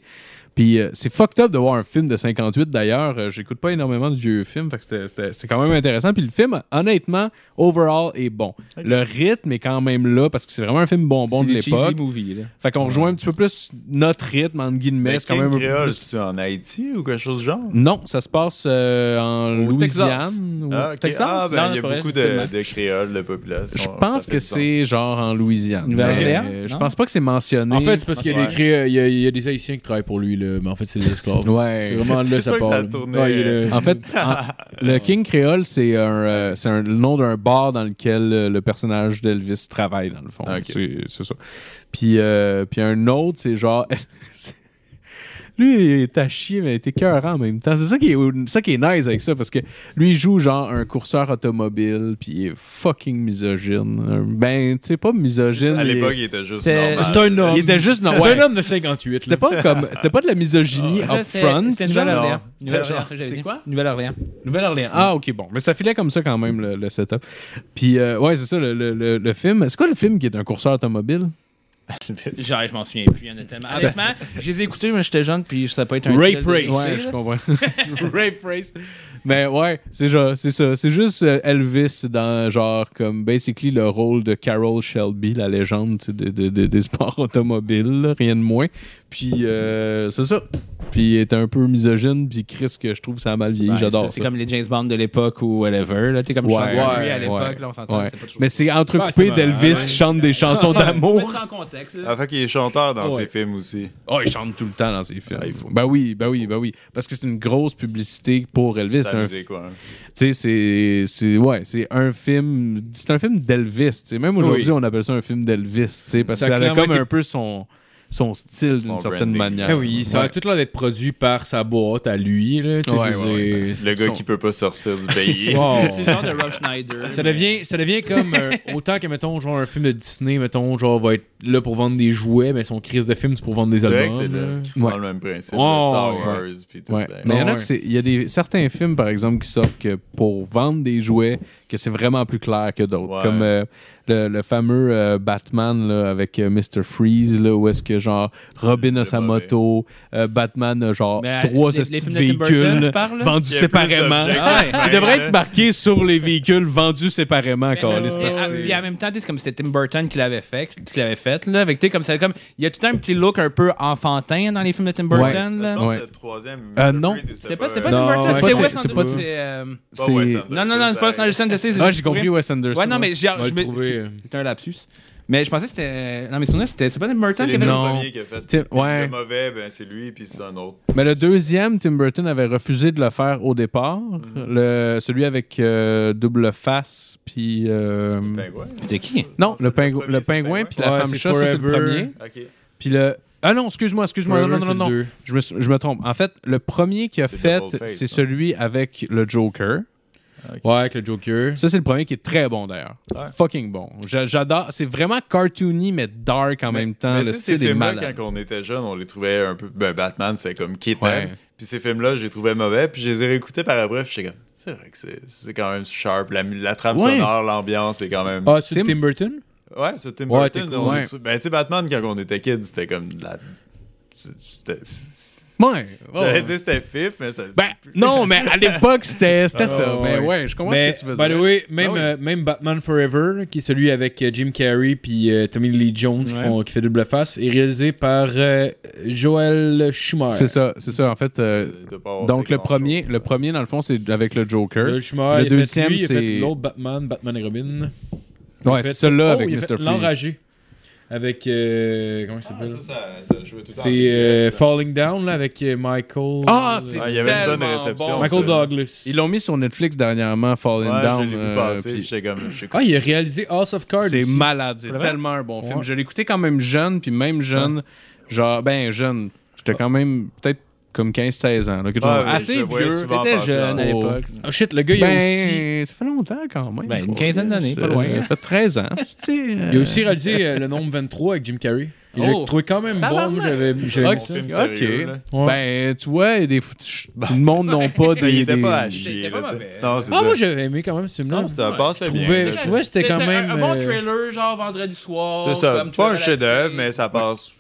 S4: Puis euh, c'est fucked up de voir un film de 58 d'ailleurs. Euh, J'écoute pas énormément de vieux films, fait que c'était- c'était c'était quand même intéressant. Puis le film, honnêtement, overall est bon. Le rythme est quand même là parce que c'est vraiment un film bonbon
S1: c'est
S4: de
S1: des cheesy
S4: l'époque.
S1: movies, là.
S4: Fait qu'on rejoint un petit peu plus notre rythme, entre guillemets.
S5: Mais
S4: C'est quand même un peu
S5: Créole,
S4: plus-
S5: c'est en Haïti ou quelque chose du genre?
S4: Non, ça se passe euh, en
S1: Au Texas.
S4: Louisiane. Ou...
S5: Ah, ok.
S4: Texas?
S5: Ah, ben,
S1: Non,
S5: il y a
S1: pour elle,
S5: beaucoup
S1: tellement.
S5: de, de créoles de population.
S4: Je
S5: Ça
S4: pense
S5: fait
S4: que
S5: du sens.
S4: c'est genre en Louisiane.
S1: Nouvelle-Orléans?
S4: Mais, euh, Je
S1: Non?
S4: pense pas que c'est mentionné.
S3: En fait, c'est parce qu'il y, a
S5: Ouais.
S3: des cré- il y a- il y a des Haïtiens qui travaillent pour lui, là. mais en fait, c'est des esclaves. C'est
S4: Ouais.
S3: vraiment
S5: C'est
S3: là,
S5: ça
S3: ça
S5: que ça
S3: part.
S5: a
S3: là.
S5: tourné.
S3: Ouais, il est là.
S4: euh, En fait, en- le King Creole, c'est un, euh, c'est un- le nom d'un bar dans lequel euh, le personnage d'Elvis travaille, dans le fond.
S5: Ok.
S4: C'est- C'est ça. Puis, euh, puis un autre, c'est genre. c'est- lui, il est à chier, mais il est écœurant en même temps. C'est ça qui est, ça qui est nice avec ça, parce que lui, il joue genre un courseur automobile, puis il est fucking misogyne. Ben, tu sais, pas misogyne.
S5: À
S4: mais-
S5: l'époque, il était juste
S1: C'était-
S5: normal.
S3: Ah, C'est un homme.
S4: il était juste.
S3: C'est
S4: ouais.
S3: un homme de 58.
S4: C'était
S3: là.
S4: pas comme. C'était pas de la misogynie
S5: Oh.
S1: Ça,
S4: up
S1: c'est-
S4: front.
S1: C'était Nouvelle-Orléans.
S5: genre-
S1: Nouvelle-Orléans,
S5: c'est
S1: ça, j'avais
S4: genre-
S1: dit.
S4: c'est quoi?
S1: Nouvelle-Orléans.
S4: Nouvelle-Orléans. Ah, ok, bon. Mais ça filait comme ça quand même, le, le setup. Puis, euh, ouais, c'est ça, le, le- le- le film. C'est quoi le film qui est un courseur automobile?
S1: Genre, je m'en souviens plus, il y en a tellement. Honnêtement, je les ai écoutés, mais j'étais jeune, puis ça peut être un.
S3: Rape
S1: thrill de-
S3: Race.
S1: Ouais,
S4: je comprends. Rape Race. Mais Ben, ouais, c'est genre, c'est ça. C'est juste euh, Elvis dans, genre, comme, basically, le rôle de Carol Shelby, la légende tu sais, de- de- de- des sports automobiles, là, rien de moins. Puis, euh, c'est ça. Puis, il est un peu misogyne, puis Chris, que je trouve, ça a mal vieilli.
S1: Ouais,
S4: J'adore
S1: ça,
S4: ça.
S1: C'est comme les James Bond de l'époque ou whatever. Là, t'es comme Sean Connery à l'époque,
S4: ouais,
S1: là, on s'entend.
S4: ouais.
S1: c'est pas toujours-
S4: Mais c'est entrecoupé
S3: Ouais, c'est
S4: d'Elvis
S1: marrant.
S4: qui chante des chansons
S1: Faut
S4: d'amour.
S1: mettre ça en contexte. là.
S5: Ah, fait qu'il est chanteur dans
S4: Ouais.
S5: ses films aussi.
S4: Oh, il chante tout le temps dans ses films.
S5: Ah, il faut.
S4: Ben oui, ben oui, ben oui. Parce que c'est une grosse publicité pour Elvis. C'est
S5: Ça
S4: un,
S5: faisait quoi? hein?
S4: tu sais, c'est, c'est, ouais, c'est un film, c'est un film d'Elvis. tu sais. Même aujourd'hui,
S3: Oui.
S4: on appelle ça un film d'Elvis, tu sais, parce
S3: Ça
S4: que ça a
S3: clairement
S4: comme
S3: été-
S4: un peu son, son style d'une
S5: Son
S4: certaine
S5: branding.
S4: manière.
S3: Ah oui, ça a
S4: Ouais.
S3: tout l'air d'être produit par sa boîte à lui. Là, tu sais,
S4: Ouais,
S3: je veux
S4: ouais,
S3: dire,
S5: Le gars
S4: son-
S5: qui peut pas sortir du pays.
S4: Oh.
S3: Wow.
S1: C'est le genre de Rob Schneider.
S3: Ça devient, ça devient comme euh, autant que mettons genre un film de Disney mettons genre va être là pour vendre des jouets mais son crise de film c'est pour vendre des
S5: C'est vrai
S3: albums.
S5: que c'est le,
S3: là.
S5: quasiment
S4: Ouais.
S5: le même principe.
S3: Ouais,
S5: le Star
S3: ouais.
S5: Wars, puis tout.
S4: Ouais.
S5: ben.
S4: Mais il y en a
S3: Ouais.
S4: que c'est- il y a des, certains films, par exemple, qui sortent que pour vendre des jouets, que c'est vraiment plus clair que d'autres.
S5: Ouais.
S4: Comme euh, le, le fameux euh, Batman là, avec euh, Mr. Freeze, là, où est-ce que genre Robin a
S5: Le
S4: sa
S5: mauvais.
S4: moto, euh, Batman a genre
S1: Mais, euh,
S4: trois
S1: les- les
S4: hosties de
S1: films de Tim Burton,
S4: véhicules
S1: tu parles, là?
S4: vendus
S5: Il y a
S4: séparément.
S5: plus d'objets
S4: Ah,
S5: que de
S4: Il devrait
S5: mains,
S4: être
S5: là.
S4: marqué sur les véhicules vendus séparément, câlisse, parce
S1: Mais-
S4: que
S1: mais-
S4: c'est-
S1: Puis en même temps, t'sais, c'est comme c'était Tim Burton qui l'avait fait, qui l'avait fait là. Fait que, t'sais, comme ça, comme il y a tout le temps un petit look un peu enfantin dans les films de Tim Burton.
S5: Je
S1: Là.
S5: pense
S4: Ouais.
S5: que le troisième.
S4: Euh,
S5: Mr.
S4: non.
S5: Freeze,
S1: C'était pas, c'était pas
S4: Non,
S1: Tim Burton,
S4: ouais,
S1: c'est
S4: pas-
S1: Wes
S4: c'est pas-
S1: Anderson, c'est, euh,
S5: pas
S4: c'est-
S5: Wes Anderson,
S1: Non, non, non, c'est pas Wes Anderson, je sais.
S4: Ah, j'ai compris Wes Anderson.
S1: Ouais, non, mais j'ai-
S3: On va
S1: je
S3: le
S1: me-
S3: trouver, euh.
S1: c'est un lapsus. Mais je pensais que c'était. Non, mais son c'était c'est pas Tim
S5: C'est
S1: Burton qui
S5: les
S1: avait
S5: deux
S4: Non.
S5: premiers qu'il a fait.
S4: Tim- ouais.
S5: Le mauvais, ben, c'est lui, puis c'est un autre.
S4: Mais le deuxième, Tim Burton avait refusé de le faire au départ.
S5: Mm.
S4: Le, celui avec euh, double face, puis. euh,
S5: Pingouin.
S1: C'était qui
S4: non,
S5: c'est
S4: le,
S5: le premier,
S4: pingou-
S5: c'est
S4: le
S5: le
S4: pingouin,
S5: pingouin.
S4: puis la
S3: Ouais,
S4: femme
S3: c'est
S4: chat, c'est le
S3: Forever.
S4: premier.
S5: Ok.
S4: Puis le. Ah non, excuse-moi, excuse-moi. Non, non, non, non. Je me, je me trompe. En fait, le premier qu'il a
S5: C'est
S4: fait,
S5: Double Face, hein.
S4: c'est
S5: ça.
S4: celui avec le Joker.
S3: Ouais, avec le Joker.
S4: Ça, c'est le premier qui est très bon d'ailleurs.
S5: Ouais.
S4: Fucking bon. J'a- J'adore. C'est vraiment cartoony, mais dark en
S5: Mais-
S4: même temps.
S5: mais
S4: le
S5: tu sais, ces
S4: style est
S5: films-là,
S4: malade.
S5: quand on était jeunes, on les trouvait un peu. Ben, Batman, c'est comme qui
S4: Ouais.
S5: Puis ces films-là, je les trouvais mauvais. Puis je les ai réécoutés par après. Puis j'étais comme, c'est vrai que c'est c'est quand même sharp. La, mu- la trame
S4: Ouais.
S5: sonore, l'ambiance, c'est quand même.
S3: Ah, c'est
S4: Tim-
S3: Tim Burton?
S5: Ouais, c'est Tim
S3: Ouais,
S5: Burton.
S3: t'es
S5: on
S4: cool.
S5: est- Ben, tu sais, Batman, quand on était kids, c'était comme de la. C'était.
S4: Ouais. ouais.
S5: J'allais dire c'était fif, mais ça.
S4: Ben, non, mais à l'époque, c'était c'était ça.
S3: Ah,
S4: mais
S3: ouais.
S4: ouais, je comprends
S3: Mais,
S4: ce que tu veux
S3: by
S4: dire.
S3: the way, même,
S4: Ah oui.
S3: euh, même Batman Forever, là, qui est celui avec euh, Jim Carrey puis euh, Tommy Lee Jones qui,
S4: Ouais.
S3: font, qui fait double face, est réalisé par euh, Joel Schumacher.
S4: C'est ça, c'est ça. En fait, euh,
S5: T'as pas
S4: donc
S5: fait
S4: le
S5: grand-chose.
S4: premier, le premier, dans le fond, c'est avec le Joker.
S3: Joel Schumacher,
S4: Le
S3: il a fait
S4: deuxième,
S3: lui, il a fait
S4: c'est-
S3: l'autre Batman, Batman et Robin. Il a
S4: Ouais,
S3: fait-
S4: c'est celui-là
S3: Oh,
S4: avec
S3: il a
S4: Mr.
S3: fait
S4: Freeze.
S3: L'enragé. Avec. euh, comment il
S5: Ah,
S3: s'appelle
S5: ça, ça, ça jouait tout le temps. en
S3: C'est euh,
S5: VHS, ça.
S3: Falling Down là, avec euh, Michael. euh,
S4: Ah, c'est
S5: Ah, il y avait une bonne
S4: tellement
S5: réception,
S4: bon.
S5: ça.
S3: Michael
S5: c'est-
S3: Douglas.
S4: Ils l'ont mis sur Netflix dernièrement, Falling
S5: Ouais,
S4: Down.
S5: je l'ai vu
S4: euh,
S5: passer,
S4: puis
S5: puis j'étais comme. je suis
S3: Ah, il a réalisé House of Cards.
S4: C'est
S3: aussi.
S4: malade,
S3: C'est
S4: c'est
S3: vrai?
S4: tellement un bon film.
S3: Ouais.
S4: Je l'écoutais quand même jeune, puis même jeune, genre, ben jeune, j'étais quand même peut-être comme 15-16 ans. là, quelque chose Ah,
S5: Ouais,
S4: comme-
S5: mais je
S4: assez
S5: le voyais
S4: vieux,
S5: souvent
S4: t'étais
S5: passer
S4: jeune
S5: en
S4: à
S5: haut.
S4: l'époque.
S3: Oh shit, le gars, il a aussi.
S4: Ben, ça fait longtemps quand même.
S1: Ben, une quinzaine d'années, pas loin.
S4: Ça fait 13 ans. tu sais, euh,
S3: Il a aussi réalisé euh, le nombre 23 avec Jim Carrey. Et J'ai
S4: Oh.
S3: trouvé quand même bon.
S4: Tabarnak.
S3: moi, J'avais j'avais aimé
S5: Bon
S4: Ok,
S3: ça.
S5: film
S4: ok.
S5: sérieux, là.
S4: Ben, tu vois, des, fou- ch- tout le monde n'ont pas des.
S5: Ben, Bah. il était
S4: des-
S5: pas à chier,
S1: C'était
S5: là,
S1: pas
S5: tu
S1: mauvais.
S5: sais. Non, c'est
S3: Ah,
S5: ça.
S3: moi, j'avais aimé quand même ce film-là.
S5: Non, ça
S1: Ouais.
S5: passait bien.
S3: trouvais-
S5: là,
S3: je
S5: tu sais.
S3: trouvais que c'était quand
S1: un-
S3: même.
S1: Un, bon
S3: euh,
S1: trailer, genre vendredi soir.
S5: C'est ça.
S1: comme
S5: Pas un
S1: trailer à
S5: chef-d'œuvre,
S1: la
S5: mais ça passe.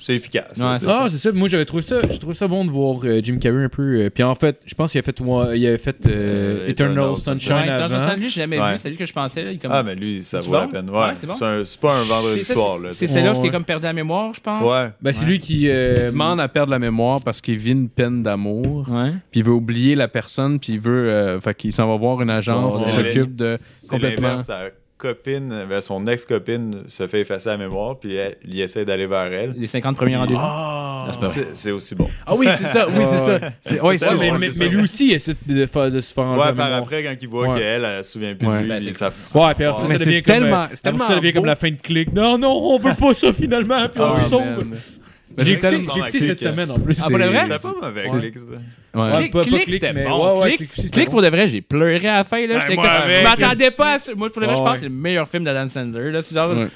S5: C'est efficace.
S4: Ouais,
S5: là,
S4: c'est
S5: tu sais.
S3: Ah, c'est ça. Moi, j'avais trouvé ça. Je trouvé ça bon de voir euh, Jim Carrey un peu. euh, Puis en fait, je pense qu'il a fait, Wa- il avait fait euh,
S5: Euh,
S3: Eternal,
S5: Eternal
S3: Sunshine
S5: Sunshine.
S1: Ouais, c'est
S3: avant.
S1: un j'ai jamais
S5: Ouais.
S1: vu, c'est lui que je pensais. Là, il est comme...
S5: Ah, mais lui, ça
S1: C'est
S5: vaut la
S1: bon?
S5: peine.
S1: Ouais,
S5: Ouais.
S1: c'est bon.
S5: C'est un- c'est pas un vendredi
S1: C'est ça,
S5: soir, là. tu
S1: C'est
S5: sais.
S1: celle-là où
S3: Ouais,
S1: je t'ai
S3: ouais.
S1: comme perdu la mémoire, je pense.
S5: Ouais.
S3: Ben, c'est lui qui. euh,
S4: demande à perdre la mémoire parce qu'il vit une peine d'amour,
S1: Ouais.
S4: puis il veut oublier la personne, puis il veut. euh, fait qu'il s'en va voir une agence
S3: Oh,
S4: qui
S5: C'est
S4: s'occupe de.
S5: C'est
S4: Complètement.
S5: l'inverse, Sa copine, ben, son ex-copine se fait effacer la mémoire, puis elle- il essaie d'aller vers elle.
S1: Les 50 premiers rendez-vous.
S4: Ah,
S5: C'est c'est aussi bon.
S4: Ah oui, c'est ça, oui, c'est ça. C'est- ouais,
S5: Ouais, Ah
S4: ça,
S3: mais-
S5: c'est
S3: mais,
S5: ça.
S3: mais lui aussi, il essaie de, faire- de se faire enlever.
S5: Ouais,
S3: la
S5: par
S3: mémoire.
S5: après, quand il voit
S3: Ouais.
S5: qu'elle, elle, elle se souvient plus
S4: Ouais.
S5: de lui,
S1: Ben, c'est
S5: il- ça
S3: Ouais, puis alors ça,
S5: Ouais.
S3: ça
S4: Mais
S3: devient
S4: c'est
S3: comme,
S4: tellement-
S3: euh,
S4: c'est
S3: alors ça
S4: tellement
S3: devient comme
S4: beau.
S3: la fin de clic. Non, non, on veut pas ça finalement, puis on
S5: Ah,
S3: se
S5: ouais,
S3: sauve.
S4: man.
S3: J'ai
S5: C'est
S3: écouté,
S5: vrai
S3: j'ai
S5: que
S3: écouté
S5: c'est
S3: cette
S5: un
S3: semaine en
S5: clic,
S3: plus.
S1: Ah, pour le vrai?
S5: C'était pas mauvais,
S4: Ouais.
S5: Click, ça.
S4: Ouais.
S3: Ouais.
S1: Click,
S3: pas- pas
S1: click,
S3: click,
S1: c'était
S3: mais
S1: bon.
S3: ouais, ouais,
S1: click,
S3: click aussi, c'était bon.
S1: click
S3: Ben,
S1: pour de vrai, j'ai pleuré à la fin. Là, j'étais
S4: moi
S1: comme-
S4: avec,
S1: je m'attendais pas à ça. Moi, pour de vrai,
S3: Ouais,
S1: je pense
S3: ouais.
S1: que c'est le meilleur film d'Adam Sandler. Là, c'est genre.
S4: Ouais.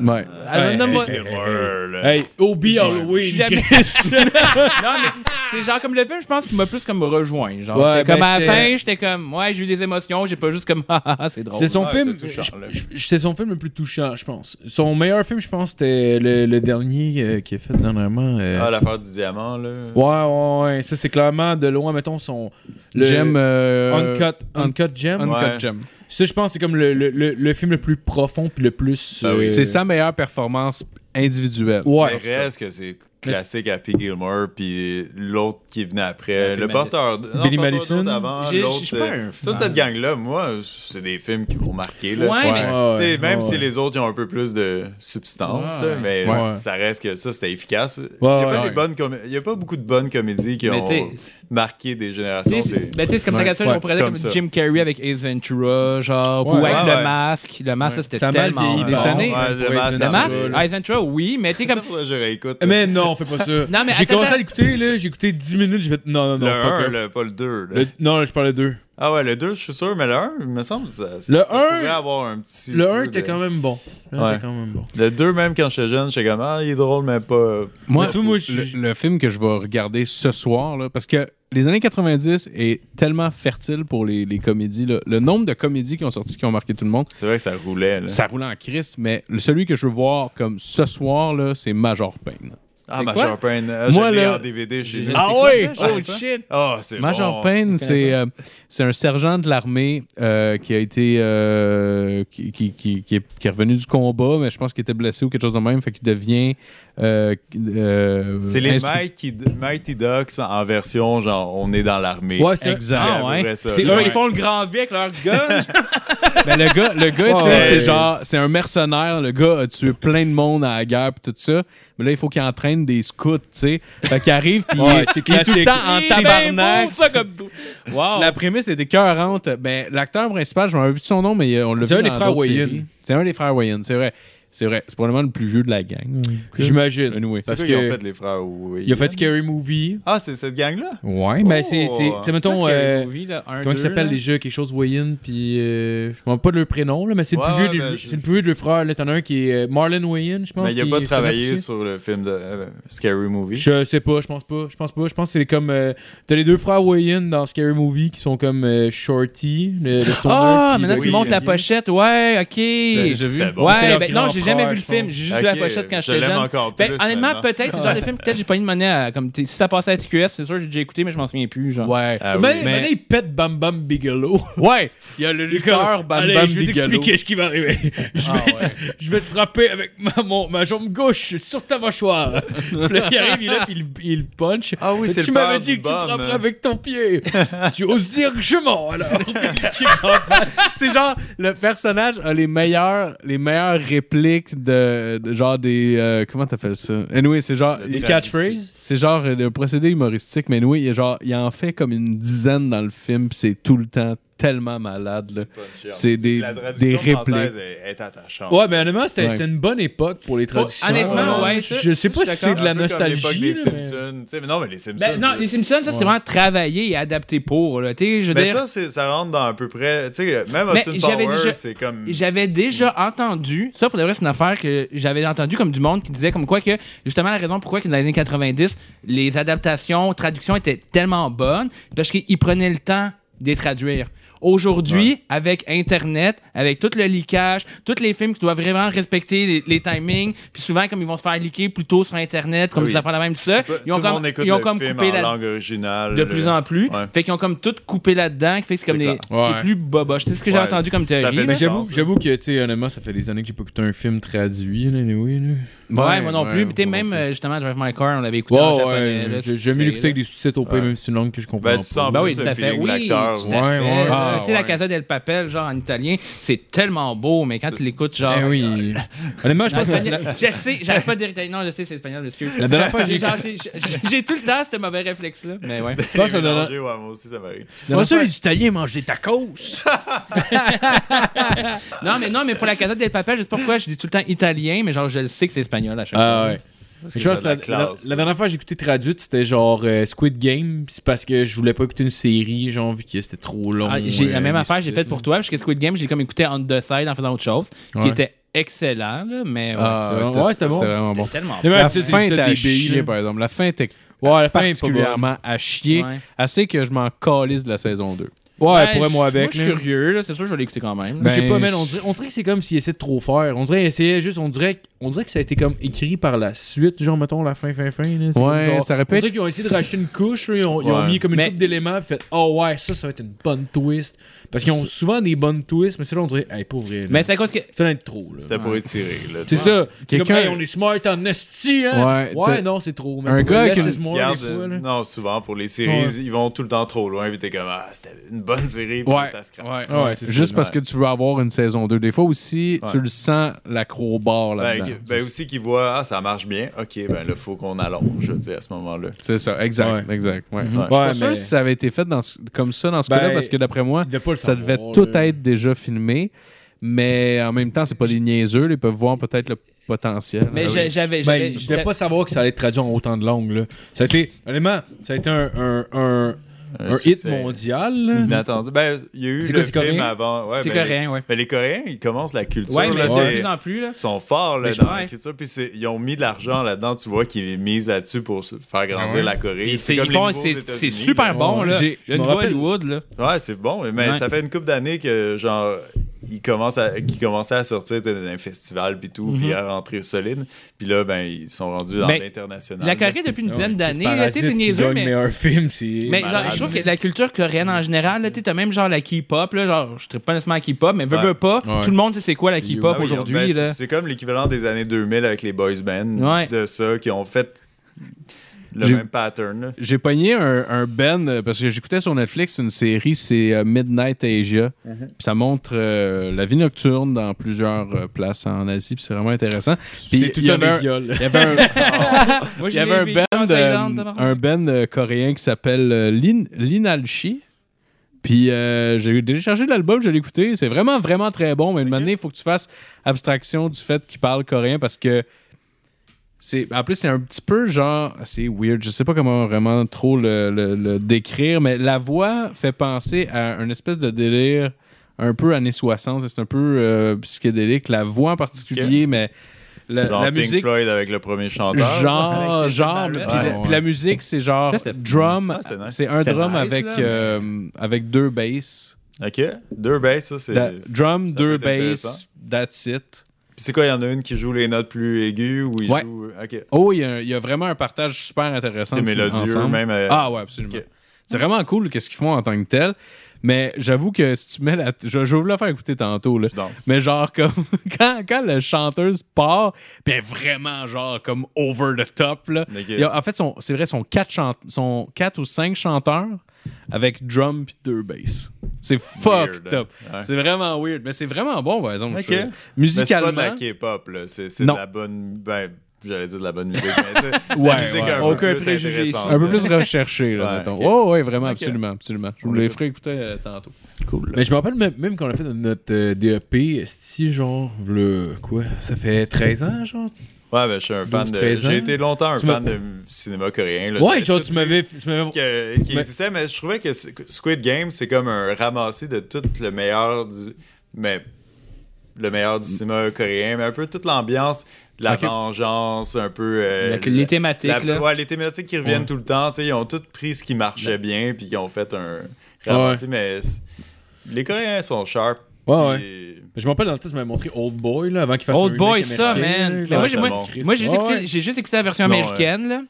S4: Ouais.
S1: Ah, non, moi-
S5: Terreur, là.
S3: Hey, Obi Halloween,
S1: Jamais.
S3: Chris.
S1: non, mais c'est genre comme le film, je pense qu'il m'a plus comme rejoint. Genre,
S3: Ouais,
S1: J'étais comme
S3: ben,
S1: à la
S3: c'était-
S1: fin, j'étais comme, ouais, j'ai eu des émotions, j'ai pas juste comme, ah, ah, ah, c'est drôle.
S3: C'est son
S5: Ouais,
S3: film.
S5: c'est touchant, là.
S3: je- je- C'est son film le plus touchant, je pense. Son meilleur film, je pense, c'était le, le dernier euh, qui est fait dernièrement. euh,
S5: Ah, l'affaire du diamant, là.
S3: Ouais, ouais, ouais. Ça, c'est clairement de loin, mettons, son. Le
S4: Gem. euh,
S3: Uncut, Uncut Gem.
S4: Uncut
S5: Ouais.
S4: Gem.
S3: Ça, je pense, c'est comme le, le, le, le film le plus profond puis le plus. euh,
S5: Ben oui.
S4: C'est sa meilleure performance individuelle.
S5: Mais
S3: Ouais.
S5: reste que c'est classique à P. Gilmore, puis l'autre qui venait après.
S1: Billy
S5: le
S1: Madi-
S5: porteur. non,
S3: Billy
S5: le porteur
S3: Madison.
S5: d'autre avant,
S1: J'ai-
S5: l'autre,
S1: je suis pas un
S5: euh, Toute cette gang-là, moi, c'est des films qui m'ont marqué. Là.
S1: Ouais, mais-
S5: Tu sais, même
S3: ouais,
S5: si
S3: ouais.
S5: les autres ils ont un peu plus de substance,
S1: Ouais.
S5: là, mais
S4: Ouais.
S5: ça reste que ça, c'était efficace.
S3: Ouais,
S5: il n'y a, pas
S3: ouais.
S5: des bonnes comé- il y a pas beaucoup de bonnes comédies qui
S1: Mais
S5: ont
S1: t'sais-
S5: marqué des
S1: Tu
S5: générations.
S1: sais,
S5: C'est
S1: c'est- ben, tu sais, c'est comme
S4: Ouais,
S1: ta question,
S4: ouais,
S1: on prenait comme
S5: comme ça.
S1: Jim Carrey avec Ace Ventura, genre,
S3: Ouais,
S1: ou avec
S5: ouais,
S1: le
S5: ouais.
S1: masque. Le masque, ça,
S3: Ça
S1: c'était
S3: a mal
S1: tellement.
S3: vieilli
S1: des
S3: par
S1: années.
S3: contre,
S5: Ouais,
S3: pour
S5: le masque,
S3: Ace
S1: Le
S5: ça
S1: masque,
S5: va,
S3: Ventura,
S5: là.
S1: Ace Ventura, oui, mais tu sais,
S5: comme...
S1: Ah, comme.
S5: je réécoute.
S3: Mais non, fais pas ça.
S1: Non, mais
S3: J'ai
S1: attends,
S3: commencé à
S1: attends.
S3: l'écouter, là. J'ai écouté 10 minutes, j'ai fait. Non, non,
S5: le
S3: non. fuck
S5: 1,
S3: off.
S5: pas le 2.
S3: Le- Non, là, je parlais d'eux.
S5: Ah ouais, le 2, je suis sûr, mais le 1, il me semble que ça, ça
S3: Le un-
S5: pourrait avoir un petit...
S3: Le
S5: peu
S3: 1
S5: de-
S3: était quand même bon. Le 1
S5: Ouais.
S3: était quand même bon.
S5: Le 2, même quand j'étais jeune, j'étais comme, ah, il est drôle, mais pas...
S4: Moi,
S3: Mais tu vois, moi,
S4: le,
S3: je-
S4: le film que je vais regarder ce soir, là, parce que les années 90 est tellement fertile pour les, les comédies. là. Le nombre de comédies qui ont sorti, qui ont marqué tout le monde,
S5: C'est vrai que ça roulait, là.
S4: ça roule en crise, mais le- celui que je veux voir comme ce soir, là, c'est Major Payne.
S5: Ah,
S4: C'est
S5: Major
S4: quoi?
S5: Payne, ah,
S4: Moi,
S5: je l'ai
S4: là-
S5: en DVD chez
S1: J'ai-
S5: nous.
S1: Ah ouais?
S4: Oh
S1: Oh,
S4: shit!
S5: Ah, c'est
S4: Major
S5: bon.
S4: Payne, c'est euh, c'est un sergent de l'armée euh, qui a été. euh, qui, qui, qui, qui est, qui est revenu du combat, mais je pense qu'il était blessé ou quelque chose de même, fait qu'il devient. euh, euh,
S5: C'est les
S4: instru-
S5: Mighty, Mighty Ducks en version, genre, on est dans l'armée.
S3: Ouais, c'est
S5: C'est
S4: Exact.
S5: à
S1: Ah,
S5: peu
S1: ouais.
S5: près ça,
S3: C'est
S5: là.
S1: Eux,
S3: Ouais.
S1: ils font le grand V avec leur gun.
S4: Mais Ben, le gars, le gars, tu sais,
S3: Ouais.
S4: c'est genre, c'est un mercenaire. Le gars a tué plein de monde à la guerre pis tout ça. Mais là, il faut qu'il entraîne des scouts, tu sais. Fait qu'il arrive pis il
S3: Ouais,
S4: est-
S3: c'est
S4: il est tout le
S3: classique.
S4: temps en
S1: C'est bien
S4: tabarnak.
S1: beau, ça, comme- Wow.
S4: La prémisse est écœurante. Ben, l'acteur principal, je m'en rappelle plus de son nom, mais euh, on l'a vu
S3: C'est un des
S4: dans
S3: frères
S4: d'autres
S3: Wayans.
S4: séries. C'est un des frères Wayans, c'est vrai. C'est vrai, c'est probablement le plus vieux de la gang.
S3: J'imagine.
S4: Anyway.
S5: C'est
S3: Parce
S5: quoi qu'ils
S3: que-
S5: ont fait, les frères Wayans?
S3: Il a fait Scary Movie.
S5: Ah, c'est cette gang-là?
S4: Ouais,
S3: Ben, c'est.
S5: Oh.
S3: c'est- c'est, mettons. euh, Comment
S4: Comment
S3: ils s'appellent déjà Quelque chose Wayne, puis. euh, je ne pas de leur prénom, là, mais c'est le
S5: Ouais,
S3: plus vieux
S5: ouais,
S3: des-
S5: ben, je-
S3: c'est le plus vieux de leurs frères. Là, t'en as un qui est euh, Marlon Wayne, je pense.
S5: Mais il a
S3: qui
S5: pas
S3: est-
S5: travaillé
S3: c'est-
S5: sur le film de euh, Scary Movie.
S3: Je sais pas, je pense pas. Je pense pas. Je pense que c'est comme. euh, T'as les deux frères Wayne dans Scary Movie qui sont comme euh, Shorty, le, le stoner,
S1: Ah,
S3: puis
S1: maintenant
S3: le-
S1: tu montres la
S3: Oui.
S1: pochette. Ouais, ok.
S5: J'ai- j'ai vu.
S1: Ouais,
S5: Bon,
S3: c'était leur
S1: ben non, j'ai
S3: grand
S1: jamais
S3: frère,
S1: vu le
S3: je
S1: film.
S3: pense.
S1: J'ai juste vu la
S5: Ok,
S1: pochette quand
S5: je
S1: j'étais
S5: l'aime
S1: jeune.
S5: encore
S1: Ben,
S5: plus,
S1: honnêtement,
S5: maintenant.
S1: peut-être, c'est le genre de film, peut-être j'ai pas eu de monnaie à. Comme, t'es- si ça passait à TQS, c'est sûr, j'ai déjà écouté, mais je m'en souviens plus. Genre.
S4: Ouais.
S5: Ah oui.
S3: Mais,
S4: Mais-
S3: maintenant, il pète Bam Bam Bigelow.
S4: Ouais, il y a le lutteur Bam
S3: Allez,
S4: Bam
S3: je vais
S4: Bigelow.
S3: t'expliquer ce qui va arriver. Je
S5: Ah,
S3: vais, te, je vais te frapper avec ma, mon- ma jambe gauche sur ta mâchoire. Puis là, il arrive, il est là, puis il, il punch.
S5: Ah oui,
S3: Fait que
S5: c'est
S3: Tu
S5: le
S3: m'avais
S5: père
S3: dit
S5: du
S3: que tu
S5: bum,
S3: frapperais
S5: hein.
S3: avec ton pied. tu oses dire que je mens, alors. Puis il kick en face.
S4: C'est genre, le personnage a les meilleures, les meilleures répliques de, de genre des. euh, comment t'appelles ça? Anyway, c'est genre.
S5: Le
S4: il-
S3: Les
S5: Traduit.
S3: catchphrases.
S4: C'est genre euh, le procédé humoristique, mais anyway, il, est genre, il en fait comme une dizaine dans le film, pis c'est tout le temps tellement malade. Là. C'est des,
S5: La
S4: des
S5: traduction
S4: répliques.
S5: française est, est attachante.
S3: Ouais, mais honnêtement, c'était
S4: Ouais.
S3: c'était une bonne époque pour les traductions.
S1: honnêtement, ouais, ça,
S3: Je sais pas
S1: je
S3: si
S1: suis
S3: c'est de la
S5: Un peu comme l'époque
S3: nostalgie.
S5: des
S3: là, mais-
S5: Simpsons. Tu sais, mais non, mais les Simpsons.
S1: Ben, non,
S5: c'est-
S1: les Simpsons, ça, c'était vraiment travaillé et adapté pour. Là. Tu sais, Je veux
S5: Mais
S1: dire,
S5: Ben, ça, c'est- ça rentre dans à peu près. Tu sais, même
S1: Mais
S5: Austin
S1: j'avais
S5: Powers,
S1: déjà-
S5: c'est comme.
S1: J'avais déjà
S5: Mm.
S1: entendu, ça pour de vrai, c'est une affaire que j'avais entendu comme du monde qui disait comme quoi que, justement, la raison pourquoi que dans les années 90, les adaptations, traductions étaient tellement bonnes, parce qu'ils prenaient le temps de les traduire. Aujourd'hui, avec Internet, avec tout le leakage, tous les films qui doivent vraiment respecter les, les timings, puis souvent, comme ils vont se faire leaker plutôt sur Internet, comme
S5: Ah Oui.
S1: ça faire la même, tout
S5: C'est
S1: ça,
S5: pas-
S1: ils ont
S5: tout le
S1: comme,
S5: monde écoute
S1: ils ont
S5: le
S1: comme
S5: film
S1: coupé
S5: en
S1: la,
S5: langue originale. euh,
S1: de plus en plus.
S5: Ouais.
S1: Fait qu'ils ont comme tout coupé là-dedans. Fait que c'est comme
S5: C'est
S1: les,
S3: clair.
S1: c'est
S3: Ouais.
S1: plus boboche. C'est ce que j'ai
S5: Ouais,
S1: entendu comme
S5: ça
S1: théorie.
S5: fait
S1: mais-
S5: du sens.
S3: J'avoue
S5: ça.
S3: j'avoue que, tu sais, honnêtement, ça fait des années que j'ai pas écouté un film traduit. Là, anyway, là.
S1: Ouais, moi non plus.
S4: ouais,
S1: Puis t'sais,
S4: moi
S1: même,
S4: non plus.
S1: euh, justement, Drive My Car, on l'avait écouté en
S3: Ouais,
S1: japonais. là,
S3: ouais. J'ai
S1: c'était-
S3: jamais l'écouté avec
S1: là.
S3: des sous-titres au pays,
S5: Ouais.
S3: même si c'est une langue que je comprends
S5: Ben,
S3: pas.
S5: tu sens
S1: Bah
S5: plus
S1: oui, tout
S5: le
S1: à fait.
S5: feeling
S1: Oui,
S5: de l'acteur.
S1: tout à
S3: ouais. Ouais,
S1: fait.
S3: ouais.
S1: Là,
S4: Ah,
S1: tu sais, La
S4: ouais.
S1: Casa del Papel, genre en italien, c'est tellement beau, mais quand tu l'écoutes, genre.
S3: Ben oui. Honnêtement, je
S1: En
S3: pense que
S1: espagnol- je sais, j'arrive pas à dire italien. Non, je sais, c'est espagnol, excuse.
S3: La dernière fois que j'ai-
S1: Genre, j'ai- j'ai j'ai tout le temps ce mauvais réflexe-là. Mais ouais.
S5: Je pense
S3: ça donne-
S5: Ouais, moi aussi, ça m'arrive.
S4: Moi, ça, les Italiens mangent des tacos.
S1: Non, mais non, mais pour la Casa del Papel, je sais pas pourquoi je dis tout le temps italien, mais genre, je le sais que c'est espagnol à chaque
S3: Ah
S1: fois.
S3: ouais. Je
S5: Parce que ça a
S3: pense
S5: de
S3: que la,
S5: la classe.
S3: la- la dernière fois que j'ai écouté traduite, c'était genre euh, Squid Game. pis C'est parce que je voulais pas écouter une série, genre, vu que c'était trop long.
S1: Ah, j'ai la
S3: euh,
S1: même
S3: les
S1: affaire, j'ai
S3: sous-titres,
S1: faite pour
S3: là.
S1: toi, parce que Squid Game, j'ai comme écouté On the Side en faisant autre chose,
S3: Ouais.
S1: qui était excellent, là, mais ouais,
S4: Ah,
S1: c'est-
S3: ouais,
S4: c'était-
S3: ouais, c'était Ah bon. Eh ben,
S4: C'était vraiment
S1: c'était
S4: bon.
S1: tellement
S3: Mais
S1: bon.
S3: ouais,
S4: La
S3: tu sais, c'est
S4: fin
S3: l'épisode
S4: était
S3: des
S4: à
S3: billes,
S4: chier,
S3: là.
S4: par exemple. La fin était
S3: Ouais, la fin est pas bonne.
S4: particulièrement à chier.
S1: Ouais.
S4: Assez que je m'en calisse de la saison 2.
S3: Ouais, pour moi
S1: je-
S3: avec.
S1: je suis
S3: là.
S1: curieux, là, c'est sûr, je vais l'écouter quand même. là.
S3: Je sais
S4: Ben,
S3: pas, man,
S4: je-
S3: on dirait, on dirait que c'est comme s'il essayait de trop faire. On dirait qu'il essayait juste, on dirait, on dirait que ça a été comme écrit par la suite, genre, mettons, la fin, fin, fin. Là, C'est comme
S4: Ouais,
S3: genre-
S4: ça aurait pu
S3: On
S4: être-
S3: dirait qu'ils ont essayé de racheter une couche, là, ils, ont, ils ont
S5: Ouais.
S3: mis comme une
S1: Mais-
S3: coupe d'éléments, puis fait, oh ouais, ça, ça va être une bonne twist. Parce qu'ils ont souvent des bonnes twists, mais c'est là, on dirait, hey, pour vrai. là,
S1: Mais c'est à cause que.
S3: ça va être trop, là.
S5: Ça pourrait tirer. là.
S3: C'est ça. C'est comme,
S4: Quelqu'un-
S3: hey, on est smart en esti, hein.
S4: Ouais,
S3: Ouais,
S4: t'as-
S3: non, c'est trop. man.
S4: Un
S3: Pour
S4: gars
S3: vrai,
S4: qui
S3: c'est
S4: nous
S3: smart,
S5: Regarde,
S3: des fois,
S5: euh,
S3: là.
S5: non, souvent pour les séries, ils vont tout le temps trop loin. Puis t'es comme, ah, c'était une bonne série. puis
S4: Ouais.
S5: t'as scrap.
S4: ouais.
S3: Ah ouais, c'est
S4: Juste
S3: ça.
S4: parce que tu veux avoir une saison 2. Des fois aussi,
S5: Ouais.
S4: tu le sens l'acrobar
S5: Ben,
S4: là-dedans.
S5: que- ben aussi qu'ils voient, ah, ça marche bien. Ok, ben là, faut qu'on allonge, je veux dire, à ce moment-là.
S4: C'est ça, exact. Exact. Ouais.
S5: Ouais.
S4: Je suis pas
S3: Ouais,
S4: sûr
S3: mais-
S4: si ça avait été fait dans ce- comme ça dans ce
S3: Ben,
S4: cas-là, parce que d'après moi,
S3: il devait pas le
S4: ça
S3: savoir,
S4: devait tout
S3: là.
S4: être déjà filmé. Mais en même temps, c'est pas des niaiseux. là, Ils peuvent voir peut-être le potentiel.
S1: Mais
S4: Ah
S1: j'a-
S4: oui.
S1: j'avais.
S3: Ben,
S1: j'avais-
S3: je
S1: j'avais-
S3: devais pas savoir que ça allait être traduit en autant de langues. Là. Ça a été, honnêtement, ça a été un, un, un,
S5: Un
S3: un hit
S5: succès
S3: mondial. là.
S5: Inattendu. Ben, il y a eu
S3: C'est
S5: le
S3: quoi, c'est
S5: film
S3: coréen?
S5: avant. Ouais,
S1: C'est
S5: ben,
S1: coréen, ouais.
S5: Les, ben, les Coréens, ils commencent la culture.
S1: Ouais, mais
S5: là,
S1: de
S5: c'est-
S1: plus en plus, là.
S5: Ils sont forts là,
S1: Mais je-
S5: dans la
S1: ouais.
S5: culture. Puis c'est- ils ont mis de l'argent là-dedans. Tu vois qu'ils misent là-dessus pour se faire grandir la Corée.
S1: Ah Puis c'est-
S5: C'est comme
S1: ils
S5: les
S1: font-
S5: nouveaux
S1: c'est-
S5: États-Unis,
S1: C'est super
S5: là.
S1: bon, là.
S3: J'ai- je
S1: Le
S3: me
S1: nouveau
S3: rappelle-
S1: Hollywood, là.
S5: Ouais, c'est bon, mais
S1: Ouais.
S5: ça fait une couple d'années que genre il commence à qui commençait à sortir d'un festival puis tout,
S1: Mhm.
S5: puis à rentrer solide. Puis là ben ils sont rendus dans
S1: Ben,
S5: l'international.
S1: La Corée, depuis une dizaine d'années, là, tu
S3: Parasite
S1: sais, c'est
S3: qui
S1: niaiseux,
S3: gagne
S1: mais.
S3: meilleur film, c'est.
S1: Mais
S5: Malade.
S1: genre, je trouve que la culture coréenne en général, là, tu sais, t'as même genre la K-pop, là, genre, je ne pas nécessairement la K-pop, mais veux,
S5: Ouais.
S1: veux pas,
S4: Ouais.
S1: tout le monde sait c'est quoi la
S5: Ah
S1: K-pop
S5: oui, ben,
S1: aujourd'hui,
S5: c'est-
S1: là.
S5: c'est comme l'équivalent des années 2000 avec les boys bands
S1: Ouais.
S5: de ça qui ont fait le
S4: J'ai-
S5: même pattern. là.
S4: J'ai pogné un, un Ben euh, parce que j'écoutais sur Netflix une série, c'est euh, Midnight Asia. Puis ça montre euh, la vie nocturne dans plusieurs euh, places en Asie. Puis c'est vraiment intéressant. Puis
S3: c'est tout
S4: il y
S3: un
S4: avait un-
S3: viol.
S4: il y avait un,
S1: Moi,
S4: il y avait un band, euh, un band, euh, coréen qui s'appelle euh, Lin- Linalchi. Puis euh, j'ai téléchargé l'album, je l'ai écouté. C'est vraiment, vraiment très bon. Mais une manière, il faut que tu fasses abstraction du fait qu'il parle coréen parce que. c'est En plus, c'est un petit peu genre. C'est weird. Je sais pas comment vraiment trop le, le- le décrire, mais la voix fait penser à une espèce de délire un peu années 60. C'est un peu euh, psychédélique. La voix en particulier, mais.
S1: Euh,
S4: La,
S5: Genre
S4: la
S5: Pink
S4: musique.
S5: Floyd avec le premier chanteur.
S4: Genre,
S1: Avec ses
S4: genre,
S1: cymbales,
S4: puis
S1: là.
S4: la-
S5: Ouais,
S4: puis
S5: ouais.
S4: la musique, c'est genre
S1: Ça, c'était-
S4: drum,
S5: Ah, c'était nice.
S4: c'est un
S1: C'était
S4: drum
S1: nice,
S4: avec,
S1: là,
S4: euh, avec deux basses.
S5: OK. Deux basses, ça, c'est...
S4: Da- drum,
S5: ça
S4: deux
S5: peut être
S4: basses, that's it.
S5: Puis c'est quoi, il y en a une qui joue les notes plus aiguës ou il
S4: Ouais.
S5: joue... euh, OK.
S4: Oh, il y, a- il y a vraiment un partage super intéressant.
S5: C'est
S4: de ces-
S5: mélodieux,
S4: ensemble.
S5: même, euh,
S4: Ah ouais, absolument.
S5: ok.
S4: C'est vraiment cool qu'est-ce qu'ils font en tant que tel. Mais j'avoue que si tu mets la... Je, je vais vous la faire écouter tantôt. Là.
S5: Je suis down.
S4: Mais genre comme... quand, quand la chanteuse part, bien vraiment genre comme over the top. Là.
S5: Ok.
S4: Il y a- en fait, son- c'est vrai, sont quatre, chan- sont quatre ou cinq chanteurs avec drum puis deux basses. C'est fucked
S5: Weird, hein?
S4: up.
S5: Ouais.
S4: C'est vraiment weird. Mais c'est vraiment bon, par exemple.
S5: Ok.
S4: je trouve.
S5: Mais
S4: Musicalement...
S5: Mais c'est pas de la K-pop, là. C'est c'est de
S4: Non.
S5: la bonne... Ben, j'allais dire de la bonne musique, mais tu sais,
S4: Ouais,
S5: la musique
S4: ouais.
S5: un peu
S3: Aucun
S5: plus
S3: préjugé,
S5: intéressante.
S4: un peu plus recherché, là,
S5: Ouais,
S4: mettons.
S5: ok.
S4: Oh, ouais, vraiment,
S5: Ok.
S4: absolument, absolument. Je vous les ferai écouter euh, tantôt.
S5: Cool.
S3: Mais je me rappelle même, même quand on a fait notre euh, DEP, si genre, le quoi, ça fait 13 ans, genre.
S5: Ouais, ben, je suis un fan
S3: 12,
S5: de...
S3: 13 ans.
S5: J'ai été longtemps un
S3: Tu
S5: fan de cinéma coréen. Là.
S3: ouais,
S5: J'ai
S3: genre,
S5: tout
S3: tu m'avais. tu m'avais-
S5: ce que- qui
S3: Mais-
S5: existait, mais je trouvais que Squid Game, c'est comme un ramassé de tout le meilleur du. Mais le meilleur du cinéma coréen, mais un peu toute l'ambiance, de la
S1: Mm. Ok.
S5: vengeance, un peu. euh,
S1: La- les thématiques,
S5: la-
S1: là.
S5: ouais, les thématiques qui reviennent tout le temps. tu sais, Ils ont toutes pris ce qui marchait bien, puis ils ont fait un ramassé, mais c- les Coréens sont sharp.
S3: Ouais,
S5: puis-
S3: Je me rappelle dans le temps, tu m'avais montré Old Boy, là, avant qu'il fasse un
S1: Old
S3: remake
S1: Boy, ça,
S3: américain,
S1: man.
S3: là, genre.
S5: Ouais,
S1: Mais moi, j'ai
S5: c'est
S1: moi-
S5: bon.
S1: moi, j'ai juste
S3: Ouais,
S1: écouté-
S3: ouais.
S1: j'ai juste écouté la version
S5: Sinon,
S1: américaine, là,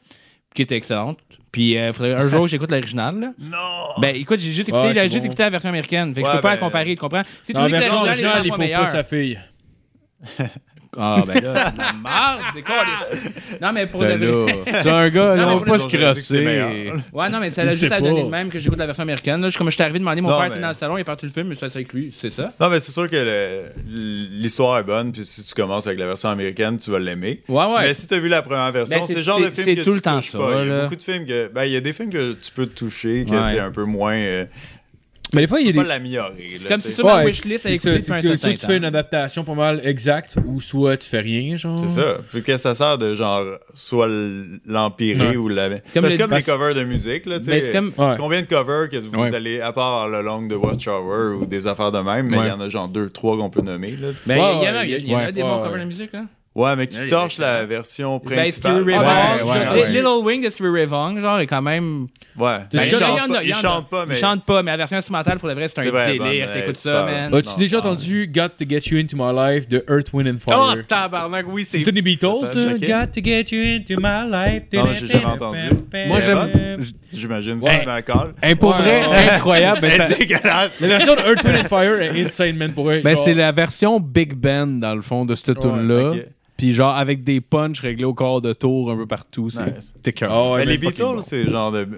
S1: qui était excellente. Puis, euh, faudrait un jour, j'écoute l'original, là.
S5: Non!
S1: Ben écoute, j'ai juste écouté,
S3: Ouais,
S1: la-
S3: c'est
S1: juste
S3: bon.
S1: écouté la version américaine. Fait que je
S5: Ouais,
S1: peux pas la
S5: ben-
S1: comparer, tu comprends? Si tu
S3: Dans la
S1: dis que
S3: version
S1: l'original est
S3: originale, il
S1: vraiment
S3: faut pas
S1: meilleur.
S3: sa fille.
S1: Ah ben là, c'est de la merde, décolle. Non mais pour
S3: Ben
S1: de vrai.
S4: c'est un gars,
S1: Ben Non,
S4: on
S1: mais
S4: va
S1: plus,
S4: pas
S5: ils
S4: se
S5: ont déjà dit que c'est
S4: crosser.
S5: meilleur.
S1: Ouais, non mais ça
S3: Je
S1: l'a
S3: sais
S1: juste à
S3: pas.
S1: donner de même que j'écoute la version américaine. Là, je- comme je suis arrivé demander, mon
S5: Non,
S1: père
S5: mais-
S1: était dans le salon, il est parti le film, mais ça c'est avec lui, c'est ça.
S5: Non, mais c'est sûr que le- l'histoire est bonne, puis si tu commences avec la version américaine, tu vas l'aimer.
S1: Ouais ouais.
S5: Mais si t'as vu la première version,
S1: Ben, c'est-
S5: c'est le genre de
S1: c'est-
S5: film
S1: c'est
S5: que
S1: tout
S5: tu
S1: le temps
S5: touches
S1: ça,
S5: pas. Il y a
S1: là.
S5: beaucoup de films que. Ben, il y a des films que tu peux toucher, que
S1: Ouais.
S5: c'est un peu moins. euh,
S3: Mais des fois, il y
S5: tu
S3: a
S5: peux pas
S3: des.
S5: l'améliorer. là,
S1: comme
S5: tu
S1: si
S5: sais.
S1: sur ma
S3: Ouais,
S1: wishlist à
S3: c'est
S1: écouter
S3: ça,
S1: depuis
S3: c'est que
S1: un certain
S3: soit tu fais une
S1: temps.
S3: adaptation pas mal exacte, ou soit tu fais rien, genre.
S5: C'est ça. Fait que ça sert de genre soit l'empirer
S3: Ouais.
S5: ou la. Ben, C'est
S1: comme
S5: comme,
S1: le-
S5: les
S1: parce-
S5: covers de musique, là, tu
S1: Ben, c'est
S5: sais.
S1: comme-
S3: Ouais.
S5: Combien de covers que vous
S4: Ouais.
S5: allez, à part le long de Watch Hour ou des affaires de même, mais il
S4: Ouais.
S5: y en a genre deux, trois qu'on peut nommer. Là.
S1: Ben il y, en
S3: Ouais,
S1: a- il y, en a
S4: ouais,
S1: des bons
S3: ouais.
S1: covers de musique là.
S5: Ouais, mais
S1: Là, il
S5: qui
S1: y
S5: torchent
S1: a des-
S5: la version
S1: Ben Skewed
S5: principale.
S4: Ouais,
S1: Ray Vaughan,
S4: ouais,
S1: genre,
S4: ouais.
S1: Little Wing de Skewed Ray Vaughan, genre est quand même
S5: Ouais.
S3: Ben, il y
S5: ils
S3: en a,
S5: chantent
S1: il y en a,
S5: pas-
S1: il y
S5: ils
S1: en a.
S5: chantent pas, mais.
S1: il chante pas mais la version instrumentale pour le vrai c'est
S5: C'est
S1: un
S5: vrai,
S1: délire,
S5: bonne,
S1: t'écoutes
S5: c'est
S1: ça
S5: pas-
S1: man.
S3: As-tu
S5: Non,
S3: déjà
S5: ah,
S3: entendu Got to Get You Into My Life de Earth, Wind and
S4: Oh,
S3: Fire?
S4: tabarnak, oui, c'est.
S3: C'est des Beatles,
S5: Attends,
S3: là.
S5: checker.
S3: Got to Get You Into My Life.
S5: Non, mais j'ai jamais entendu.
S4: Moi,
S5: Elle est
S4: j'aime.
S5: J'imagine
S4: Ouais.
S5: si tu m'accordes.
S4: Hey, pour
S3: Ouais,
S4: vrai,
S3: ouais.
S4: incroyable. mais ça-
S5: C'est dégueulasse!
S3: La version de Earth, Wind and Fire est insane, man, pour eux.
S4: ben,
S3: genre.
S4: c'est la version Big Band, dans le fond, de cette tune-là.
S5: ok.
S4: Puis genre, avec des punchs réglés au corps de tour un peu partout. C'est
S5: Nice.
S4: t'es cœur.
S3: Ah ouais,
S5: Mais
S3: man,
S5: Ben, les
S3: fucking
S5: Beatles,
S3: bon.
S5: c'est genre de. Tu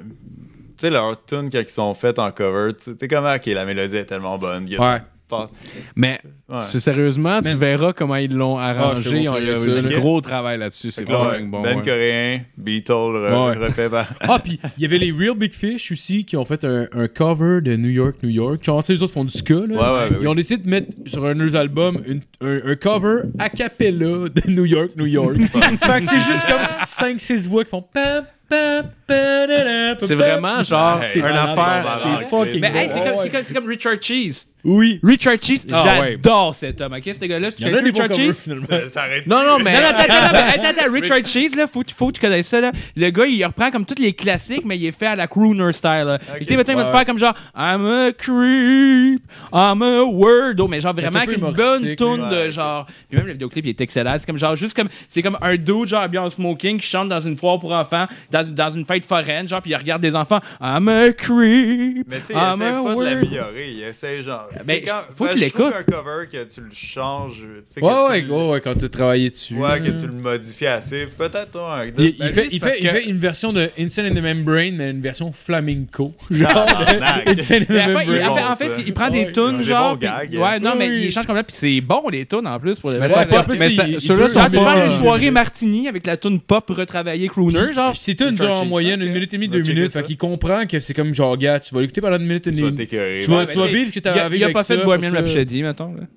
S5: sais, leurs tunes, quand ils sont faites en cover, tu- t'es comme, ah, ok, la mélodie est tellement bonne. que ça
S3: Ouais.
S5: passe.
S4: Mais
S5: Ouais.
S4: c'est- sérieusement, tu verras comment ils l'ont
S3: je te
S4: arrangé.
S3: montrerai
S4: Il y a
S3: ça,
S4: eu
S5: ok.
S4: un gros travail là-dessus. C'est
S5: Fait que là,
S4: vraiment bon.
S5: Ben
S4: ouais.
S5: coréen, Beatles re-
S3: Ouais.
S5: refait par.
S3: Ah, puis il y avait les Real Big Fish aussi qui ont fait un, un cover de New York, New York. Genre, tu sais, les autres font du ska, là.
S5: Ouais, ouais, ben
S3: Ils ont décidé de mettre sur un de leurs albums une- un, un cover a cappella de New York, New York. fait que c'est juste comme 5-6 voix qui font. pam, pam, pa, da, da, pa,
S4: C'est
S3: pa.
S4: vraiment genre
S5: Ouais,
S4: une
S5: c'est
S4: affaire.
S5: malade.
S4: c'est-
S3: C'est fucking
S1: Mais
S3: bon.
S1: hey, c'est comme,
S3: Ouais.
S1: c'est comme, c'est comme Richard Cheese.
S4: Oui.
S1: Richard Cheese,
S4: Ah,
S1: j'adore cet homme, ok? Ce gars-là,
S3: Il
S1: tu
S3: y en a des
S1: connais
S3: bons
S1: Richard
S3: covers,
S1: Cheese?
S3: finalement.
S5: Ça- ça arrête-
S4: Non, non, mais.
S1: Non, non, attends, attends, attends, attends, attends, Richard Cheese, là, faut, faut que tu connaisses ça, là. Le gars, il reprend comme tous les classiques, mais il est fait à la crooner style, là. Et Tu sais, maintenant, il va te faire comme genre, I'm a creep, I'm a weirdo, mais genre vraiment
S3: un
S1: avec
S3: peu
S1: une bonne
S3: humoristique,
S1: tune
S5: là.
S1: de
S5: Ouais.
S1: genre. Puis même le vidéoclip, il est excellent. C'est comme genre, juste comme, c'est comme un dude, genre, habillé en smoking, qui chante dans une foire pour enfants, dans, une- dans une fête foraine, genre, puis il regarde des enfants, I'm a creep,
S5: Mais tu sais, ils
S1: I'm
S3: Ah,
S5: essaient
S1: a
S5: pas de
S1: weirdo.
S5: l'améliorer. Ils essaient genre. Mais
S1: Mais faut
S5: ben,
S1: qu'il
S5: je trouve
S1: l'écoute.
S5: qu'un cover que tu le changes. tu sais, que
S3: Ouais,
S5: tu
S3: ouais,
S5: le-
S3: ouais, ouais, quand tu as travaillé dessus.
S5: ouais, que tu le modifies assez. Peut-être, toi, un
S3: Il, il
S4: Ben,
S3: fait,
S4: lui, c'est
S3: il,
S4: parce
S3: fait, il
S4: que-
S3: fait une version de Insane in the Membrane, mais une version flamenco.
S5: Tabarnak.
S3: Insane in the
S1: Mais après, il-
S3: Membrane.
S1: après,
S5: bon,
S1: en fait,
S5: ça.
S1: il prend
S3: Ouais,
S1: des tunes,
S5: c'est
S1: genre.
S5: bon
S1: puis-
S5: gag.
S1: ouais, non, mais
S3: Oui.
S1: il change comme ça, puis c'est bon, les tunes en plus, pour le
S4: Mais
S1: vrai.
S4: ça
S3: Ouais,
S4: a pas-
S3: en plus,
S4: mais
S3: il-
S4: ça-
S3: il-
S4: ceux-là
S3: il-
S4: sont
S1: Genre, tu
S4: pas,
S1: parles
S4: euh,
S1: d'une soirée martini avec la tune pop retravaillée crooner, genre.
S3: Puis c'est tout
S1: Richard
S3: genre en
S1: James.
S3: moyenne une
S5: Ok.
S3: minute et demie,
S5: On
S3: deux
S5: va checker
S3: minutes.
S5: ça.
S3: Fait qu'il comprend que c'est comme genre, gars, tu vas l'écouter pendant une minute et
S5: Tu vas
S3: demie.
S5: t'écœurer.
S3: Tu vas,
S5: Ouais,
S3: tu vas
S1: mais
S3: vivre que
S1: Il
S3: t'as
S1: a,
S3: avec
S1: il a pas
S3: ça,
S1: fait
S3: pour
S1: Bohemian
S3: ça.
S1: Rhapsody, mettons. Là.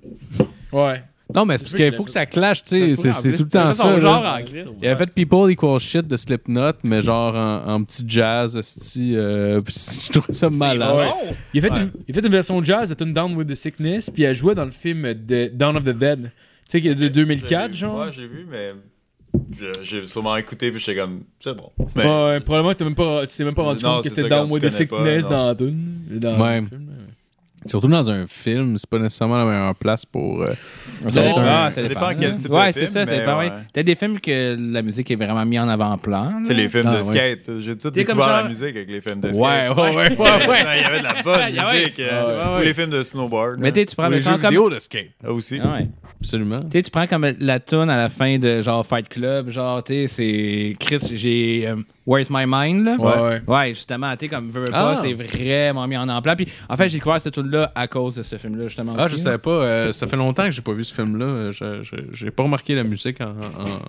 S3: Ouais.
S4: Non, mais c'est parce qu'il faut que ça clash, tu sais. C'est c'est tout le temps
S1: son
S4: ça.
S1: genre
S4: là.
S1: anglais.
S4: Il avait fait People Equal Shit de Slipknot, mais genre en, en petit jazz, esti, euh, pis je trouve ça malade.
S3: ouais. Il a, fait
S5: Ouais.
S3: une, il a fait une version jazz de Tune Down with the Sickness, puis elle jouait dans le film de Down of the Dead. Tu sais, qui est de
S5: j'ai
S3: 2004,
S5: vu.
S3: genre.
S5: Ouais, j'ai vu, mais je- j'ai sûrement écouté, puis j'étais comme, c'est bon.
S3: Ouais, ouais,
S5: Mais
S3: Ben, euh, probablement que t'as même pas- tu t'es même pas rendu
S5: ben, Non,
S3: compte que
S5: c'est
S3: c'était
S5: ça,
S3: Down
S5: quand
S3: with
S5: tu
S3: the
S5: connais pas,
S3: Sickness
S5: non.
S3: dans la tune. Dans le
S4: Ouais.
S3: film, ouais.
S4: Surtout dans un film, c'est pas nécessairement la meilleure place pour. euh,
S1: Ça
S4: Ouais.
S1: dépend,
S4: Ouais.
S1: ça
S5: Ça dépend
S1: dépend,
S5: quel
S1: hein.
S5: type de
S1: ouais,
S5: film,
S1: c'est ça,
S5: mais
S1: c'est pas
S5: ouais.
S1: T'as des films que la musique est vraiment mise en avant-plan.
S5: tu sais, les films
S4: Ah,
S5: de
S4: ouais.
S5: skate. euh, J'ai tout
S1: T'es comme
S5: découvert la
S1: genre-
S5: musique avec les films de skate.
S4: Ouais, ouais, ouais, ouais, ouais.
S5: Ouais, Il y avait de la bonne
S1: Ah ouais.
S5: musique.
S1: Ah
S5: euh,
S1: ouais.
S5: Ou les films de snowboard.
S1: Mais
S5: hein.
S1: t'sais, tu prends
S4: Ou les
S1: mettons,
S4: jeux
S1: comme-
S4: vidéo de skate.
S5: Ah, aussi.
S1: Ah ouais.
S4: Absolument.
S1: Tu sais, tu prends comme la tune à la fin de genre Fight Club, genre, tu sais, c'est Chris, j'ai euh, Where's My Mind, là.
S3: Ouais, ouais.
S1: Ouais, justement, tu sais, comme veux veux pas,
S4: Ah.
S1: c'est vraiment mis en emploi. Puis, en fait, j'ai découvert cette tune-là à cause de ce film-là, justement.
S4: Ah,
S1: aussi,
S4: je
S1: là.
S4: savais pas. euh, ça fait longtemps que j'ai pas vu ce film-là. euh, je- je- J'ai pas remarqué la musique en. en-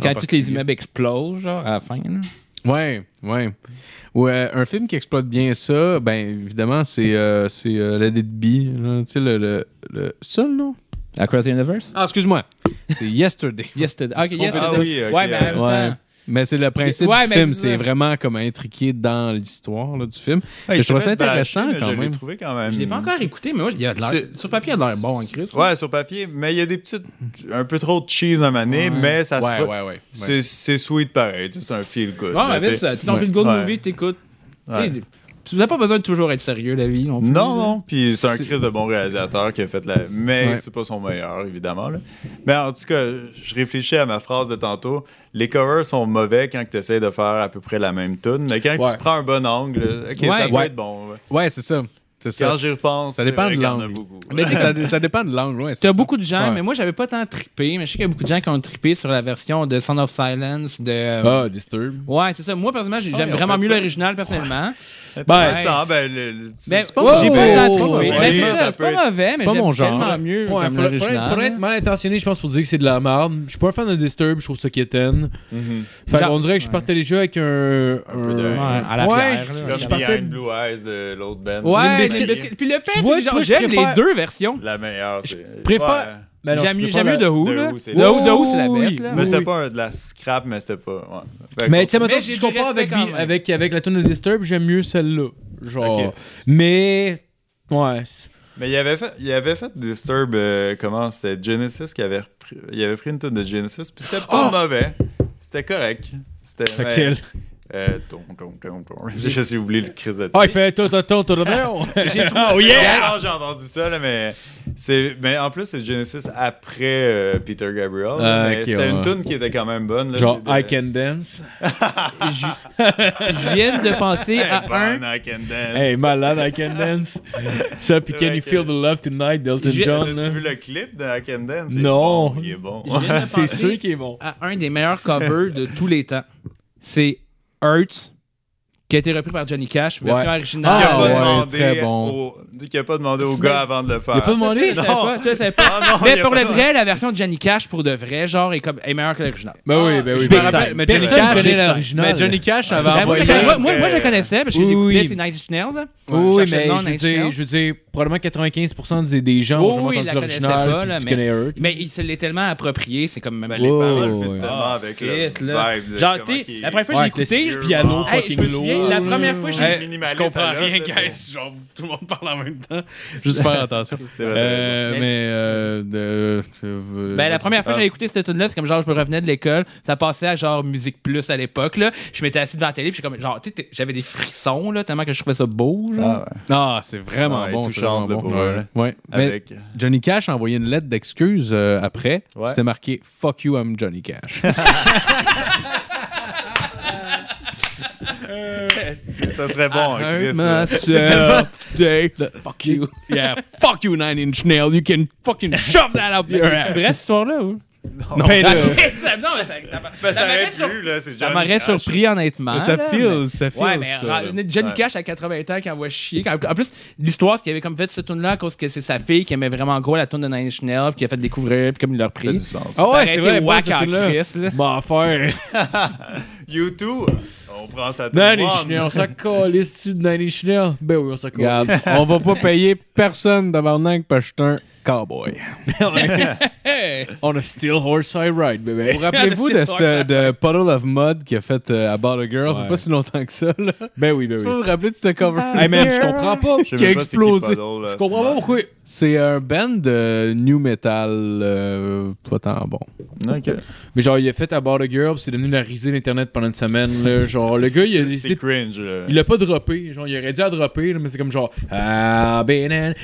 S4: En
S1: quand tous les
S4: particulier.
S1: immeubles explosent, genre, à la fin, là.
S4: en- Ouais, ouais. Ouais, un film qui exploite bien ça, ben évidemment, c'est euh, c'est euh, Let It Be, là, Tu sais, le. le, le... C'est ça, le nom?
S1: Across the Universe?
S4: Ah, excuse-moi. C'est Yesterday.
S1: Yesterday. Ah, ok,
S5: trompes-
S1: Yesterday.
S5: Ah oui, ok,
S1: ouais, mais en même
S5: euh,
S1: temps-
S4: Ouais. Mais c'est le principe
S1: Ouais,
S4: du
S1: mais
S4: film,
S1: c'est ça.
S4: c'est vraiment comme intriqué dans l'histoire là, du film.
S5: Ouais, il
S4: je
S5: s'est
S4: trouve ça
S5: fait bâcher,
S4: intéressant
S5: mais
S4: quand
S5: Je l'ai
S4: même.
S5: trouvé quand même.
S1: Je l'ai pas encore écouté, mais moi, il a de l'air.
S5: C'est-
S1: Sur papier, il a de l'air bon en Chris.
S5: Ouais, sur papier, mais il y a des petites. un peu trop de cheese à maner, mais ça se.
S4: Ouais,
S5: pro-
S4: ouais, ouais.
S5: C'est c'est sweet pareil, tu sais, c'est un feel good.
S1: Non,
S5: là,
S1: mais
S5: tu
S1: avec
S5: sais.
S1: ça, tu dans
S4: Ouais.
S1: une good
S5: Ouais.
S1: movie, t'écoutes.
S5: Ouais.
S1: Tu sais, Vous n'avez pas besoin de toujours être sérieux, la vie. Non, plus,
S5: Non,
S1: là.
S5: non, puis c'est un
S4: C'est-
S5: Chris de bon réalisateur qui a fait la. Mais
S4: Ouais.
S5: c'est pas son meilleur, évidemment. là. Mais en tout cas, je réfléchis à ma phrase de tantôt. Les covers sont mauvais quand tu essaies de faire à peu près la même tune, mais quand
S4: Ouais.
S5: tu prends un bon angle, ok, ça
S1: Ouais.
S5: peut
S4: Ouais.
S5: être bon.
S4: Ouais, c'est ça. C'est ça.
S5: Quand j'y repense,
S4: Ça dépend
S5: c'est vrai
S4: de
S5: qu'il y en a
S4: l'angle.
S5: beaucoup.
S4: Mais ça, ça dépend de l'angle, ouais. c'est
S1: T'as
S4: ça.
S1: beaucoup de gens,
S4: Ouais.
S1: mais moi j'avais pas tant trippé, mais je sais qu'il y a beaucoup de gens qui ont trippé sur la version de Sound of Silence de. euh,
S3: Ah, Disturb.
S1: Ouais, c'est ça. Moi personnellement, j'ai- j'aime
S5: Ah, ils ont
S1: vraiment
S5: fait
S1: mieux
S5: ça.
S1: l'original personnellement.
S5: Intéressant, ben, le- le-
S1: Mais
S5: c'est
S1: j'ai
S5: pas
S1: pas
S5: mal.
S1: tant trippé.
S4: ouais,
S1: Mais
S5: ouais,
S1: c'est
S5: ça
S1: ça, c'est
S5: peut être-
S1: pas mauvais, mais
S4: pas mon
S1: j'aime
S4: genre.
S1: tellement mieux
S3: Ouais,
S1: comme
S3: faudrait- faudrait,
S1: l'original.
S3: faudrait être mal intentionné, je pense, pour dire que c'est de la merde. Je suis pas un fan de Disturb, je trouve ça quétaine. Fait
S5: Mhm.
S1: Genre-
S3: qu'on dirait que je partais déjà avec un.
S5: peu de-
S3: un-
S1: Ouais, à la
S3: Ouais,
S1: pierre.
S3: je-
S1: là.
S5: Comme
S3: je partais-
S5: Behind Blue Eyes de l'autre band.
S1: Ouais,
S3: Limp
S1: mais
S3: Bizkit-
S1: le- le- puis le pire,
S3: Tu vois,
S1: c'est
S3: tu
S1: genre,
S3: vois, je
S1: j'aime les
S3: préfère-
S1: deux versions.
S5: La meilleure, c'est.
S3: préfère-
S5: Ouais.
S3: Mais non, je
S1: J'aime mieux
S3: préfère
S1: j'aime mieux
S3: la-
S1: The Who,
S5: The
S1: là.
S5: Who, c'est-
S1: The Who, The Who, c'est la
S3: Oui,
S1: best, là.
S5: Mais c'était
S3: oui.
S5: pas un- de la scrap, mais c'était pas. ouais. Fait
S3: Mais
S5: qu'on-
S3: tu sais, mettons,
S1: Mais
S3: si
S1: j'ai
S3: je
S1: du
S3: compare avec,
S1: respect quand
S3: Be-
S1: même.
S3: avec, avec la tune de Disturb, j'aime mieux celle-là. Genre.
S5: Ok.
S3: Mais. Ouais. c'est-
S5: Mais il avait fait, il avait fait Disturb, euh, comment C'était Genesis qui avait repris, il avait pris une tune de Genesis, puis c'était pas mauvais. C'était correct. C'était. mais,
S3: Laquelle?
S5: euh, ton, ton, ton, ton. J'ai juste oublié le crise de Ah,
S3: Ah, il fait tout, tout, tout, tout, tout. Oh yeah!
S5: Non, j'ai entendu ça, là, mais, c'est, mais en plus, c'est Genesis après euh, Peter Gabriel.
S4: Ah,
S5: là, mais
S4: ok,
S5: c'était
S4: ouais.
S5: une tune qui était quand même bonne. Là,
S3: Genre,
S5: c'est de-
S3: I can dance.
S1: Je viens de penser
S5: Hey,
S1: à un.
S5: burn, I can dance.
S3: Ah, Hey, malade, I can dance. Ça, puis
S5: C'est
S3: Can
S5: vrai
S3: You
S5: que-
S3: Feel the Love Tonight d'Elton
S1: J'ai-
S3: John.
S5: As-tu
S3: là.
S5: vu le clip de I can dance? Il est
S3: Non.
S5: bon, il est bon.
S1: Je viens de
S3: C'est
S1: penser-
S3: sûr qu'il est bon.
S1: à un des meilleurs covers de tous les temps. C'est Hurts, qui a été repris par Johnny Cash, version
S4: Ouais.
S1: originale.
S5: qui
S4: Ah,
S5: a pas
S4: ouais,
S5: demandé
S4: très bon.
S5: au, qui a pas demandé au gars avant de le faire.
S3: Il a pas demandé?
S1: Ça, je savais
S5: Ah. Non.
S1: pas, ça, je savais pas.
S5: Ah, non, il
S1: mais
S5: a
S1: pour
S5: pas
S1: le
S5: de-
S1: vrai, la version de Johnny Cash, pour de vrai, genre, est, comme, est meilleure que l'original.
S3: Ben oui,
S5: Eh
S3: ben oui.
S4: Je
S3: ben
S4: me
S3: oui.
S4: rappelle, mais Johnny
S3: Personne
S4: Cash,
S3: connaît
S4: j'ai-
S3: l'original.
S4: Mais Johnny Cash avait
S3: Bah,
S1: Ben, moi,
S4: envoyé.
S5: voyez,
S1: moi, moi,
S5: euh,
S1: moi, je le connaissais, parce que je les
S3: oui,
S1: écoutais,
S3: oui.
S1: c'est Nice Chanel. là.
S3: Oui,
S1: Je cherchais
S3: mais
S1: le nom,
S3: je veux,
S1: Nice
S3: dire,
S1: Chanel.
S3: je veux dire, probablement 95% des, des gens
S1: Oui,
S3: ont
S1: oui,
S3: jamais
S1: la
S3: entendu
S1: connaissaient
S3: l'original,
S1: pas,
S3: puis
S1: là,
S3: tu
S1: mais-
S3: connais Hurt.
S1: Mais il se l'est tellement approprié, c'est comme même.
S5: Ben, les
S4: Oh,
S5: paroles fit
S4: ouais.
S5: tellement
S1: Ah,
S5: avec
S1: fit,
S5: le vibe.
S1: là.
S5: de
S1: Genre,
S5: comment
S1: t'es-
S5: qu'il-
S1: la première fois que j'ai
S3: Ouais,
S1: écouté,
S5: c'est
S3: le
S5: vieux,
S3: piano
S5: bon.
S1: Hey,
S3: fucking
S1: je me souviens,
S3: lourd.
S1: la première fois que j'ai
S5: Ouais.
S4: Hey,
S5: minimaliste,
S4: je
S5: hein.
S4: comprends
S5: ça, là,
S4: rien,
S5: c'est
S4: guys. Genre, tout le monde parle en même temps. Juste faire attention.
S5: C'est vrai, t'as
S4: Euh,
S1: raison.
S4: mais. euh, de- euh,
S1: Ben, la première fois que
S5: Ah.
S1: j'ai écouté cette tune là c'est comme genre, je me revenais de l'école, ça passait à genre Musique Plus à l'époque, là. Je m'étais assis devant la télé, puis j'ai comme, genre, tu sais, t'es- j'avais des frissons, là, tellement que je trouvais ça beau, genre.
S5: Ah, ouais.
S4: Ah, c'est vraiment
S5: Ouais,
S4: bon. C'est
S5: touchante,
S4: vraiment bon.
S5: là, pour
S4: Ouais.
S5: elle.
S4: Ouais. Mais
S5: Avec- euh,
S4: Johnny Cash a envoyé une lettre d'excuse euh, après.
S5: Ouais.
S4: C'était marqué Fuck you, I'm Johnny Cash.
S5: Ça serait bon, hein, Chris. là.
S4: Fuck you. Yeah, fuck you, Nine Inch Nail. You can fucking
S5: Ah.
S4: shove that up your
S3: C'est vrai, cette
S4: ass.
S3: histoire-là, ou?
S5: Non.
S3: Ben, là,
S1: non, mais ça, ça-
S5: Ben,
S1: ça
S5: ça
S1: m'aurait
S5: aurait
S1: sur-
S5: dû, là. C'est
S1: ça
S5: Johnny
S1: m'aurait
S5: Cash.
S1: surpris, honnêtement.
S4: Ça
S1: Ah, là,
S4: feel, ça feel.
S1: Ouais, mais
S4: ça, là.
S1: ra- Johnny
S5: Ouais.
S1: Cash à 80 ans quand voit chier. Quand- en plus, l'histoire, ce qu'il avait comme fait de cette tune là à cause que c'est sa fille qui aimait vraiment gros la tune de Nine Inch Nails, puis qui a fait découvrir, puis comme il l'a
S5: Ça fait du
S1: repris.
S5: sens.
S3: Ah
S1: aurait
S3: ouais, c'est
S1: été
S3: vrai,
S1: whack
S3: bon, ce
S1: en
S3: truc-là.
S1: Chris, là.
S3: M'en faire.
S5: YouTube, on prend ça tout
S3: Nine
S5: le
S3: Inch Nails, on
S5: monde.
S3: s'en calisse-tu de Nine Inch Nails? Ben oui, on s'en
S4: Regarde,
S3: calisse.
S4: on va pas payer personne d'Abarnak parce que je suis un cowboy.
S3: On a still horse I ride, bébé.
S4: Vous rappelez-vous de, cette- de Puddle of Mud qui a fait euh, About a Girl, ça fait
S3: Ouais.
S4: pas si longtemps que ça. Là.
S3: Ben oui, ben
S4: Tu peux
S3: oui.
S4: vous rappeler de cette cover?
S3: Hey man, je comprends pas.
S5: Je sais
S3: Je
S4: Qui a
S5: même pas c'est qui
S4: explosé.
S5: Puddle, là.
S3: comprends pas pourquoi.
S4: C'est un band de new metal, euh, pas tant bon.
S5: Ok.
S3: Mais genre, il a fait About a Girl, puis c'est devenu la risée d'Internet pendant une semaine. Là. Genre, le gars, il a
S5: C'est
S3: décidé.
S5: cringe, là.
S3: Il l'a pas droppé. Genre, il aurait dû la dropper, là, mais c'est comme genre. Ah, ben, nan.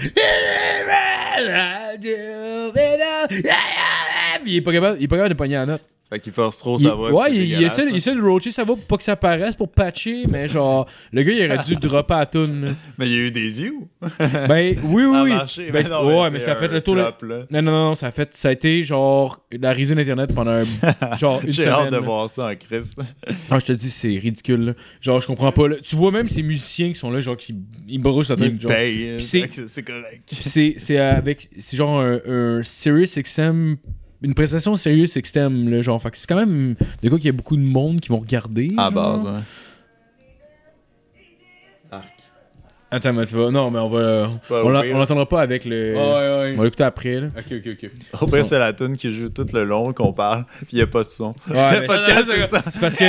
S3: Puis Il est pas capable, il est pas capable de pogner la note.
S5: Fait qu'il force trop
S3: Il-
S5: sa voix.
S3: ouais,
S5: puis c'est
S3: il, il
S5: dégueulasse,
S3: essaie, il
S5: là.
S3: essaie de roacher ça va pour pas que ça paraisse, pour patcher, mais genre, le gars, il aurait dû dropper à tune.
S5: Mais il y a eu des views.
S3: Ben oui,
S5: Ça a
S3: oui, oui.
S5: marché.
S3: Ben,
S5: non,
S3: ouais, mais
S5: c'est
S3: ça a fait
S5: un
S3: le tour. là.
S5: flop, là.
S3: Non, non, non, ça a fait, ça a été genre la risée d'internet pendant un- genre une
S5: J'ai
S3: semaine.
S5: hâte de
S3: là.
S5: voir ça en Chris.
S3: Ah, je te dis, c'est ridicule. là. Genre, je comprends pas. là. Tu vois même ces musiciens qui sont là, genre, qui ils brossent la
S5: Il
S3: tête.
S5: me
S3: genre.
S5: paye.
S3: Pis
S5: euh,
S3: c'est-
S5: fait que C'est correct.
S3: Puis c'est, c'est avec, c'est genre un, un Sirius XM, une prestation Sirius XM, là, genre. Fait que c'est quand même de quoi qu'il y a beaucoup de monde qui vont regarder.
S5: À
S3: genre.
S5: base, hein. ouais.
S3: Attends, mais tu vas, non, mais on va,
S5: pas
S3: on, l'a-
S5: oublié,
S3: on
S5: là.
S3: l'entendra pas avec le,
S4: ouais,
S3: on va l'écouter après, là.
S4: Ok, ok, ok.
S5: Au pire, c'est la tune qui joue tout le long qu'on parle, puis il n'y a pas de son.
S3: Ouais,
S5: le
S3: mais-
S5: podcast, c'est ça.
S3: C'est parce que.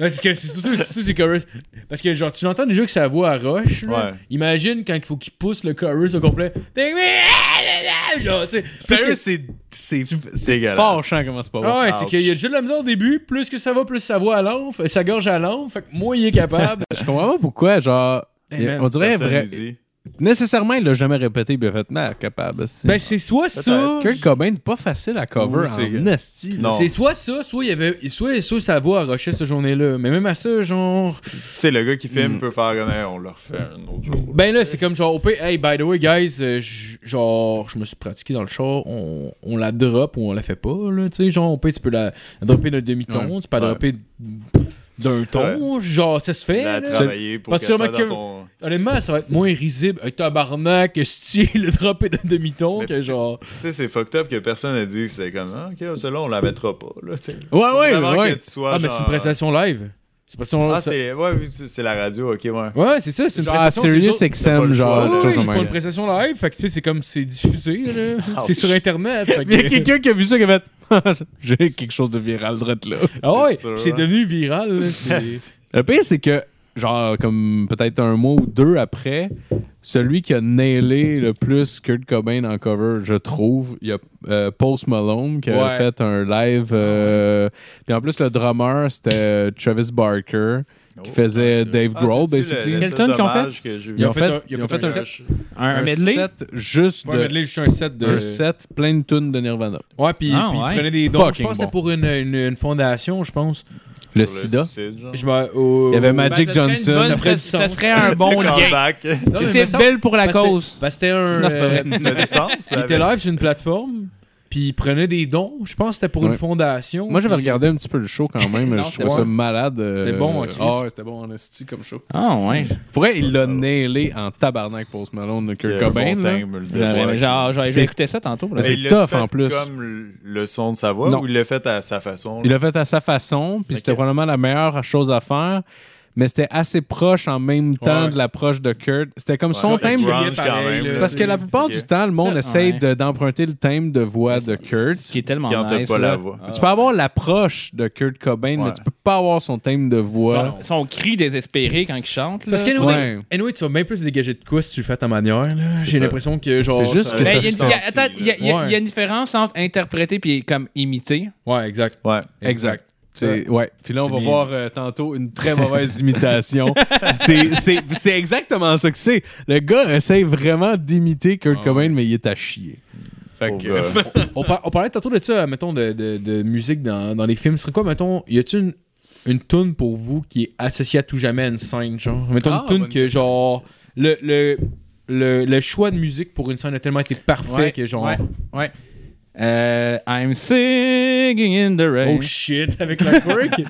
S3: Non, c'est que c'est surtout, c'est surtout ces chorus. Parce que, genre, tu l'entends déjà que sa voix à roche. là.
S5: Ouais.
S3: Imagine quand il faut qu'il pousse le chorus au complet. Take me- Genre, tu sais. plus
S4: Sérieux,
S3: que-
S4: c'est c'est
S5: C'est dégueulasse.
S4: fâchant comment c'est pas bon.
S3: Ah ouais, c'est
S5: Ouch.
S3: qu'il y a déjà de la misère au début. Plus que ça va, plus sa voix à l'enfre. Sa gorge à l'enfre. Fait que moi, il est capable.
S4: Je comprends pas pourquoi, genre,
S3: Hey, man.
S4: on dirait
S5: Personne
S4: vrai,
S5: nous dit.
S4: nécessairement il l'a jamais répété, mais fait, non, capable. c'est-
S3: ben, c'est soit ça.
S4: Kurt Cobain, n'est pas facile à cover
S5: Oui, c'est-
S4: en esti. là.
S5: Non.
S3: C'est soit ça, soit il y avait. Soit, soit sa voix à rocher cette journée-là. Mais même à ça, genre.
S5: Tu sais, le gars qui
S3: Hmm.
S5: filme peut faire comme Hey, on le refait un autre jour.
S3: Ben là, c'est comme genre, au pire, hey, by the way, guys, euh, j- genre, je me suis pratiqué dans le char, on, on la drop ou on la fait pas, là, tu sais, genre, au pire, tu peux la, la dropper d'un demi-ton, tu peux la
S5: Ouais.
S3: dropper d'un ton, genre, ça se fait,
S5: Il a
S3: là.
S5: travaillé pour
S3: Pas
S5: qu'elle soit
S3: sûrement que-
S5: dans
S3: Honnêtement, ça va être moins risible, un tabarnak, style, le dropper d'un demi-ton,
S5: Mais-
S3: que genre,
S5: ton. Tu sais, c'est fucked up que personne n'a dit. C'est comme, ah, ok, celle-là, on la mettra pas. Là, tu sais.
S4: Ouais, ouais,
S5: Avant
S4: ouais.
S5: que tu sois.
S3: ah, mais
S5: genre-
S3: c'est une prestation live. C'est pas
S5: Ah,
S3: ça...
S5: c'est ouais, vu que c'est- c'est la radio, ok, ouais.
S3: Ouais, c'est ça, c'est une
S4: Genre à
S3: prestation. c'est
S4: Sirius
S3: nous autres-
S5: t'as pas
S4: XM,
S5: le
S4: genre,
S5: choix,
S3: Ouais,
S4: quelque chose
S5: là.
S4: de
S3: ils font une
S4: même.
S3: prestation live, fait que tu sais, c'est comme c'est diffusé, là. c'est
S5: Ouch.
S3: sur internet. fait que-
S4: Mais il y a quelqu'un qui a vu ça qui a fait J'ai quelque chose de viral drette là.
S3: Ah ouais,
S5: C'est sûr,
S3: c'est
S5: hein.
S3: devenu viral. là, c'est-
S4: Le pire, c'est que, genre, comme peut-être un mois ou deux après, celui qui a nailé le plus Kurt Cobain en cover, je trouve, il y a euh, Post Malone qui a
S3: Ouais.
S4: fait un live. euh, Puis en plus, le drummer, c'était euh, Travis Barker qui
S5: Oh,
S4: faisait
S5: nice.
S4: Dave
S5: Ah,
S4: Grohl,
S5: c'est-tu
S4: basically.
S5: le-
S3: Quel
S5: le
S3: tune qu'ils ont
S5: dommage que j'ai vu?
S4: Ils ont fait,
S3: un-
S4: ils ont fait
S3: un
S4: un,
S3: set. Un,
S4: un set juste
S3: Pas un
S4: de,
S3: medley, juste un set de.
S4: un set plein de tunes de Nirvana.
S3: Ouais, puis,
S1: Ah,
S3: puis
S1: ouais.
S3: ils prenaient des dons. Je
S4: Fucking
S3: pense que
S4: bon.
S3: c'était pour une, une, une fondation, je pense.
S4: Le
S5: Sur
S4: sida.
S5: suicide, genre.
S3: Je me- au-
S4: Il y avait
S3: Ben,
S4: Magic
S1: ça serait une
S4: Johnson.
S1: bonne-
S3: Ça ferait du
S1: ça
S3: sens.
S1: serait un bon
S5: Le
S1: lien.
S5: comeback.
S3: Non, mais
S1: Et
S3: il me
S1: C'est
S3: semble-
S1: belle pour la
S3: parce que-
S1: cause.
S3: Parce que c'était un.
S1: Non, c'est pas vrai.
S3: euh,
S5: Ça fait du sens.
S3: Il
S5: ça,
S3: était
S5: avec-
S3: live sur une plateforme, puis il prenait des dons. Je pense que c'était pour
S4: Ouais.
S3: une fondation.
S4: Moi, j'avais
S3: puis-
S4: regardé un petit peu le show quand même.
S3: Non,
S4: je
S3: c'était
S4: trouvais ça
S3: bon.
S4: malade. euh,
S3: C'était bon, en Christ.
S4: Ah, ouais, c'était bon en esti comme show.
S1: Ah ouais.
S4: Pour vrai, il l'a nailé en tabarnak Post Malone, le
S5: Il y
S4: Kurt
S5: a un bon
S4: Cobain. là.
S5: timbre, le
S1: J'avais-
S5: dommage.
S1: Genre, genre,
S4: C'est-
S1: j'ai écouté ça tantôt. Là.
S4: c'est
S5: Mais il l'a-tu
S4: tough, en
S5: fait
S4: plus.
S5: comme le- le son de sa voix
S4: Non.
S5: ou il l'a fait à sa façon?
S4: Il
S5: là?
S4: l'a fait à sa façon, puis
S5: Ok.
S4: c'était probablement la meilleure chose à faire. Mais c'était assez proche en même temps
S3: Ouais.
S4: de l'approche de Kurt. C'était comme son
S5: Genre, il
S4: thème.
S5: grunge
S3: brillait
S5: quand
S3: pareil,
S5: même,
S3: là.
S4: C'est
S5: là.
S4: parce que la plupart
S5: Ok.
S4: du temps, le monde
S1: Ouais.
S4: essaye de- d'emprunter le thème de voix de Kurt.
S1: Qui est tellement
S5: Quand t'as
S1: nice.
S5: pas
S1: là.
S5: la voix.
S4: Tu peux avoir l'approche de Kurt Cobain, mais
S5: Ouais.
S4: tu peux pas avoir son thème de voix.
S1: Son, son cri désespéré quand il chante.
S3: Parce
S1: là.
S3: qu'anyway,
S4: Ouais.
S3: anyway, tu vas bien plus dégager de quoi si tu le fais à ta manière. là.
S5: C'est
S3: J'ai
S5: ça.
S3: l'impression que genre.
S4: C'est juste
S3: ça-
S4: que
S1: Mais
S4: ça
S1: Ben, il y a
S4: se
S1: une- il y a-
S5: sent,
S1: attends, il y a- il y a-
S3: là.
S1: il y a une différence entre interpréter puis comme imiter.
S3: Ouais, exact.
S5: Ouais.
S4: Exact. C'est- ouais. Puis là, on
S3: C'est
S4: va
S3: bien
S4: voir euh, tantôt une très mauvaise imitation. c'est, c'est- c'est exactement ça que c'est. Le gars essaye vraiment d'imiter Kurt
S3: Ah
S4: Cobain, mais il est à chier. Fait
S5: Pauvre
S4: que-
S5: gars.
S3: euh, on, par- on parlait tantôt de ça, mettons, de, de- de musique dans, dans les films. Ce serait quoi, mettons, y a-tu une, une tune pour vous qui est associée à tout jamais à une scène, genre. Mettons
S4: Ah,
S3: une tune
S4: bonne
S3: que,
S4: question.
S3: genre, le, le, le, le choix de musique pour une scène a tellement été parfait
S4: Ouais,
S3: que, genre,
S4: Ouais. ouais.
S1: Euh, I'm singing in the rain.
S3: oh shit, avec la quirk.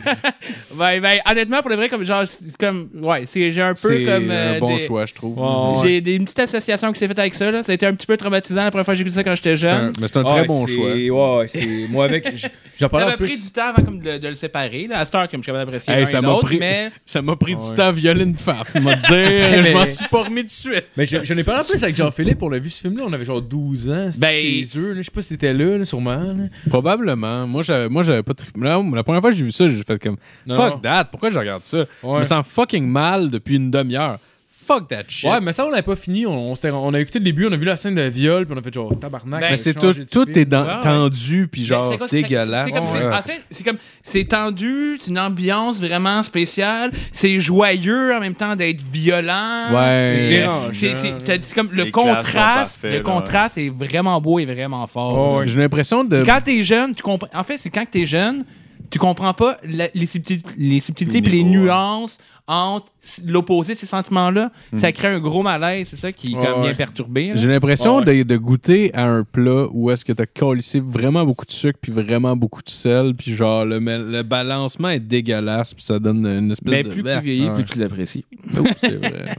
S1: ben, ben, honnêtement, pour le vrai, comme genre, c'est comme, ouais, c'est, j'ai un peu
S4: C'est
S1: comme. euh,
S4: un bon
S1: des-
S4: choix, je trouve.
S3: Ouais, ouais.
S1: J'ai des petites associations qui s'est faite avec ça. Là. Ça a été un petit peu traumatisant la première fois que j'ai écouté ça quand j'étais
S4: C'est un-
S1: jeune.
S4: mais c'est un
S3: Ah,
S4: très bon
S3: c'est-
S4: choix.
S3: Ouais, ouais, c'est. Moi, avec. j- J'en
S1: Ça
S3: parlais
S1: m'a
S3: en
S1: pris
S3: plus.
S1: du temps avant comme de, de le séparer. Là. À cette heure, comme je suis capable d'apprécier
S4: Hey,
S1: l'un
S4: ça
S1: et
S4: m'a
S1: l'autre,
S4: pris-
S1: mais
S4: Ça m'a pris
S5: Ouais.
S4: du temps à violer une femme, je vais te dire. Je m'en suis pas remis de suite.
S1: Ben,
S3: Mais je- j'en ai parlé en plus avec Jean-Philippe, on l'a vu ce film-là, on avait genre 12 ans, c'était
S1: Ben-
S3: chez eux, là, je sais pas si t'étais là, là, sûrement. là.
S4: Probablement. Moi, j'avais, moi, j'avais pas trippé. Là, La première fois que j'ai vu ça, j'ai fait comme
S3: Non,
S4: Fuck
S3: non.
S4: that, pourquoi je regarde ça Je
S3: Ouais.
S4: me sens fucking mal depuis une demi-heure. Fuck that shit.
S3: Ouais, mais ça, on l'avait pas fini, on, on, s'était- on a écouté le début, on a vu la scène de viol, puis on a fait genre tabarnak.
S1: Ben,
S3: on a
S4: mais c'est tout,
S3: changé de
S4: tout
S3: film.
S4: est dans-
S1: Ouais, ouais.
S4: tendu, puis genre
S1: C'est quoi, c'est-
S4: dégueulasse.
S1: c'est comme- c'est-
S4: Ouais.
S1: En fait, c'est comme c'est tendu, c'est une ambiance vraiment spéciale, c'est joyeux en même temps d'être violent.
S4: Ouais.
S1: C'est-
S4: C'est
S3: dérangeant.
S1: c'est- c'est- t'as dit, c'est comme le
S5: Les classes sont
S1: contraste,
S5: parfaits,
S1: le
S5: là,
S1: contraste est vraiment beau et vraiment fort.
S4: Oh, ouais. J'ai l'impression de.
S1: Quand t'es jeune, tu comprends. En fait, c'est quand t'es jeune, tu comprends pas la- les, subtil- les subtilités
S5: Les
S1: puis les
S5: niveaux, ouais.
S4: hein.
S1: nuances entre s- l'opposé de ces sentiments-là.
S4: Hmm.
S1: Ça crée un gros malaise, c'est ça qui
S3: Ouais,
S1: comme, vient
S3: ouais.
S1: perturber. là.
S4: J'ai l'impression
S3: Ouais,
S4: de, de goûter à un plat où est-ce que t'as collissé vraiment beaucoup de sucre puis vraiment beaucoup de sel puis genre le, mel- le balancement est dégueulasse puis ça donne une espèce
S1: Mais
S4: de
S1: plus que
S4: Ah,
S1: tu vieillis,
S4: ouais.
S1: plus tu l'apprécies.
S4: Oh, c'est vrai.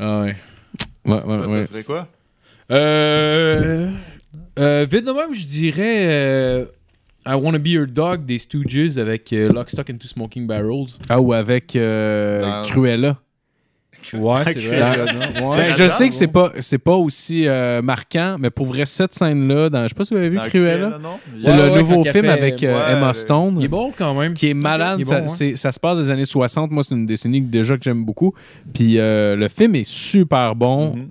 S4: ah ouais. Ouais, ouais,
S5: Ça,
S4: ouais.
S5: ça serait quoi?
S3: Euh, euh, vite de même, je dirais euh, I Wanna Be Your Dog des Stooges avec euh, Lock, Stock and Two Smoking Barrels.
S4: Ah, ou avec euh,
S5: Non.
S4: Cruella.
S3: Ouais,
S5: c'est vrai. Ouais.
S4: Ben, je sais que c'est pas, c'est pas aussi euh, marquant, mais pour vrai, cette scène-là, dans, je sais pas si vous avez vu
S5: Dans
S4: Cruella,
S5: non?
S4: c'est
S3: Ouais,
S4: le
S3: ouais,
S4: nouveau
S3: quand
S4: film
S3: elle fait-
S4: avec euh,
S5: Ouais,
S4: Emma
S5: avec-
S4: Stone.
S3: Il est bon quand même.
S4: qui est malade.
S3: Il est
S4: ça,
S3: bon, hein.
S4: c'est- ça se passe des années 60. Moi, c'est une décennie que- déjà que j'aime beaucoup. Puis euh, le film est super bon.
S5: Mhm.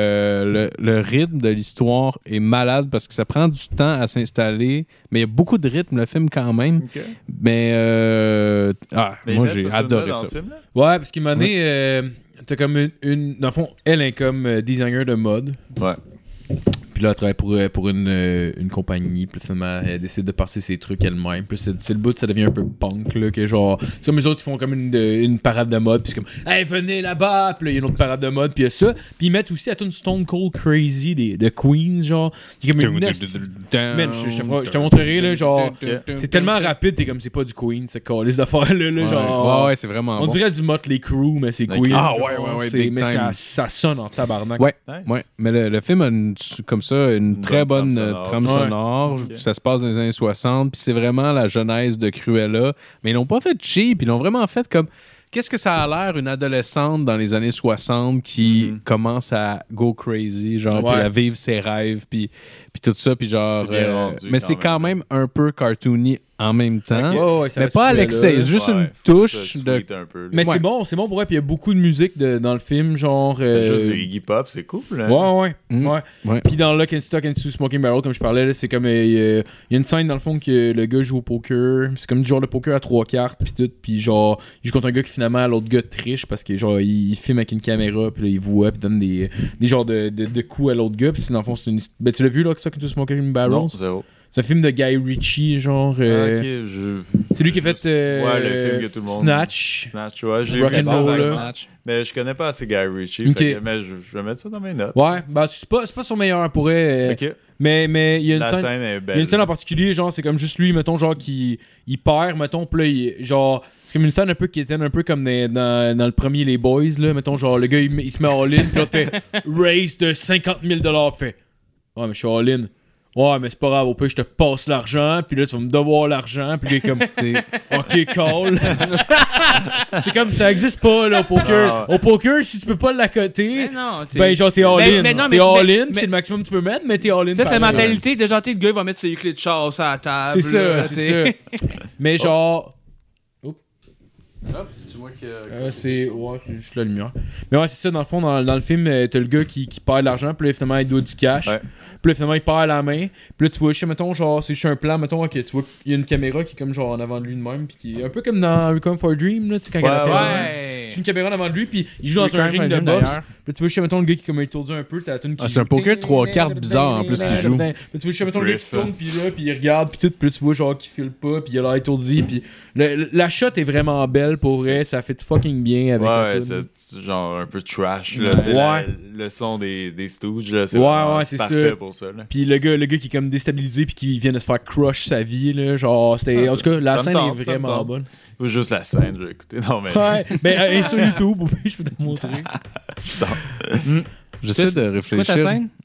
S4: Euh, le, le rythme de l'histoire est malade parce que ça prend du temps à s'installer. Mais il y a beaucoup de rythme, le film, quand même.
S5: Ok.
S4: Mais euh, ah,
S5: Mais
S4: moi,
S5: ils mettent
S4: j'ai
S5: cette
S4: adoré
S5: tune-là dans
S4: ça.
S5: ce film-là?
S3: Ouais, parce qu'il m'a donné. euh, T'as comme une, une- Dans le fond, elle est comme euh, designer de mode.
S5: Ouais.
S3: Puis là, elle travaille pour, euh, pour une, euh, une compagnie. Puis finalement, elle décide de passer ses trucs elle-même. Puis c'est c'est le bout, ça devient un peu punk. Là, que genre, c'est comme les autres, ils font comme une, de- une parade de mode. Puis c'est comme, hey, venez là-bas. Puis là, il y a une autre parade de mode. Puis il y a ça. Puis ils mettent aussi à tune Stone Cold Crazy des, de Queens. Genre, qui est comme une nasty- Man, je, je te, ferai- je te montrerai, là, genre, c'est tellement rapide, t'es comme, c'est pas du Queen, c'est calice d'affaires-là, là,
S4: Ouais,
S3: genre.
S4: ouais, ouais, c'est vraiment
S3: On
S4: bon.
S3: dirait du Motley Crue, mais c'est Queen.
S4: Ah,
S3: genre,
S4: ouais, ouais, ouais,
S3: c'est-
S4: big
S3: Mais ça,
S4: time.
S3: ça sonne en tabarnak.
S4: Ouais,
S5: Nice.
S4: ouais. Mais le, le film a une- comme ça une,
S5: Une
S4: très
S5: bonne
S4: bonne
S5: trame
S4: euh, trame
S5: sonore.
S3: Ouais.
S4: sonore.
S5: Ok.
S4: Ça se passe dans les années 60. Puis c'est vraiment la genèse de Cruella. Mais ils l'ont pas fait cheap. Ils l'ont vraiment fait comme. Qu'est-ce que ça a l'air une adolescente dans les années 60 qui
S5: Mhm.
S4: commence à go crazy, genre,
S3: Ouais.
S4: puis à vivre ses rêves, puis, puis tout ça, puis genre. euh,
S5: C'est bien rendu
S4: mais
S5: quand
S4: c'est quand même un peu cartoony en même temps.
S5: Ok.
S3: Ouais, ouais, ça
S4: Mais
S3: reste
S4: pas à
S3: Cruella,
S4: l'excès,
S3: là.
S4: c'est juste une
S5: Ouais, faut que ça
S4: touche
S5: se
S4: de.
S5: tweete un peu, là.
S3: Mais
S4: Ouais.
S3: c'est bon, c'est bon pour elle. Puis il y a beaucoup de musique de- dans le film, genre. euh,
S5: Juste du Iggy Pop, c'est cool. hein?
S3: Ouais, ouais,
S4: Mm.
S3: ouais.
S4: Ouais.
S3: Puis dans Lock and Stock and Two Smoking Barrel, comme je parlais, là, c'est comme. euh, Il y a- il y a une scène dans le fond que le gars joue au poker. C'est comme du genre le poker à trois cartes, puis tout. Puis genre, il joue contre un gars qui finalement, l'autre gars triche parce que genre, il, il filme avec une caméra, puis là, il voit, puis donne des, des genres de, de, de coups à l'autre gars. Puis c'est, dans le fond, c'est une. Ben, tu l'as vu, Lock and Stock and Two Smoking Barrel?
S5: Non, zéro.
S3: C'est un film de Guy Ritchie, genre. euh,
S5: Ah, ok, je-
S3: C'est lui qui a
S5: Juste-
S3: fait. euh,
S5: Ouais, le film que tout le monde-
S3: Snatch.
S5: Snatch, ouais, j'ai
S3: Rock
S5: vu
S3: and
S5: ça,
S3: roll,
S5: par
S3: là.
S5: exemple. Mais je connais pas assez Guy Ritchie,
S3: Ok.
S5: fait que- mais je, je vais mettre ça dans mes notes.
S3: Ouais, bah, c'est pas, c'est pas son meilleur pour elle. euh,
S5: Ok,
S3: Mais mais il y a une
S5: la
S3: scène.
S5: scène est
S3: Il y a
S5: belle.
S3: une scène en particulier, genre, c'est comme juste lui, mettons, genre, qui il perd, mettons, pis là, il- genre, c'est comme une scène un peu qui était un peu comme dans, dans- dans le premier Les Boys, là, mettons, genre, le gars, il, met- il se met en ligne, pis l'autre fait raise de 50 000 pis fait ouais, mais je suis en ligne. Ouais, mais c'est pas grave, au pire, je te passe l'argent, puis là, tu vas me devoir l'argent, puis il est comme, ok, call. c'est comme, ça existe pas, là, au poker.
S5: Ah
S3: Au poker, si tu peux pas l'accoter,
S1: Mais non, c'est-
S3: ben, genre, t'es
S1: Mais-
S3: all-in.
S1: mais non,
S3: T'es
S1: mais-
S3: all-in,
S1: mais-
S3: c'est le maximum que tu peux mettre, mais t'es all-in.
S1: Ça, c'est la
S3: pareil.
S1: mentalité de genre, t'es le gars, il va mettre ses clés de chasse à la table.
S3: C'est ça,
S1: là,
S3: c'est
S1: t'sais.
S3: ça. Mais genre.
S4: Hop, si tu vois que.
S3: Euh, c'est ouais, c'est juste la lumière. Mais ouais, c'est ça, dans le fond, dans, dans le film, euh, t'as le gars qui, qui perd de l'argent, puis là, finalement, il doit du cash.
S5: Ouais.
S3: Puis là, finalement, il perd la main. Puis là, tu vois, je sais, mettons, genre, c'est juste un plan, mettons, que tu vois qu'il y a une caméra qui est comme genre en avant de lui de même, puis qui est un peu comme dans Come for a Dream, là, tu sais, quand il a
S5: Ouais,
S3: fait la main.
S1: Ouais.
S3: C'est une caméra en avant de lui, puis il joue dans
S1: Recon
S3: un ring de
S1: Fandom,
S3: boxe.
S1: d'ailleurs.
S3: Puis tu vois, je sais, mettons, le gars qui est comme étourdi un peu, t'as la tune qui.
S4: Ah, c'est un poker de trois cartes bizarre, en plus, qu'il joue.
S3: Puis ben, tu vois, je sais, mettons, le gars qui
S5: Riff.
S3: tourne, puis là, puis il regarde, puis tout, puis là, tu vois, genre, qui file pas, puis il a l'air étourdi, puis le- la shot est vraiment belle pour vrai, ça fait fucking bien avec.
S5: Ouais,
S3: la
S5: ouais,
S3: tune.
S5: c'est genre un peu trash. Là, tu sais, la- le son des, des Stooges, là, c'est
S3: Ouais,
S5: vraiment-
S3: ouais,
S5: c'est
S3: c'est
S5: parfait
S3: ça.
S5: pour ça. Là.
S3: Puis le gars, le gars qui est comme déstabilisé puis qui vient de se faire crush sa vie, là, genre, c'était...
S5: Ah,
S3: en
S5: ça-
S3: tout cas, la
S5: ça me
S3: scène
S5: tente,
S3: est
S5: ça me
S3: vraiment
S5: tente.
S3: bonne.
S5: Ou Juste la scène, je vais écouter. Non, mais.
S3: Ouais, mais euh, et sur YouTube, oui, je peux te le montrer.
S4: J'essaie de
S1: Quoi ta
S4: réfléchir.
S1: scène?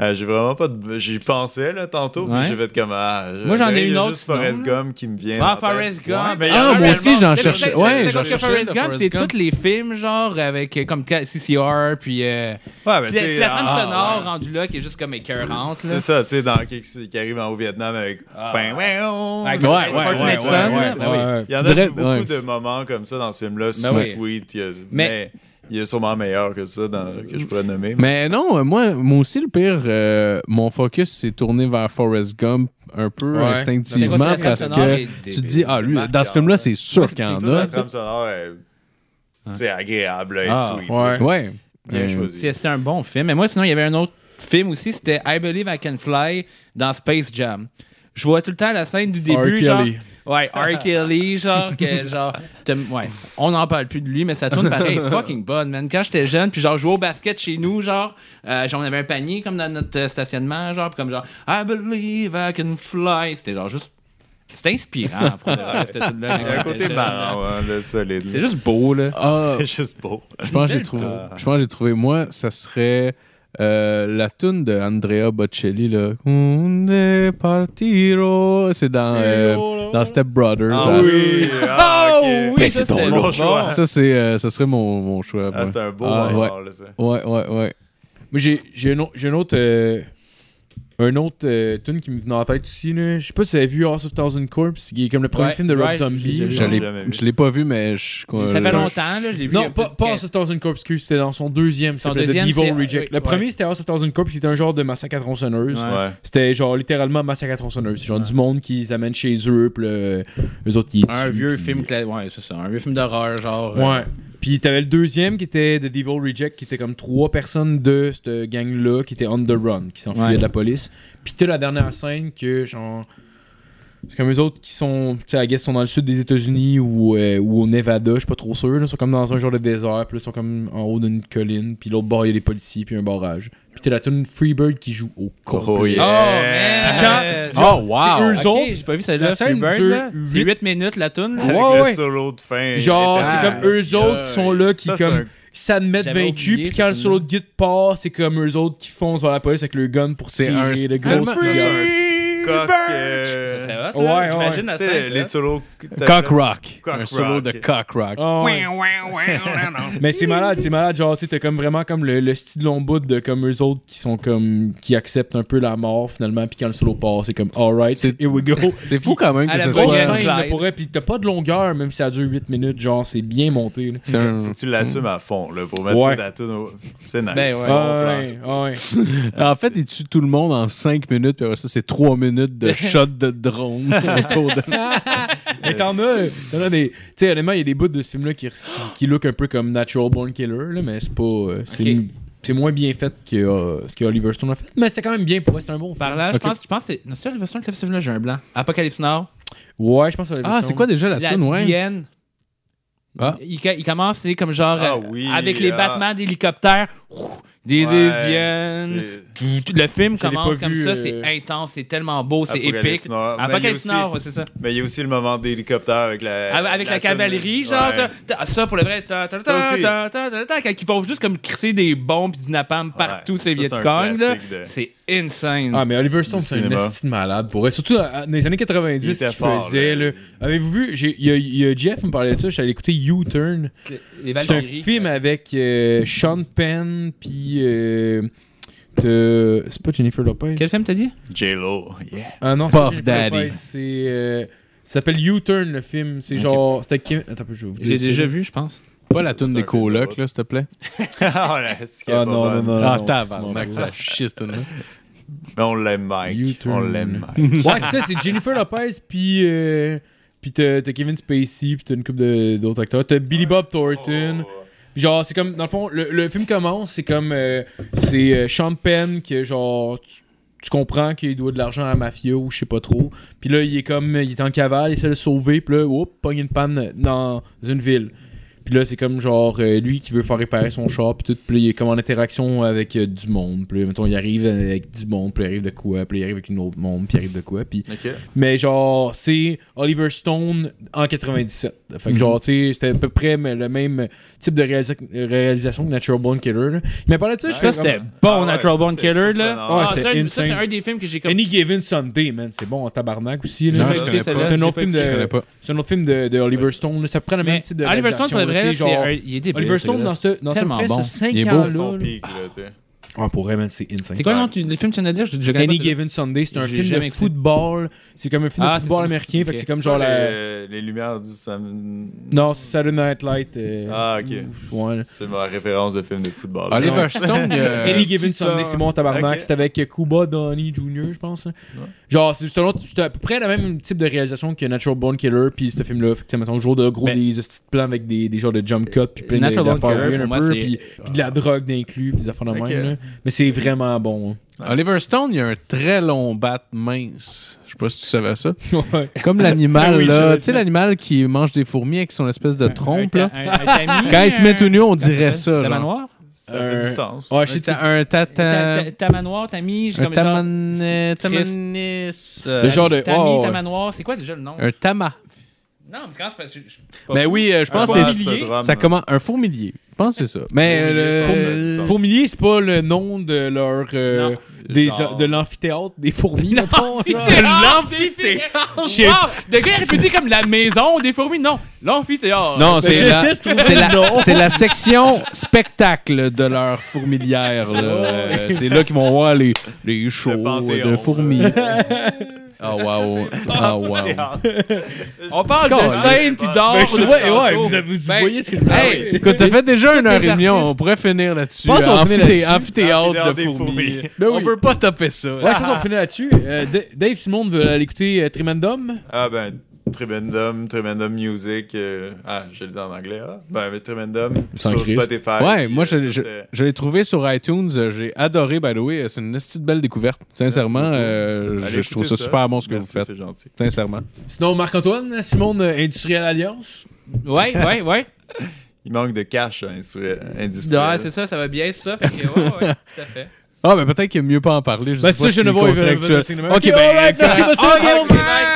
S5: Euh, j'ai vraiment pas de. J'y pensais, là, tantôt, puis
S1: Ouais.
S5: j'ai fait comme. Ah,
S1: Moi, j'en
S5: il
S1: ai
S5: y a
S1: une autre,
S5: juste Forrest
S1: sinon,
S5: Gump qui me vient.
S1: Ah,
S5: en tête.
S1: Forrest Gump.
S5: Ouais, mais il y
S4: Ah,
S5: en a
S4: moi
S5: un
S4: aussi,
S5: tellement-
S4: j'en
S1: Mais c'est-
S4: cherchais.
S1: c'est-
S4: Ouais,
S1: c'est
S4: j'en
S1: parce que
S4: cherchais.
S1: Forrest
S4: le
S1: Gump,
S4: Forrest
S1: c'est
S4: Gump.
S1: tous les films, genre, avec euh, comme CCR, puis euh,
S5: Ouais, mais
S1: puis
S5: tu
S1: la
S5: sais,
S1: c'est la
S5: ah,
S1: trame sonore
S5: ouais.
S1: rendue là qui est juste comme écœurante. là.
S5: C'est ça, tu sais, dans qui, qui arrive en haut Vietnam avec. Ben, ouais, on-
S1: Avec-
S4: Ah. Ouais, ouais,
S1: avec Fort
S4: ouais, ouais,
S1: Nixon,
S4: ouais,
S1: là.
S4: ouais,
S1: Ben oui.
S3: Ouais.
S5: Il y en
S4: Tu
S5: a
S4: dirais-
S5: beaucoup
S4: ouais.
S5: de moments comme ça dans ce film-là.
S1: Ben oui.
S5: Sweet, il y a- mais
S1: Mais-
S5: il y a sûrement meilleur que ça dans- que je pourrais nommer.
S4: Mais non, euh, moi, moi aussi, le pire, euh, mon focus s'est tourné vers Forrest Gump un peu
S3: Ouais.
S1: C'est quoi,
S4: instinctivement
S1: c'est la
S4: parce
S1: trame sonore
S4: que
S1: est
S4: tu te
S1: débile.
S4: dis, ah, lui,
S5: marquant,
S4: dans ce film-là,
S5: euh,
S4: c'est sûr qu'il y en
S5: Toute la
S4: a. Hein.
S5: trame sonore est c'est agréable là, et
S4: Ah,
S5: sweet.
S3: ouais.
S5: là.
S4: Ouais.
S5: Bien
S4: Euh,
S5: choisi.
S1: C'est- C'était un bon film. Mais moi, sinon, il y avait un autre film aussi, c'était I Believe I Can Fly dans Space Jam. Je vois tout le temps la scène du
S3: R.
S1: début,
S3: Kelly.
S1: genre. Ouais, R. Kelly, genre, que, genre, t'as- ouais, on n'en parle plus de lui, mais ça tourne pareil, fucking bonne, man. Quand j'étais jeune, puis genre, je jouais au basket chez nous, genre, euh, genre, on avait un panier, comme dans notre euh, stationnement, genre, puis comme genre, I believe I can fly. C'était genre juste, c'était inspirant, pour de vrai, c'était tout le
S5: Il y a un côté marrant, hein, le
S1: C'était
S5: solide.
S1: juste beau, là.
S4: Ah,
S5: C'est juste beau.
S4: je pense que j'ai trouvé. Je pense que j'ai trouvé. Moi, ça serait euh, la tune de Andrea Bocelli là. Unde partiro, c'est dans euh, dans Step Brothers.
S5: Ah
S4: ça.
S5: oui! Ah, ok.
S1: oui,
S4: c'est
S1: ça, c'était
S4: ton
S1: bon.
S5: bon choix.
S4: Ça c'est euh, ça serait mon, mon choix.
S5: Ah,
S4: moi.
S5: c'est un beau
S4: Ah,
S5: moment,
S4: ouais.
S5: là, ça.
S4: Ouais, ouais, ouais.
S3: Moi, j'ai, j'ai un autre... J'ai un autre, euh, un autre euh, tune qui me venait en tête aussi, là. Je sais pas si vous avez vu House of Thousand Corps, qui est comme le premier
S1: Ouais,
S3: film de Rob
S1: ouais,
S3: Zombie.
S1: j'ai- j'ai-
S4: Je
S3: genre.
S4: l'ai,
S5: jamais vu.
S4: je l'ai pas vu, mais je.
S1: Ça fait
S4: je-
S1: longtemps, là, je l'ai vu. il y a
S3: Non, pas,
S1: plus de
S3: pas House of Thousand Corps, excuse, c'était dans son deuxième,
S1: Son
S3: ça s'appelait The
S1: deuxième,
S3: Devil
S1: c'est-
S3: Reject.
S1: oui,
S3: Le
S1: ouais.
S3: premier, c'était House of Thousand Corps, qui était un genre de massacre à tronçonneuse.
S1: Ouais.
S5: Ouais.
S3: C'était genre littéralement massacre à tronçonneuse. C'est Genre du monde qui les amène chez eux, puis là, eux autres qui. les
S1: Un
S3: tuent,
S1: vieux
S3: puis-
S1: film, cla- ouais, c'est ça, un vieux film d'horreur, genre. euh,
S3: Ouais. Puis t'avais le deuxième qui était The Devil Reject, qui était comme trois personnes de cette gang-là qui étaient on the run, qui s'enfuyaient
S1: Ouais.
S3: de la police. Puis t'as la dernière scène que genre. C'est comme eux autres qui sont, tu sais, I guess, sont dans le sud des États-Unis ou, euh, ou au Nevada, je suis pas trop sûr. là. Ils sont comme dans un genre de désert, puis là, ils sont comme en haut d'une colline, puis l'autre bord, il y a des policiers, puis un barrage. Puis t'as la tune Freebird qui joue au complet.
S5: Oh, yeah.
S1: Oh, man!
S3: Quand-
S4: Oh
S3: C'est
S4: wow.
S3: eux autres.
S1: j'ai pas vu celle-là.
S3: La scène
S1: Freebird,
S3: dure
S1: là. C'est
S3: huit-
S1: 8 minutes la toune. là.
S5: Avec
S3: Ouais,
S5: le
S3: ouais.
S5: solo de fin.
S3: Genre,
S5: éternel.
S3: c'est comme eux autres qui sont là, qui
S5: Ah, Ça, c'est
S3: comme
S5: un-
S3: s'admettent
S1: J'avais
S3: vaincus,
S1: oublié
S3: puis quand le
S1: cette
S3: solo de guide part, c'est comme eux autres qui foncent vers la police avec le gun pour
S4: C'est
S3: tirer
S4: un
S3: le gros
S4: tellement-
S3: tigre.
S5: Cock,
S1: Ça serait
S5: euh,
S1: hot, là.
S3: Ouais, ouais.
S1: J'imagine
S5: tu
S1: la
S5: sais,
S1: scène.
S5: les
S1: là.
S5: solos.
S4: Cock rock.
S5: Cock
S4: un solo
S5: rock.
S4: de cock rock.
S3: Ah ouais. Mais c'est malade, c'est malade. Genre, tu sais, t'as comme vraiment comme le, le style long bout de comme eux autres qui sont comme. qui acceptent un peu la mort finalement, puis quand le solo part, c'est comme alright,
S4: C'est-
S3: here we go.
S4: C'est fou quand même
S1: À
S4: que
S1: la
S4: ce
S1: bonne
S3: Grosse
S1: Ouais.
S3: scène,
S4: soit.
S1: Clyde.
S3: là, pour elle, puis t'as pas de longueur, même si ça dure 8 minutes, genre, c'est bien monté. là.
S4: C'est un-
S5: Tu l'assumes à fond, là, pour mettre
S3: Ouais.
S5: toute la tune au- C'est nice.
S1: Ben
S5: Bon
S1: ouais.
S3: Ah
S5: plan.
S3: ouais, ah ouais.
S4: En fait, il tue tout le monde en 5 minutes, puis après ça, c'est 3 minutes de shot de drone autour de.
S3: Mais t'en as, t'en as des. Tu sais, honnêtement, il y a des bouts de ce film-là qui, qui, qui look un peu comme Natural Born Killer, là, mais c'est pas. euh, c'est,
S1: Ok.
S3: c'est moins bien fait que euh, ce que Oliver Stone a fait. Mais c'est quand même bien pour moi, c'est un bon film.
S1: Par là, je
S4: Ok.
S1: pense, je pense que c'est. Non, c'est Oliver Stone qui a fait ce film-là, j'ai un blanc. Apocalypse Now.
S3: Ouais, je pense que Oliver
S4: Ah,
S3: Stone.
S4: c'est quoi déjà la,
S1: La
S4: tune, ouais?
S1: Diane.
S4: Ah.
S1: Il, ca- il commence, c'est comme genre.
S5: Ah
S1: euh,
S5: oui,
S1: Avec les
S5: ah.
S1: battements d'hélicoptères. Ouh, Des
S5: Ouais,
S1: lesbiennes.
S5: c'est-
S1: Le film
S3: Je l'ai
S1: commence
S3: pas
S1: comme
S3: vu,
S1: ça,
S3: euh,
S1: c'est intense, c'est tellement beau, c'est
S5: Apocalypse
S1: épique. Ah,
S5: Now. Mais
S1: Apocalypse
S5: il y a aussi-
S1: Now, ouais, c'est ça.
S5: Mais il y a aussi le moment d'hélicoptère avec la.
S1: Avec avec la,
S5: toune-
S1: cavalerie, genre,
S5: Ouais.
S1: ça, ta- ça, pour le vrai, ta- ta-
S5: Ça
S1: ta-
S5: aussi.
S1: ta- ta- ta- ta- quand ils vont juste comme crisser des bombes pis du napalm partout,
S5: Ouais,
S1: ces
S5: ça, c'est un
S1: Vietcong, là,
S5: classique de-
S1: c'est insane.
S3: Ah, mais Oliver Stone,
S5: Du
S3: c'est un
S5: cinéma.
S3: esti de malade pour elle. Surtout euh, dans les années 90,
S5: Il
S3: ce
S5: était
S3: qu'il
S5: fort,
S3: faisait.
S5: là.
S3: là. Avez-vous vu j'ai- Il y, a- il y a Jeff qui me parlait de ça, je suis allé écouter U-Turn.
S1: les
S3: C'est un
S1: Valkyries.
S3: film avec euh, Sean Penn, puis. euh, t'as- c'est pas Jennifer Lopez.
S1: Quel film t'as dit?
S5: J-Lo, Oh, yeah.
S3: Ah non,
S4: Puff
S3: c'est pas Jennifer
S4: Daddy.
S3: Lopez, C'est. euh, Ça s'appelle U-Turn le film. C'est
S1: Ok.
S3: genre. C'était Kim. Attends, un peu, je vais vous
S1: J'ai
S3: dire ça.
S1: déjà vu, je pense.
S4: Pas la toune des colocs, là, s'il te plaît.
S5: ah ouais, c'est qu'elle est
S3: Ah
S5: pas
S3: non, non,
S5: bonne.
S3: non, non.
S4: Ah,
S3: non,
S4: tabarnak,
S3: c'est
S4: ça chie, cette toune-là.
S5: Mais on l'aime, Mike.
S3: U-turn.
S5: On l'aime, Mike.
S3: bon. Ouais, c'est ça, c'est Jennifer Lopez, puis. euh, Puis t'as t'as Kevin Spacey, puis t'as une couple de- d'autres acteurs. T'as Billy Bob Thornton.
S5: Oh.
S3: Genre, c'est comme, dans le fond, le, le film commence, c'est comme, euh, c'est euh, Sean Penn qui, est genre, tu, tu comprends qu'il doit de l'argent à la mafia ou je sais pas trop. Puis là, il est comme, il est en cavale, il essaie de le sauver, puis là, oups, pogne une panne dans une ville. Puis là, c'est comme, genre, euh, lui qui veut faire réparer son char, puis tout, puis là, il est comme en interaction avec euh, du monde. Puis là, mettons, il arrive avec du monde, puis il arrive de quoi, puis là, il arrive avec une autre monde, puis il arrive de quoi, puis...
S5: Ok.
S3: Mais genre, c'est Oliver Stone en 97. Fait que
S4: Mhm.
S3: genre, tu sais, c'était à peu près mais, le même type de réalisa- réalisation que Natural Born Killer. là. Mais par là dessus je
S1: Ça,
S5: Ouais,
S3: fais
S1: c'était
S5: ouais.
S1: bon,
S5: Ah ouais,
S1: Natural
S5: ça,
S1: Born
S5: c'est- c'est
S1: Killer, là.
S5: bon,
S1: Ah,
S3: ouais, c'était
S1: ça, ça, c'est
S3: insane.
S1: un des films que j'ai comme.
S3: Any Given Sunday, man, c'est bon en tabarnak aussi. là.
S4: Non,
S1: J'ai
S4: je
S1: pas
S4: connais
S1: écouté
S4: pas.
S1: celle-là,
S3: C'est un
S1: j'ai
S3: autre
S1: pas
S3: film
S4: Je connais
S3: de.
S4: pas.
S3: C'est un autre film de, de Oliver Stone. là. Ça prend le même
S1: Mais
S3: type de
S1: Oliver Stone,
S3: réalisation,
S1: pour le
S3: là,
S1: vrai,
S3: tu sais,
S1: c'est
S3: genre-
S1: un- il est débile.
S3: Oliver Stone,
S1: celui-là.
S3: dans ce dans
S1: Tellement
S3: ce
S1: bon.
S3: bon. 5
S4: Il est beau.
S3: ans
S5: C'est
S3: là.
S5: Ah, son pic, là, tu sais.
S3: Ah, pour vrai, man, c'est insane.
S1: C'est quoi le nom du le film que tu viens de dire? Je- je connais pas
S3: Any
S1: celui-là.
S3: Given Sunday, c'est un
S1: J'ai
S3: film
S1: jamais
S3: de
S1: écouté.
S3: football. C'est comme un film de
S1: Ah, c'est
S3: football
S1: ça.
S3: américain. Fait que
S1: Ok.
S3: c'est comme genre la.
S5: les, euh, les lumières du samedi.
S3: Non, c'est Saturday Night Light. euh,
S5: Ah, ok.
S3: ou- ouais, là.
S5: C'est ma référence de film de football.
S4: Oliver Stone,
S3: Any
S4: euh,
S3: Given Sunday, c'est mon tabarnak.
S5: Ok.
S3: C'était avec Kuba Donny Jr., je pense. hein. Genre, c'est selon- c'est à peu près le même type de réalisation que Natural Born Killer, puis ce film-là. Fait que, tu sais, mettons, le jour de gros,
S1: Ben-
S3: des petits plans avec des, des genres de jump cuts, puis plein de-
S1: Natural Born
S3: d'affaires
S1: Killer,
S3: weird
S1: pour
S3: un
S1: moi,
S3: peu,
S1: c'est-
S3: puis, puis de la drogue d'inclus, puis des affaires de
S5: Ok.
S3: même. là. Mais c'est vraiment bon. hein.
S4: Oliver Stone, il a un très long bat mince. Je sais pas si tu savais ça.
S3: hein. Ouais.
S4: Comme
S3: Ah
S4: l'animal,
S3: oui, je
S4: là.
S3: l'ai
S4: Tu sais,
S3: dit.
S4: l'animal qui mange des fourmis avec son espèce de trompe, là.
S1: Un- un- un-
S4: Quand il se met tout nu, on dirait ça,
S1: T'as
S4: genre.
S1: manoir?
S5: Ça fait
S3: Euh,
S5: du sens.
S3: Ouais, je
S4: Un
S3: sais
S4: ta- Un
S1: T'as
S4: tata...
S1: t'as- t'as manoir, t'as mis. j'ai
S4: Un
S1: comme genre-
S4: taman- tamanis... euh,
S3: Le genre de.
S1: T'as mis
S3: oh,
S1: ta
S3: ouais. Euh,
S1: manoir, c'est quoi déjà le nom?
S4: Un tama.
S1: Non, mais quand c'est parce que je- je-
S4: Ben oui, euh, je pense
S5: Ouais,
S4: que
S5: c'est un
S4: c'est...
S5: drame.
S4: Ça commence... Un fourmilier. Je pense que c'est ça. Mais euh,
S5: Fourmilier,
S4: le-
S5: c'est ça.
S3: Ben, Fourmilier, c'est pas le nom de leur. euh,
S1: Non.
S3: des-
S5: Genre-
S3: De l'amphithéâtre des fourmis. mettons, genre.
S1: L'amphithéâtre! Wow! Le gars est réputé comme la maison des fourmis. Non, l'amphithéâtre.
S4: Non, c'est
S3: j'essaie
S4: la,
S3: de trouver
S4: c'est la-
S3: le nom.
S4: c'est la section spectacle de leur fourmilière. là. Euh, c'est là qu'ils vont voir les, les shows
S5: Panthéon,
S4: de fourmis.
S5: là.
S4: Ah, waouh. Ah, waouh.
S1: On parle
S4: Scott,
S1: de scène puis d'or.
S3: Ben, je
S1: on a
S3: ouais,
S1: parlé
S3: ouais,
S1: tantôt.
S3: vous, vous
S1: Ben,
S3: voyez ce que ça
S1: hey,
S4: Écoute, ça fait déjà une
S1: les
S4: heure et demie.
S1: artistes-
S4: On pourrait finir là-dessus.
S3: Je pense qu'on
S4: Euh,
S3: finit
S4: amphithé-
S3: là-dessus.
S4: Amphithéâtre de
S5: Amphithéâtre des
S4: fourmis.
S5: fourmis.
S3: Ben
S4: On
S3: oui.
S4: peut pas taper ça.
S3: Ouais, ça, on finit là-dessus. Euh, D- Dave Simon veut aller écouter euh, Tremendum.
S5: Ah ben, Tremendum, Tremendum Music. euh, ah, je le dis en anglais. Ah, ben, mais Tremendum
S3: Sans
S5: sur
S3: crise.
S5: Spotify.
S4: Ouais, moi,
S5: puis, euh,
S4: je, je-
S5: tout, euh,
S4: je l'ai trouvé sur iTunes. euh, J'ai adoré, by the way. euh, C'est une petite belle découverte. Sincèrement,
S5: Merci beaucoup.
S4: euh,
S5: allez
S4: je, je trouve
S5: écouter
S4: ça super bon ce que
S5: Merci,
S4: vous faites.
S5: C'est gentil.
S4: Sincèrement.
S3: Sinon, Marc-Antoine, Simon, euh, Industriel Alliance.
S1: Ouais, ouais, ouais.
S5: Il manque de cash hein, industrie- industriel.
S1: Ouais, c'est ça, ça va bien, ça. Fait que, ouais, ouais, tout à fait.
S4: Ah, ben peut-être qu'il est mieux pas en parler. Je
S3: Ben,
S4: sais
S3: ça,
S4: pas
S3: je
S4: si
S3: ne vois
S4: contextuel.
S3: pas.
S4: Ok, ben.
S3: merci,
S4: correct.
S3: Mathieu.
S1: Ok,
S3: Bye.
S1: bye.